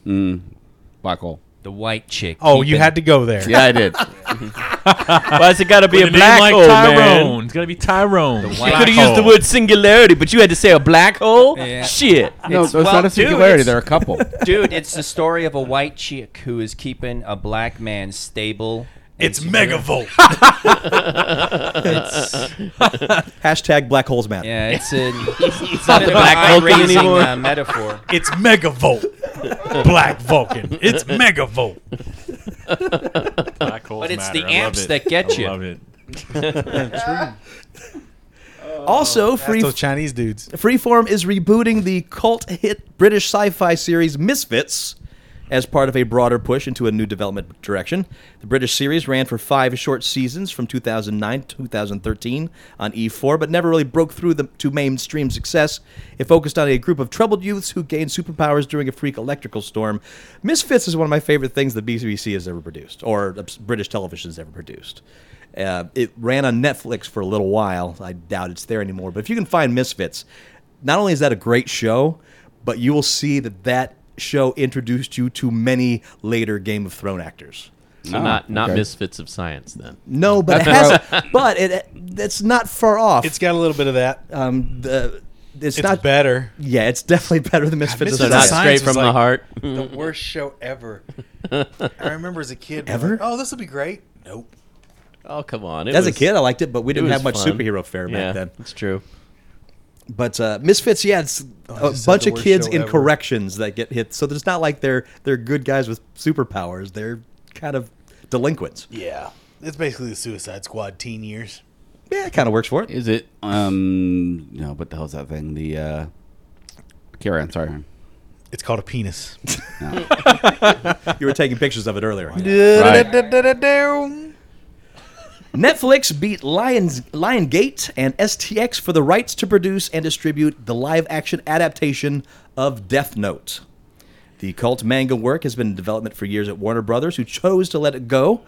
C: black hole.
F: the white chick.
E: Oh,
F: keeping-
E: you had to go there.
C: Yeah, I did.
G: Why's it got to be a
B: With a name
G: black
B: like
G: hole,
B: Tyrone.
G: man?
B: It's got to be Tyrone.
F: white-
G: Could have used the word singularity, but you had to say a black hole.
F: *laughs* Yeah.
G: Shit.
C: no, it's,
F: It's- well,
C: not a
F: dude,
C: singularity.
F: it's-
C: They're a
F: *laughs*
C: couple.
F: Dude, it's the story of a white chick who is keeping a black man stable.
H: It's Megavolt.
D: Hashtag Black Holes Matter.
F: Yeah, *laughs* it's a it's not the black
G: Hulk thing
F: raising
G: anymore.
F: uh, metaphor.
H: *laughs* It's Megavolt. Black Vulcan. It's Megavolt.
B: Black holes
F: But it's
B: matter.
F: the
B: I love
F: amps
B: it.
F: that get
B: I
F: you.
B: love it.
D: Also, free,
E: Those Chinese dudes.
D: Freeform is rebooting the cult hit British sci-fi series Misfits as part of a broader push into a new development direction. The British series ran for five short seasons from 2009 to 2013 on E4, but never really broke through the, to mainstream success. It focused on a group of troubled youths who gained superpowers during a freak electrical storm. Misfits is one of my favorite things the BBC has ever produced, or the British television has ever produced. Uh, it ran on Netflix for a little while. I doubt it's there anymore. But if you can find Misfits, not only is that a great show, but you will see that that show introduced you to many later Game of Thrones actors.
G: So
C: Oh,
G: not not
C: okay.
G: misfits of science then.
D: No, but it has, *laughs* but it that's not far off.
E: It's got a little bit of that.
D: um, the, it's,
E: It's
D: not
E: better.
D: Yeah, it's definitely better than Misfits.
G: So
E: Misfits
D: of
E: is
G: not
D: Science.
E: science
G: straight
E: was
G: from the
E: like-
G: heart.
E: the worst show ever. I remember as a kid.
D: Ever?
E: like, oh, this will be great. Nope.
G: Oh come on. It
D: As a
G: was-
D: kid, I liked it, but we
G: it
D: didn't
G: was
D: have much
G: fun.
D: superhero fare
G: yeah,
D: back then.
G: It's true.
D: But uh, Misfits, yeah, it's a
E: just said
D: bunch
E: the
D: of
E: worst
D: kids
E: show
D: in
E: ever.
D: corrections that get hit. So it's not like they're they're good guys with superpowers. They're kind of delinquents.
H: *laughs* Yeah. It's basically the Suicide Squad teen years.
D: Yeah, it kind of works for it.
C: Is it? Um, no. What the hell's that thing? The uh, carry on. Sorry.
H: It's called a penis.
D: You were taking pictures of it earlier.
E: Oh,
C: Right.
D: Netflix beat Lions Liongate and STX for the rights to produce and distribute the live-action adaptation of Death Note. The cult manga work has been in development for years at Warner Brothers, who chose to let it go.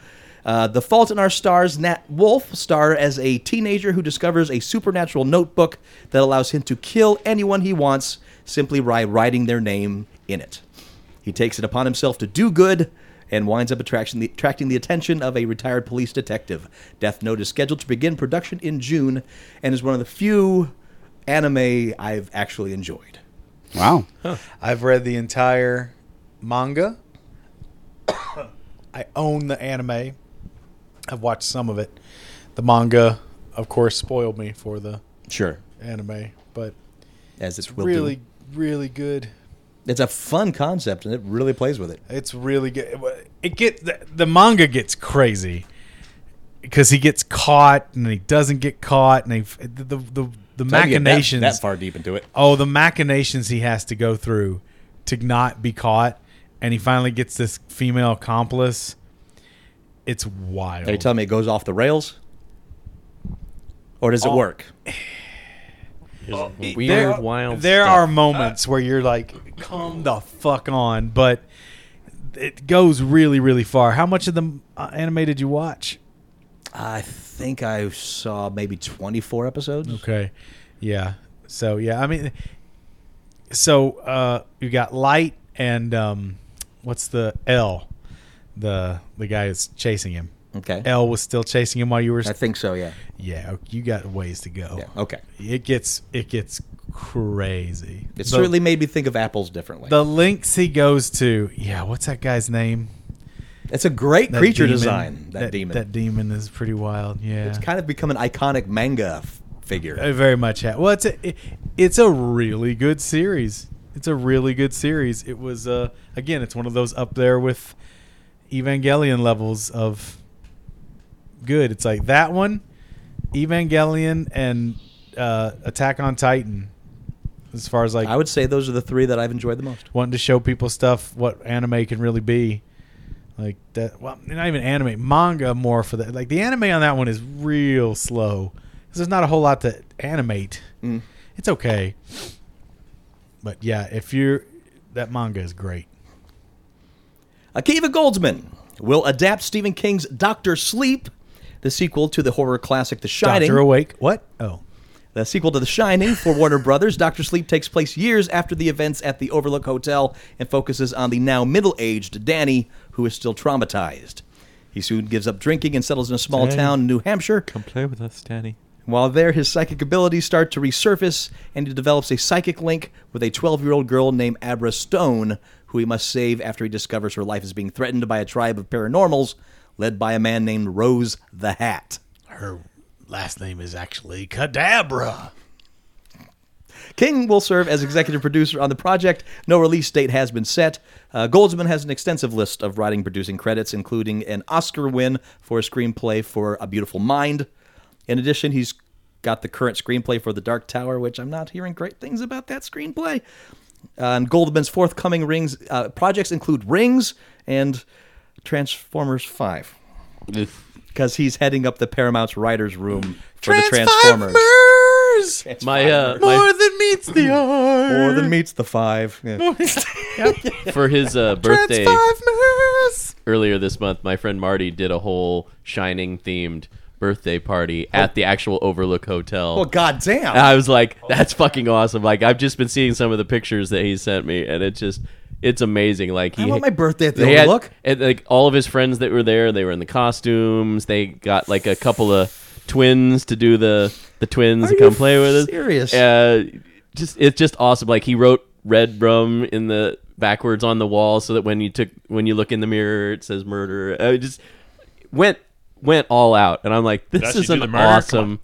D: Uh, the Fault in Our Stars, Nat Wolf star as a teenager who discovers a supernatural notebook that allows him to kill anyone he wants simply by writing their name in it. He takes it upon himself to do good and winds up attraction, attracting the attention of a retired police detective. Death Note is scheduled to begin production in June and is one of the few anime I've actually enjoyed.
F: Wow.
E: I've read the entire
D: *coughs*
E: manga. I own the anime. I've watched some of it. The manga, of course, spoiled me for the
D: Sure.
E: anime, but
D: As
E: it's
D: it will do.
E: really, really good.
D: It's a fun concept and it really plays with it.
E: It's really good. It get the, the manga gets crazy because he gets caught and he doesn't get caught, and they, the the the, the
D: I didn't get that-
E: machinations
D: That, far deep into it.
E: Oh, the machinations he has to go through to not be caught, and he finally gets this female accomplice. It's wild.
D: Are you telling me it goes off the rails? Or does it work? Oh.
G: Weird,
E: there,
G: wild.
E: there
G: stuff.
E: are moments where you're like, "Come the fuck on!" But it goes really, really far. How much of the uh, anime did you watch?
D: I think I saw maybe 24 episodes.
E: Okay. Yeah. So yeah, I mean so uh you got Light and um what's the L? The the guy that's chasing him.
D: Okay.
E: L was still chasing him while you were
D: I think so, yeah.
E: Yeah, you got ways to go.
D: Yeah. Okay.
E: It gets it gets crazy.
D: It
E: The-
D: certainly made me think of apples differently.
E: the links he goes to. Yeah, what's that guy's name?
D: it's a great
E: That
D: creature
E: demon.
D: design, that, demon.
E: That demon is pretty wild. Yeah.
D: It's kind of become an iconic manga f- figure.
E: It very much ha Well, it's a, it, it's a really good series. It's a really good series. It was uh, again, it's one of those up there with Evangelion levels of good. It's like that one, Evangelion, and uh, Attack on Titan. As far as like
D: I would say those are the three that I've enjoyed the most.
E: wanting to show people stuff what anime can really be like that well not even anime manga more for that like the anime on that one is real slow 'cause there's not a whole lot to animate
D: Mm.
E: it's okay but yeah if you're that manga is great
D: Akiva Goldsman will adapt Stephen King's Doctor Sleep, the sequel to the horror classic The Shining.
E: Doctor Awake what oh
D: The sequel to The Shining for Warner Brothers, Doctor Sleep takes place years after the events at the Overlook Hotel and focuses on the now middle aged Danny, who is still traumatized. He soon gives up drinking and settles in a small town in New Hampshire.
G: Come play with us, Danny.
D: While there, his psychic abilities start to resurface, and he develops a psychic link with a 12 year old girl named Abra Stone, who he must save after he discovers her life is being threatened by a tribe of paranormals led by a man named Rose the Hat.
O: Her last name is actually Cadabra.
D: King will serve as executive producer on the project. No release date has been set. Uh, Goldsman has an extensive list of writing producing credits, including an Oscar win for a screenplay for A Beautiful Mind. In addition, he's got the current screenplay for The Dark Tower, which I'm not hearing great things about that screenplay. Uh, and Goldman's forthcoming rings uh, projects include Rings and Transformers 5. Because he's heading up the Paramount's writers' room for the Transformers.
G: My uh, my,
E: than meets the eye
D: More than meets the five.
E: *laughs*
D: Yeah.
G: *laughs* for his uh, birthday *laughs* earlier this month, my friend Marty did a whole Shining themed birthday party at the actual Overlook Hotel.
D: Well, goddamn.
G: And I was like, that's fucking awesome. Like I've just been seeing some of the pictures that he sent me, and it's just it's amazing. Like he
D: I want my birthday at the
G: they had-
D: Overlook.
G: and, like all of his friends that were there, they were in the costumes. They got like a couple of twins to do the the twins
D: Are
G: to come
D: you
G: play with us.
D: serious?
G: Uh, just it's just awesome. Like he wrote "Red Rum" in the backwards on the wall, so that when you took when you look in the mirror, it says "murder." Uh, it just went went all out, and I'm like, this
B: actually
G: is
B: do the
G: an
B: murder? Come on.
G: awesome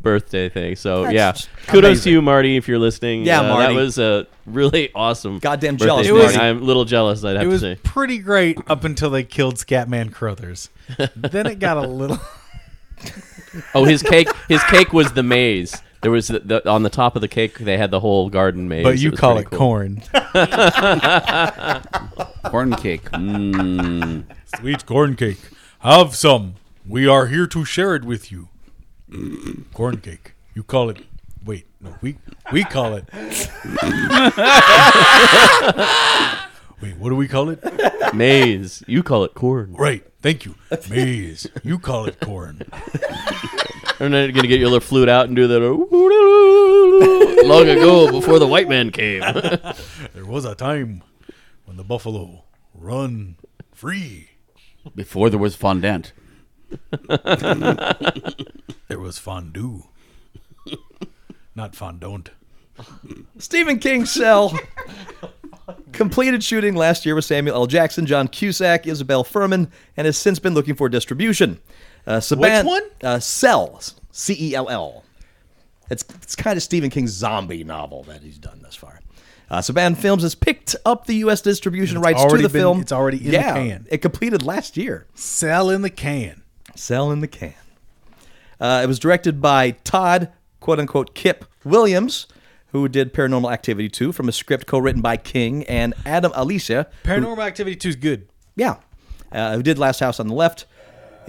G: birthday thing. So yeah,
D: just
G: kudos to
D: amazing.
G: you, Marty, if you're listening.
D: Yeah,
G: Uh,
D: Marty.
G: that was a really awesome.
D: Goddamn
G: birthday
D: jealous,
G: thing.
D: Marty.
G: I'm a little jealous. I'd have
E: it
G: to
E: was
G: say.
E: pretty great up until they killed Scatman
G: *laughs*
E: Crothers then it got a little
G: Oh, his
E: *laughs*
G: cake. His cake was the maze. There was the, the, on the top of the cake. They had the whole garden maze.
E: but you
G: was
E: call
G: pretty
E: it
G: cool.
E: corn *laughs*
F: *laughs* Corn cake. Mm.
J: Sweet corn cake. Have some. We are here to share it with you. Corn cake. You call it. Wait,
E: *laughs*
J: no, we we call it.
E: Wait, what do we call it?
G: Maize. You call it corn.
E: Right. Thank you. Maize. You call it corn.
G: I'm not gonna get your little flute out and do that. "Ooh-doo-doo-doo-doo." *laughs* Long ago, before the white man came.
E: There was a time when the buffalo run free.
C: Before there was fondant.
E: There was
F: *laughs*
E: fondue. Not fondant.
D: Stephen King Cell. Completed shooting last year with Samuel L. Jackson, John Cusack, Isabel Furman, and has since been looking for distribution. Uh, Saban,
E: Which one?
D: Uh, Cell, C E L L. It's, it's kind of Stephen King's zombie novel that he's done thus far. Uh, Saban Films has picked up the U.S. distribution rights to the
E: already been-
D: film.
E: it's already in the
D: yeah,
E: can.
D: It completed last year.
E: Sell in the can.
D: Sell in the can. Uh, it was directed by Todd, quote unquote, Kip Williams, who did Paranormal Activity 2 from a script co written by King and Adam Alicia.
E: Paranormal Activity 2 is good.
D: Yeah. Uh, who did Last House on the Left.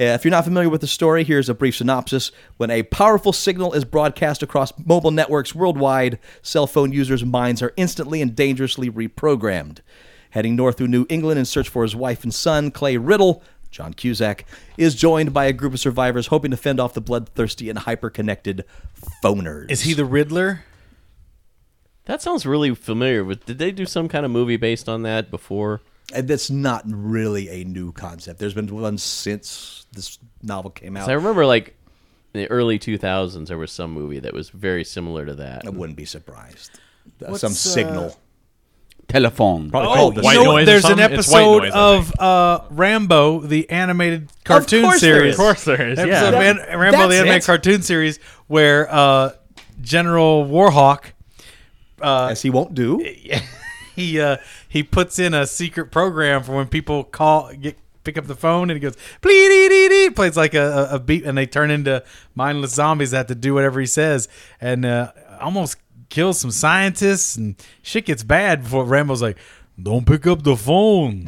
D: Uh, if you're not familiar with the story, here's a brief synopsis. When a powerful signal is broadcast across mobile networks worldwide, cell phone users' minds are instantly and dangerously reprogrammed. Heading north through New England in search for his wife and son, Clay Riddle, John Cusack, is joined by a group of survivors hoping to fend off the bloodthirsty and hyper-connected phoners.
E: Is he the Riddler?
G: That sounds really familiar. With did they do some kind of movie based on that before?
D: And that's not really a new concept. There's been one since this novel came out.
G: 'Cause I remember like in the early 2000s there was some movie that was very similar to that.
D: I wouldn't be surprised. Uh, Some signal.
C: Telephone.
D: Probably
E: Oh,
D: called the
E: you
B: White
E: know
D: signal.
E: what?
B: noise or
E: There's an
B: something? It's white
E: episode
B: noise, I
E: of uh, Rambo, the animated cartoon
D: course there
E: series.
D: is. Of course
B: there is.
E: Episode of An- Rambo,
D: That's
E: the animated
D: it.
E: cartoon series, where uh, General Warhawk uh,
D: As he won't do.
E: he uh, he puts in a secret program for when people call get pick up the phone and he goes plee dee dee dee plays like a, a- a beat and they turn into mindless zombies that have to do whatever he says and uh, almost kills some scientists and shit gets bad before Rambo's like don't pick up the phone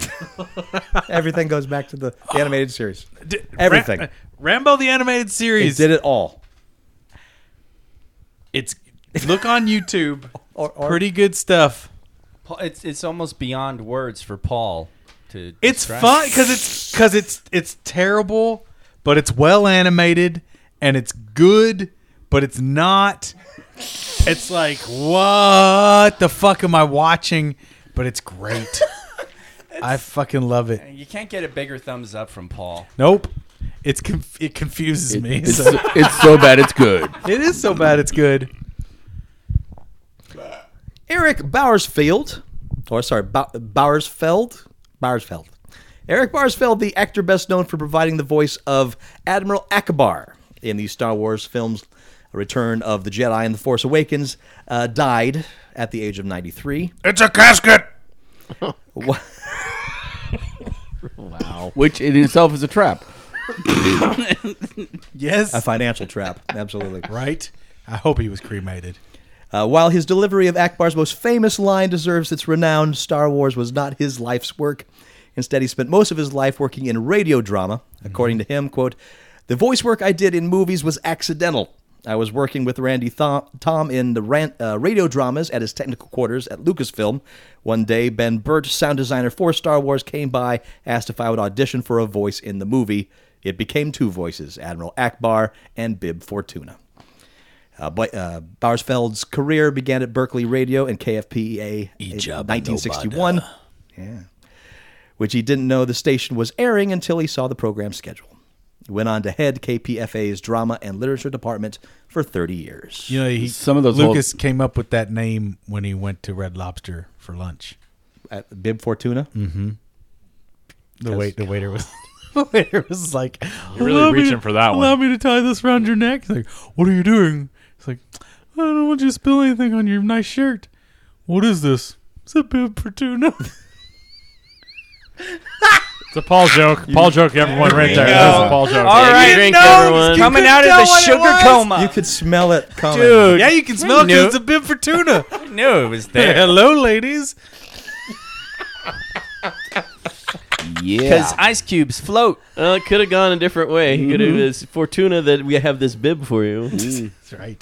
D: *laughs* Everything goes back to the, the animated series.
E: D-
D: Everything.
E: Ra- Rambo the animated
D: He
E: series
D: did it all.
E: it's look on YouTube *laughs*
D: Or- or-
E: pretty good stuff
F: Paul- It's it's almost beyond words for Paul to.
E: It's
F: describe.
E: fun because it's because it's it's terrible, but it's well animated and it's good, but it's not. It's like what the fuck am I watching? But it's great. I fucking love it.
F: You can't get a bigger thumbs up from Paul.
E: Nope, it's conf- it confuses me.
C: It's,
E: so.
C: *laughs* it's so bad it's good.
E: *laughs* It is so bad. It's good.
D: Eric Bowersfield, or sorry, Bow- Bowersfeld? Bowersfeld. Eric Bowersfeld, the actor best known for providing the voice of Admiral Akbar in the Star Wars films Return of the Jedi and The Force Awakens, uh, died at the age of 93.
P: It's a
D: *laughs*
P: casket.
C: Which in itself is a
D: *coughs*
C: trap.
E: Yes,
D: A financial trap, absolutely.
E: right. I hope he was cremated.
D: Uh, while his delivery of Akbar's most famous line deserves its renown, Star Wars was not his life's work. Instead, he spent most of his life working in radio drama. According to him, quote, "The voice work I did in movies was accidental. I was working with Randy Tho- Tom in the ran- uh, radio dramas at his technical quarters at Lucasfilm. One day, Ben Burt, sound designer for Star Wars, came by, asked if I would audition for a voice in the movie. It became two voices, Admiral Akbar and Bib Fortuna." Uh, but, uh, Barsfeld's career began at Berkeley Radio and KFPA E in 1961. Yeah. Which he didn't know the station was airing until he saw the program schedule. He went on to head KPFA's drama and literature department for 30 years.
E: You know, he,
C: Some of those
E: *laughs* Lucas came up with that name when he went to Red Lobster for lunch.
D: At Bib Fortuna?
E: The wait, the waiter was. *laughs* The waiter was like,
B: You're really
E: "Allow me
B: reaching
E: to-
B: for that
E: Allow
B: one."
E: me to tie this around your neck. He's like, what are you doing? He's like, I don't want you to spill anything on your nice shirt. What is this? It's a bib for tuna.
B: It's a Paul joke. Paul joke, everyone, right there. That's a Paul joke.
F: All right,
G: drink,
F: no,
G: everyone.
F: he's coming
E: You
F: out of
E: couldn't
F: the
E: tell what it
F: sugar
E: was?
F: coma.
D: You could smell it coming.
E: yeah, you can smell it. 'cause
F: knew-
E: It's a bib for tuna.
F: knew it was
E: *laughs*
F: there *laughs*
E: Hello, ladies.
C: Yeah.
F: because ice cubes float.
G: Uh, it could have gone a different way. He could have it's Fortuna that we have this bib for you.
E: That's right.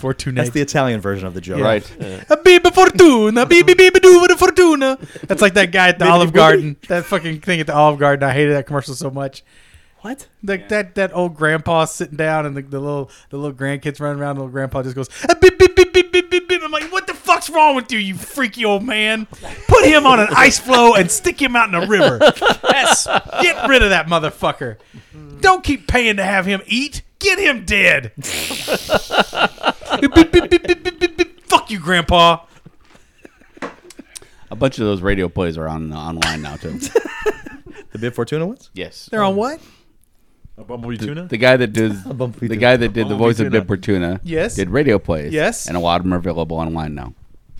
E: Fortunate.
Q: That's the Italian version of the joke.
C: Right.
E: A Biba Fortuna, Biba Biba Doo a Fortuna. That's like that guy at the Olive Garden. That fucking thing at the Olive Garden. I hated that commercial so much. What? Like that that old grandpa sitting down and the, the little the little grandkids running around. The little grandpa just goes a beep beep beep beep beep beep beep. I'm like, what the fuck's wrong with you, you freaky old man? Put him on an ice floe and stick him out in
R: *laughs*
E: a river. Yes, get rid of that motherfucker. Don't keep paying to have him eat. Get him dead. Beep, beep, beep, beep, beep, beep, beep, beep. Fuck you, grandpa.
C: *laughs* A bunch of those radio plays are on uh, online now
D: *laughs*
C: too.
Q: The Bib Fortuna ones?
C: yes. Um,
E: They're on what?
R: A bumblebee tuna?
C: The guy that did
D: *laughs*
C: the guy that did the voice of Bib Fortuna,
E: Yes.
C: did radio plays,
E: Yes.
C: and a lot of them are available online now,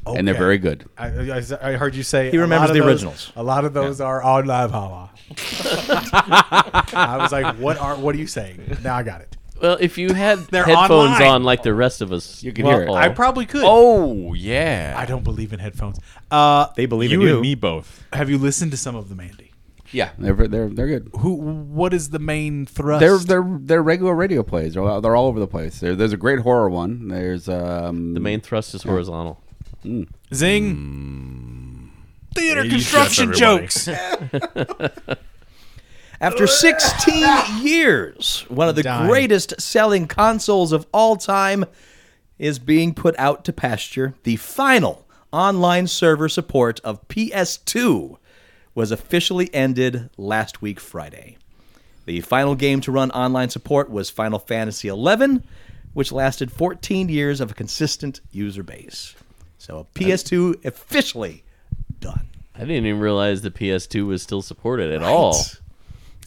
C: and they're
E: Okay.
C: very good.
E: I, I, I heard you say
Q: He
E: a
Q: remembers
E: lot of
Q: the
E: those-
Q: originals.
E: A lot of those are on live Hawa. I was like, what are what are you saying? Now I got it.
G: Well, if you had
E: They're
G: headphones
E: online.
G: on like the rest of us, you
C: could
G: well,
C: hear it.
E: I probably could.
F: Oh yeah.
E: I don't believe in headphones. Uh,
Q: They believe
R: You
Q: in you.
R: and me both.
E: have you listened to some of them, Andy?
C: Yeah, they're they're they're good.
E: Who? What is the main thrust?
C: They're they're they're regular radio plays. They're, they're all over the place. There, there's a great horror one. There's um Mm.
G: the main thrust is horizontal.
E: zing.
R: Theater construction jokes.
D: *laughs*
E: *laughs*
D: After 16 years, one of the
E: Dying.
D: greatest selling consoles of all time is being put out to pasture. The final online server support of PS2 was officially ended last week, Friday. The final game to run online support was Final Fantasy XI, which lasted 14 years of a consistent user base. So PS2 officially done.
G: I didn't even realize the PS2 was still supported at all.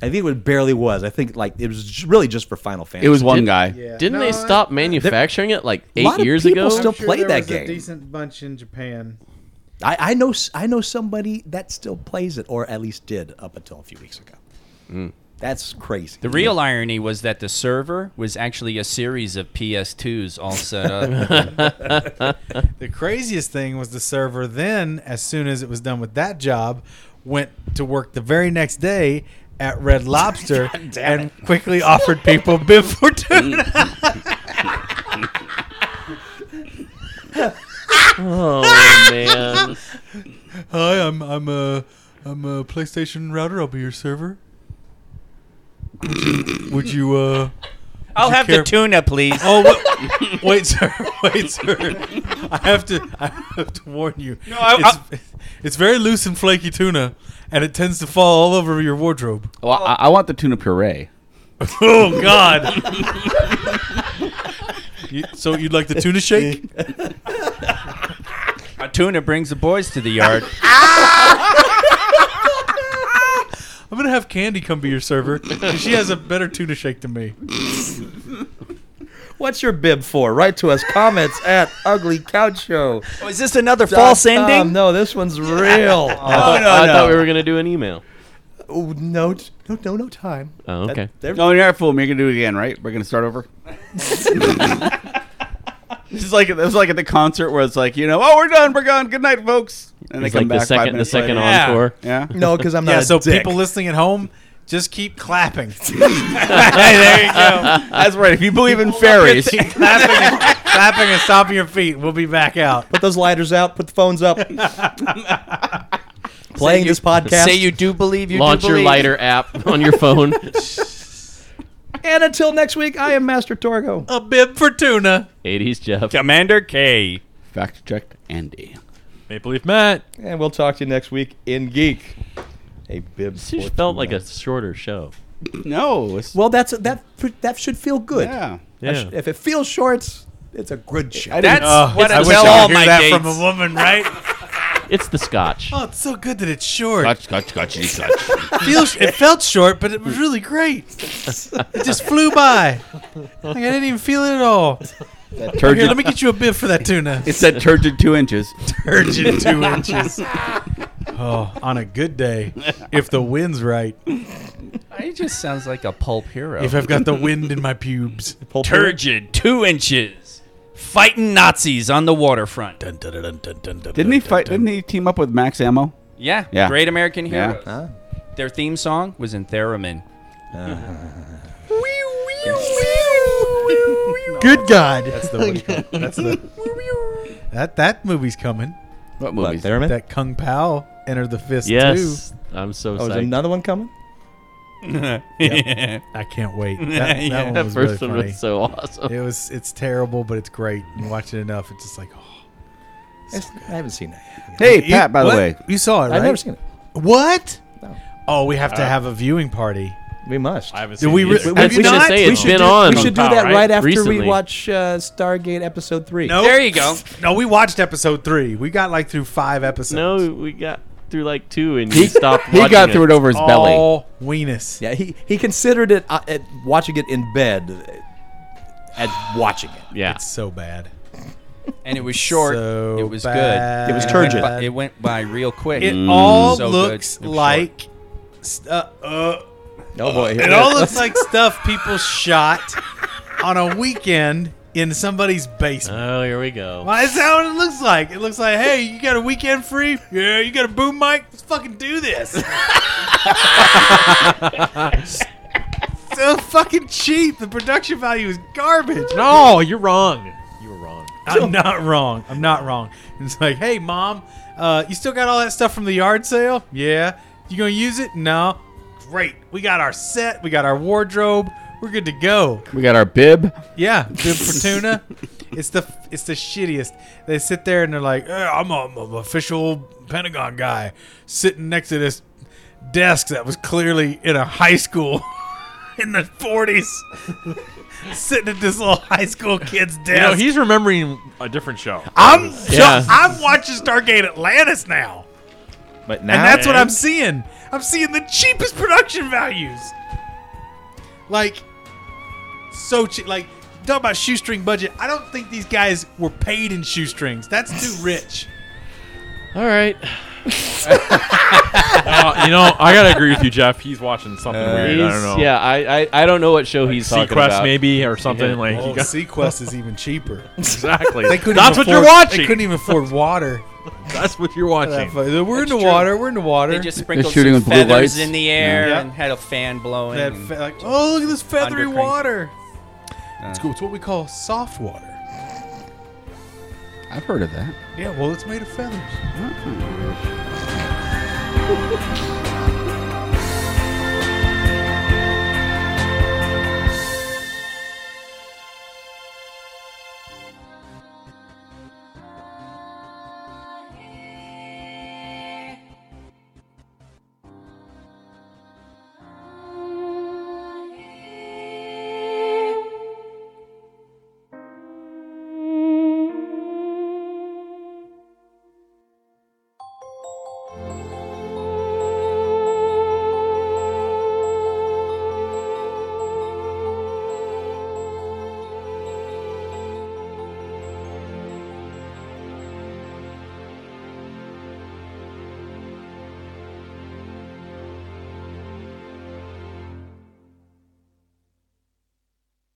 D: I think it barely was. I think like it was j- really just for Final Fantasy.
C: it was one guy.
G: Didn't they stop manufacturing it like eight
D: lot of
G: years
D: people
G: ago?
D: still- play that game.
E: decent bunch in Japan.
D: I, I know s- I know somebody that still plays it, or at least did up until a few weeks ago.
E: Mm.
D: That's crazy.
F: The real irony was that the server was actually a series of PS2s all set up.
E: The craziest thing was the server then, as soon as it was done with that job, went to work the very next day at Red
F: *laughs*
E: Lobster and quickly offered people *laughs* Bib Fortuna.
G: oh man!
J: Um.
E: Hi, I'm I'm a I'm a PlayStation router. I'll be your server. *laughs* Would you uh
F: Mm. I'll have
E: care-
F: the tuna, please.
E: Oh wait, *laughs*
F: *laughs*
E: wait, sir, wait, sir. I have to, I have to warn you. No,
F: I-
E: it's, it's very loose and flaky tuna, and it tends to fall all over your wardrobe.
C: Well, Oh, I, I want the tuna puree.
E: *laughs* Oh God! *laughs* you, so you'd like the tuna shake?
F: *laughs* A tuna brings the boys to the
E: *laughs*
F: yard.
E: I'm gonna have Candy come be your server. 'cause She has a better tuna shake than me.
D: What's your bib for? Write to us *laughs* comments at Ugly Couch Show.
F: oh, is this another false ending?
D: no, this one's real.
C: Oh,
G: I thought we were gonna do an email.
D: oh, no, t- no, no, no time.
G: Oh, okay.
C: No, you're not fooling me. You're gonna do it again, right? We're gonna start *laughs* over. this is like this is like at the concert where it's like you know, oh, we're done, we're gone, good night, folks. And
G: It's like the second, the second
C: later.
G: encore.
C: *laughs* Yeah.
D: No, because I'm not.
E: Yeah.
D: a
E: So
D: dick.
E: people listening at home, just keep
D: *laughs*
E: clapping.
C: That's right. If you believe in fairies,
E: clapping, and, clapping and stomping your feet. We'll be back out.
D: put those lighters out. Put the phones up. Playing this podcast.
F: Say you do believe you
G: Launch
F: do
G: your
F: believe.
G: lighter app on your phone.
D: and until next week, I am Master Torgo.
E: A bib for tuna.
G: 80s Jeff.
F: Commander K.
C: fact checked, Andy.
R: Maple Leaf Matt.
D: And we'll talk to you next week in Geek. A bib.
G: This just felt like a shorter show.
C: No. It's,
D: Well, that's that. That should feel good.
C: yeah.
G: Yeah.
D: If it feels short, it's a good show.
F: That's what I
E: I wish
F: tell
E: I
F: all
E: could hear
F: my
E: that
F: dates.
E: from a woman, right?
G: It's the scotch.
E: Oh, it's so good that it's short.
C: Gotcha, gotcha, gotcha, gotcha.
E: feels it felt short, but it was really great. It just flew by. Like I didn't even feel it at all. Here,
C: turgid,
E: let me get you a bib for that tuna.
C: it said turgid two inches. *laughs*
E: Urgent two inches. Oh, on a good day, if the wind's right,
F: He just sounds like a pulp hero.
E: if I've got
F: *laughs*
E: the wind in my pubes.
F: Turgid, two inches, fighting Nazis on the
C: *laughs*
F: waterfront.
C: Didn't he fight? Didn't he team up with Max Ammo?
F: Yeah,
C: Yeah.
F: great American
C: Yeah.
F: heroes. Their theme song was
C: Uh-huh.
F: in Theremin.
E: Good God. That's the. That's the. That that movie's coming.
C: What
L: What,
C: movies?
L: Theremin?
E: That Kung Pao Enter the Fist
G: Yes, I'm so
L: oh, is
G: psyched.
L: another one
G: *laughs*
L: coming?
E: too. I can't wait. That, that
G: Yeah,
E: one
G: that
E: was
G: first
E: really
G: one
E: funny.
G: was so awesome.
E: It was. It's terrible, but it's great. You watch it enough, it's just like. Oh.
L: It's- I haven't seen that. Yet.
C: Hey,
E: You-
C: Pat. By
E: what?
C: the way,
E: you saw it, right?
L: I've never seen it.
E: What?
L: No.
E: Oh, we have to
G: Uh,
E: have a viewing party.
L: We must.
B: I haven't
E: Did
B: seen
E: we
B: it
E: re-
B: either.
E: have
G: we
E: you
G: should
E: not?
G: say it's
L: should
G: been
L: do,
G: on.
L: We should do
B: Kung Pao,
L: that
B: right?
L: right, after
G: Recently.
L: we watch uh, Stargate Episode Three.
E: No.
F: There you go.
E: No, we watched episode three. We got like through five episodes.
G: No, we got through like two, and you stopped.
C: he got through it over his belly.
E: all weenus.
L: Yeah, he, he considered it uh, at watching it in bed as watching it.
G: Yeah,
E: It's so bad.
F: And it was short.
E: So
F: it was
E: bad.
F: good.
E: It was
F: went
L: turgid.
F: by- It went by real quick.
E: It
C: Mm.
G: Mm.
E: all
F: So good.
E: looks
F: It was
E: like st- uh, uh,
L: Oh boy, here
E: it all looks *laughs* like stuff people shot on a weekend in somebody's basement.
G: Oh, here we go.
E: Why is that what it looks like? It looks like, hey, you got a weekend free? Yeah, you got a boom mic? Let's fucking do this. *laughs* so fucking cheap. The production value is garbage.
B: No, you're wrong. You were wrong.
E: I'm not wrong. I'm not wrong. It's like, hey, mom, uh, you still got all that stuff from the yard sale? Yeah. You gonna use it? No. Great. We got our set. We got our wardrobe. We're good to go.
C: We got our bib. *laughs*
E: Yeah, Bib *laughs* Fortuna. it's the it's the shittiest. They sit there and they're like, "Eh, I'm a- I'm an official Pentagon guy sitting next to this desk that was clearly in a high school *laughs* in the 40s, sitting at this little high school kid's desk.
B: You know, he's remembering a different show.
E: I'm
G: Yeah.
E: I'm watching Stargate Atlantis now,
L: But
E: and
L: now
E: that's what I'm seeing. I'm seeing the cheapest production values, like so cheap. Like talk about shoestring budget. I don't think these guys were paid in shoestrings. That's *laughs* too rich.
G: All right.
B: *laughs* Uh, you know, I gotta agree with you, Jeff. He's watching something weird. Uh, I
G: He's-
B: don't know.
G: Yeah, I, I I don't know what show he's talking
B: Sequest
G: about.
B: maybe or something
G: Yeah.
B: like he *laughs*
E: Oh,
B: got-
E: Sequest is even cheaper.
B: exactly.
E: They couldn't
B: That's
E: even
B: what you're
E: afford-
B: watching.
E: They couldn't even afford water.
B: *laughs* That's what you're
E: for that
B: watching.
E: fu- We're in the
F: true.
E: water. We're in the water.
F: They just sprinkled
C: shooting
F: some
C: with blue
F: feathers
C: lights.
F: in the air
E: Yeah.
F: and had a fan blowing.
E: That
F: and-
E: fe- like, oh, look at this feathery
F: Undercrank.
E: water. it's cool. It's what we call soft water.
C: I've heard of that.
E: Yeah, well, it's made of feathers.
C: Mm-hmm.
E: *laughs*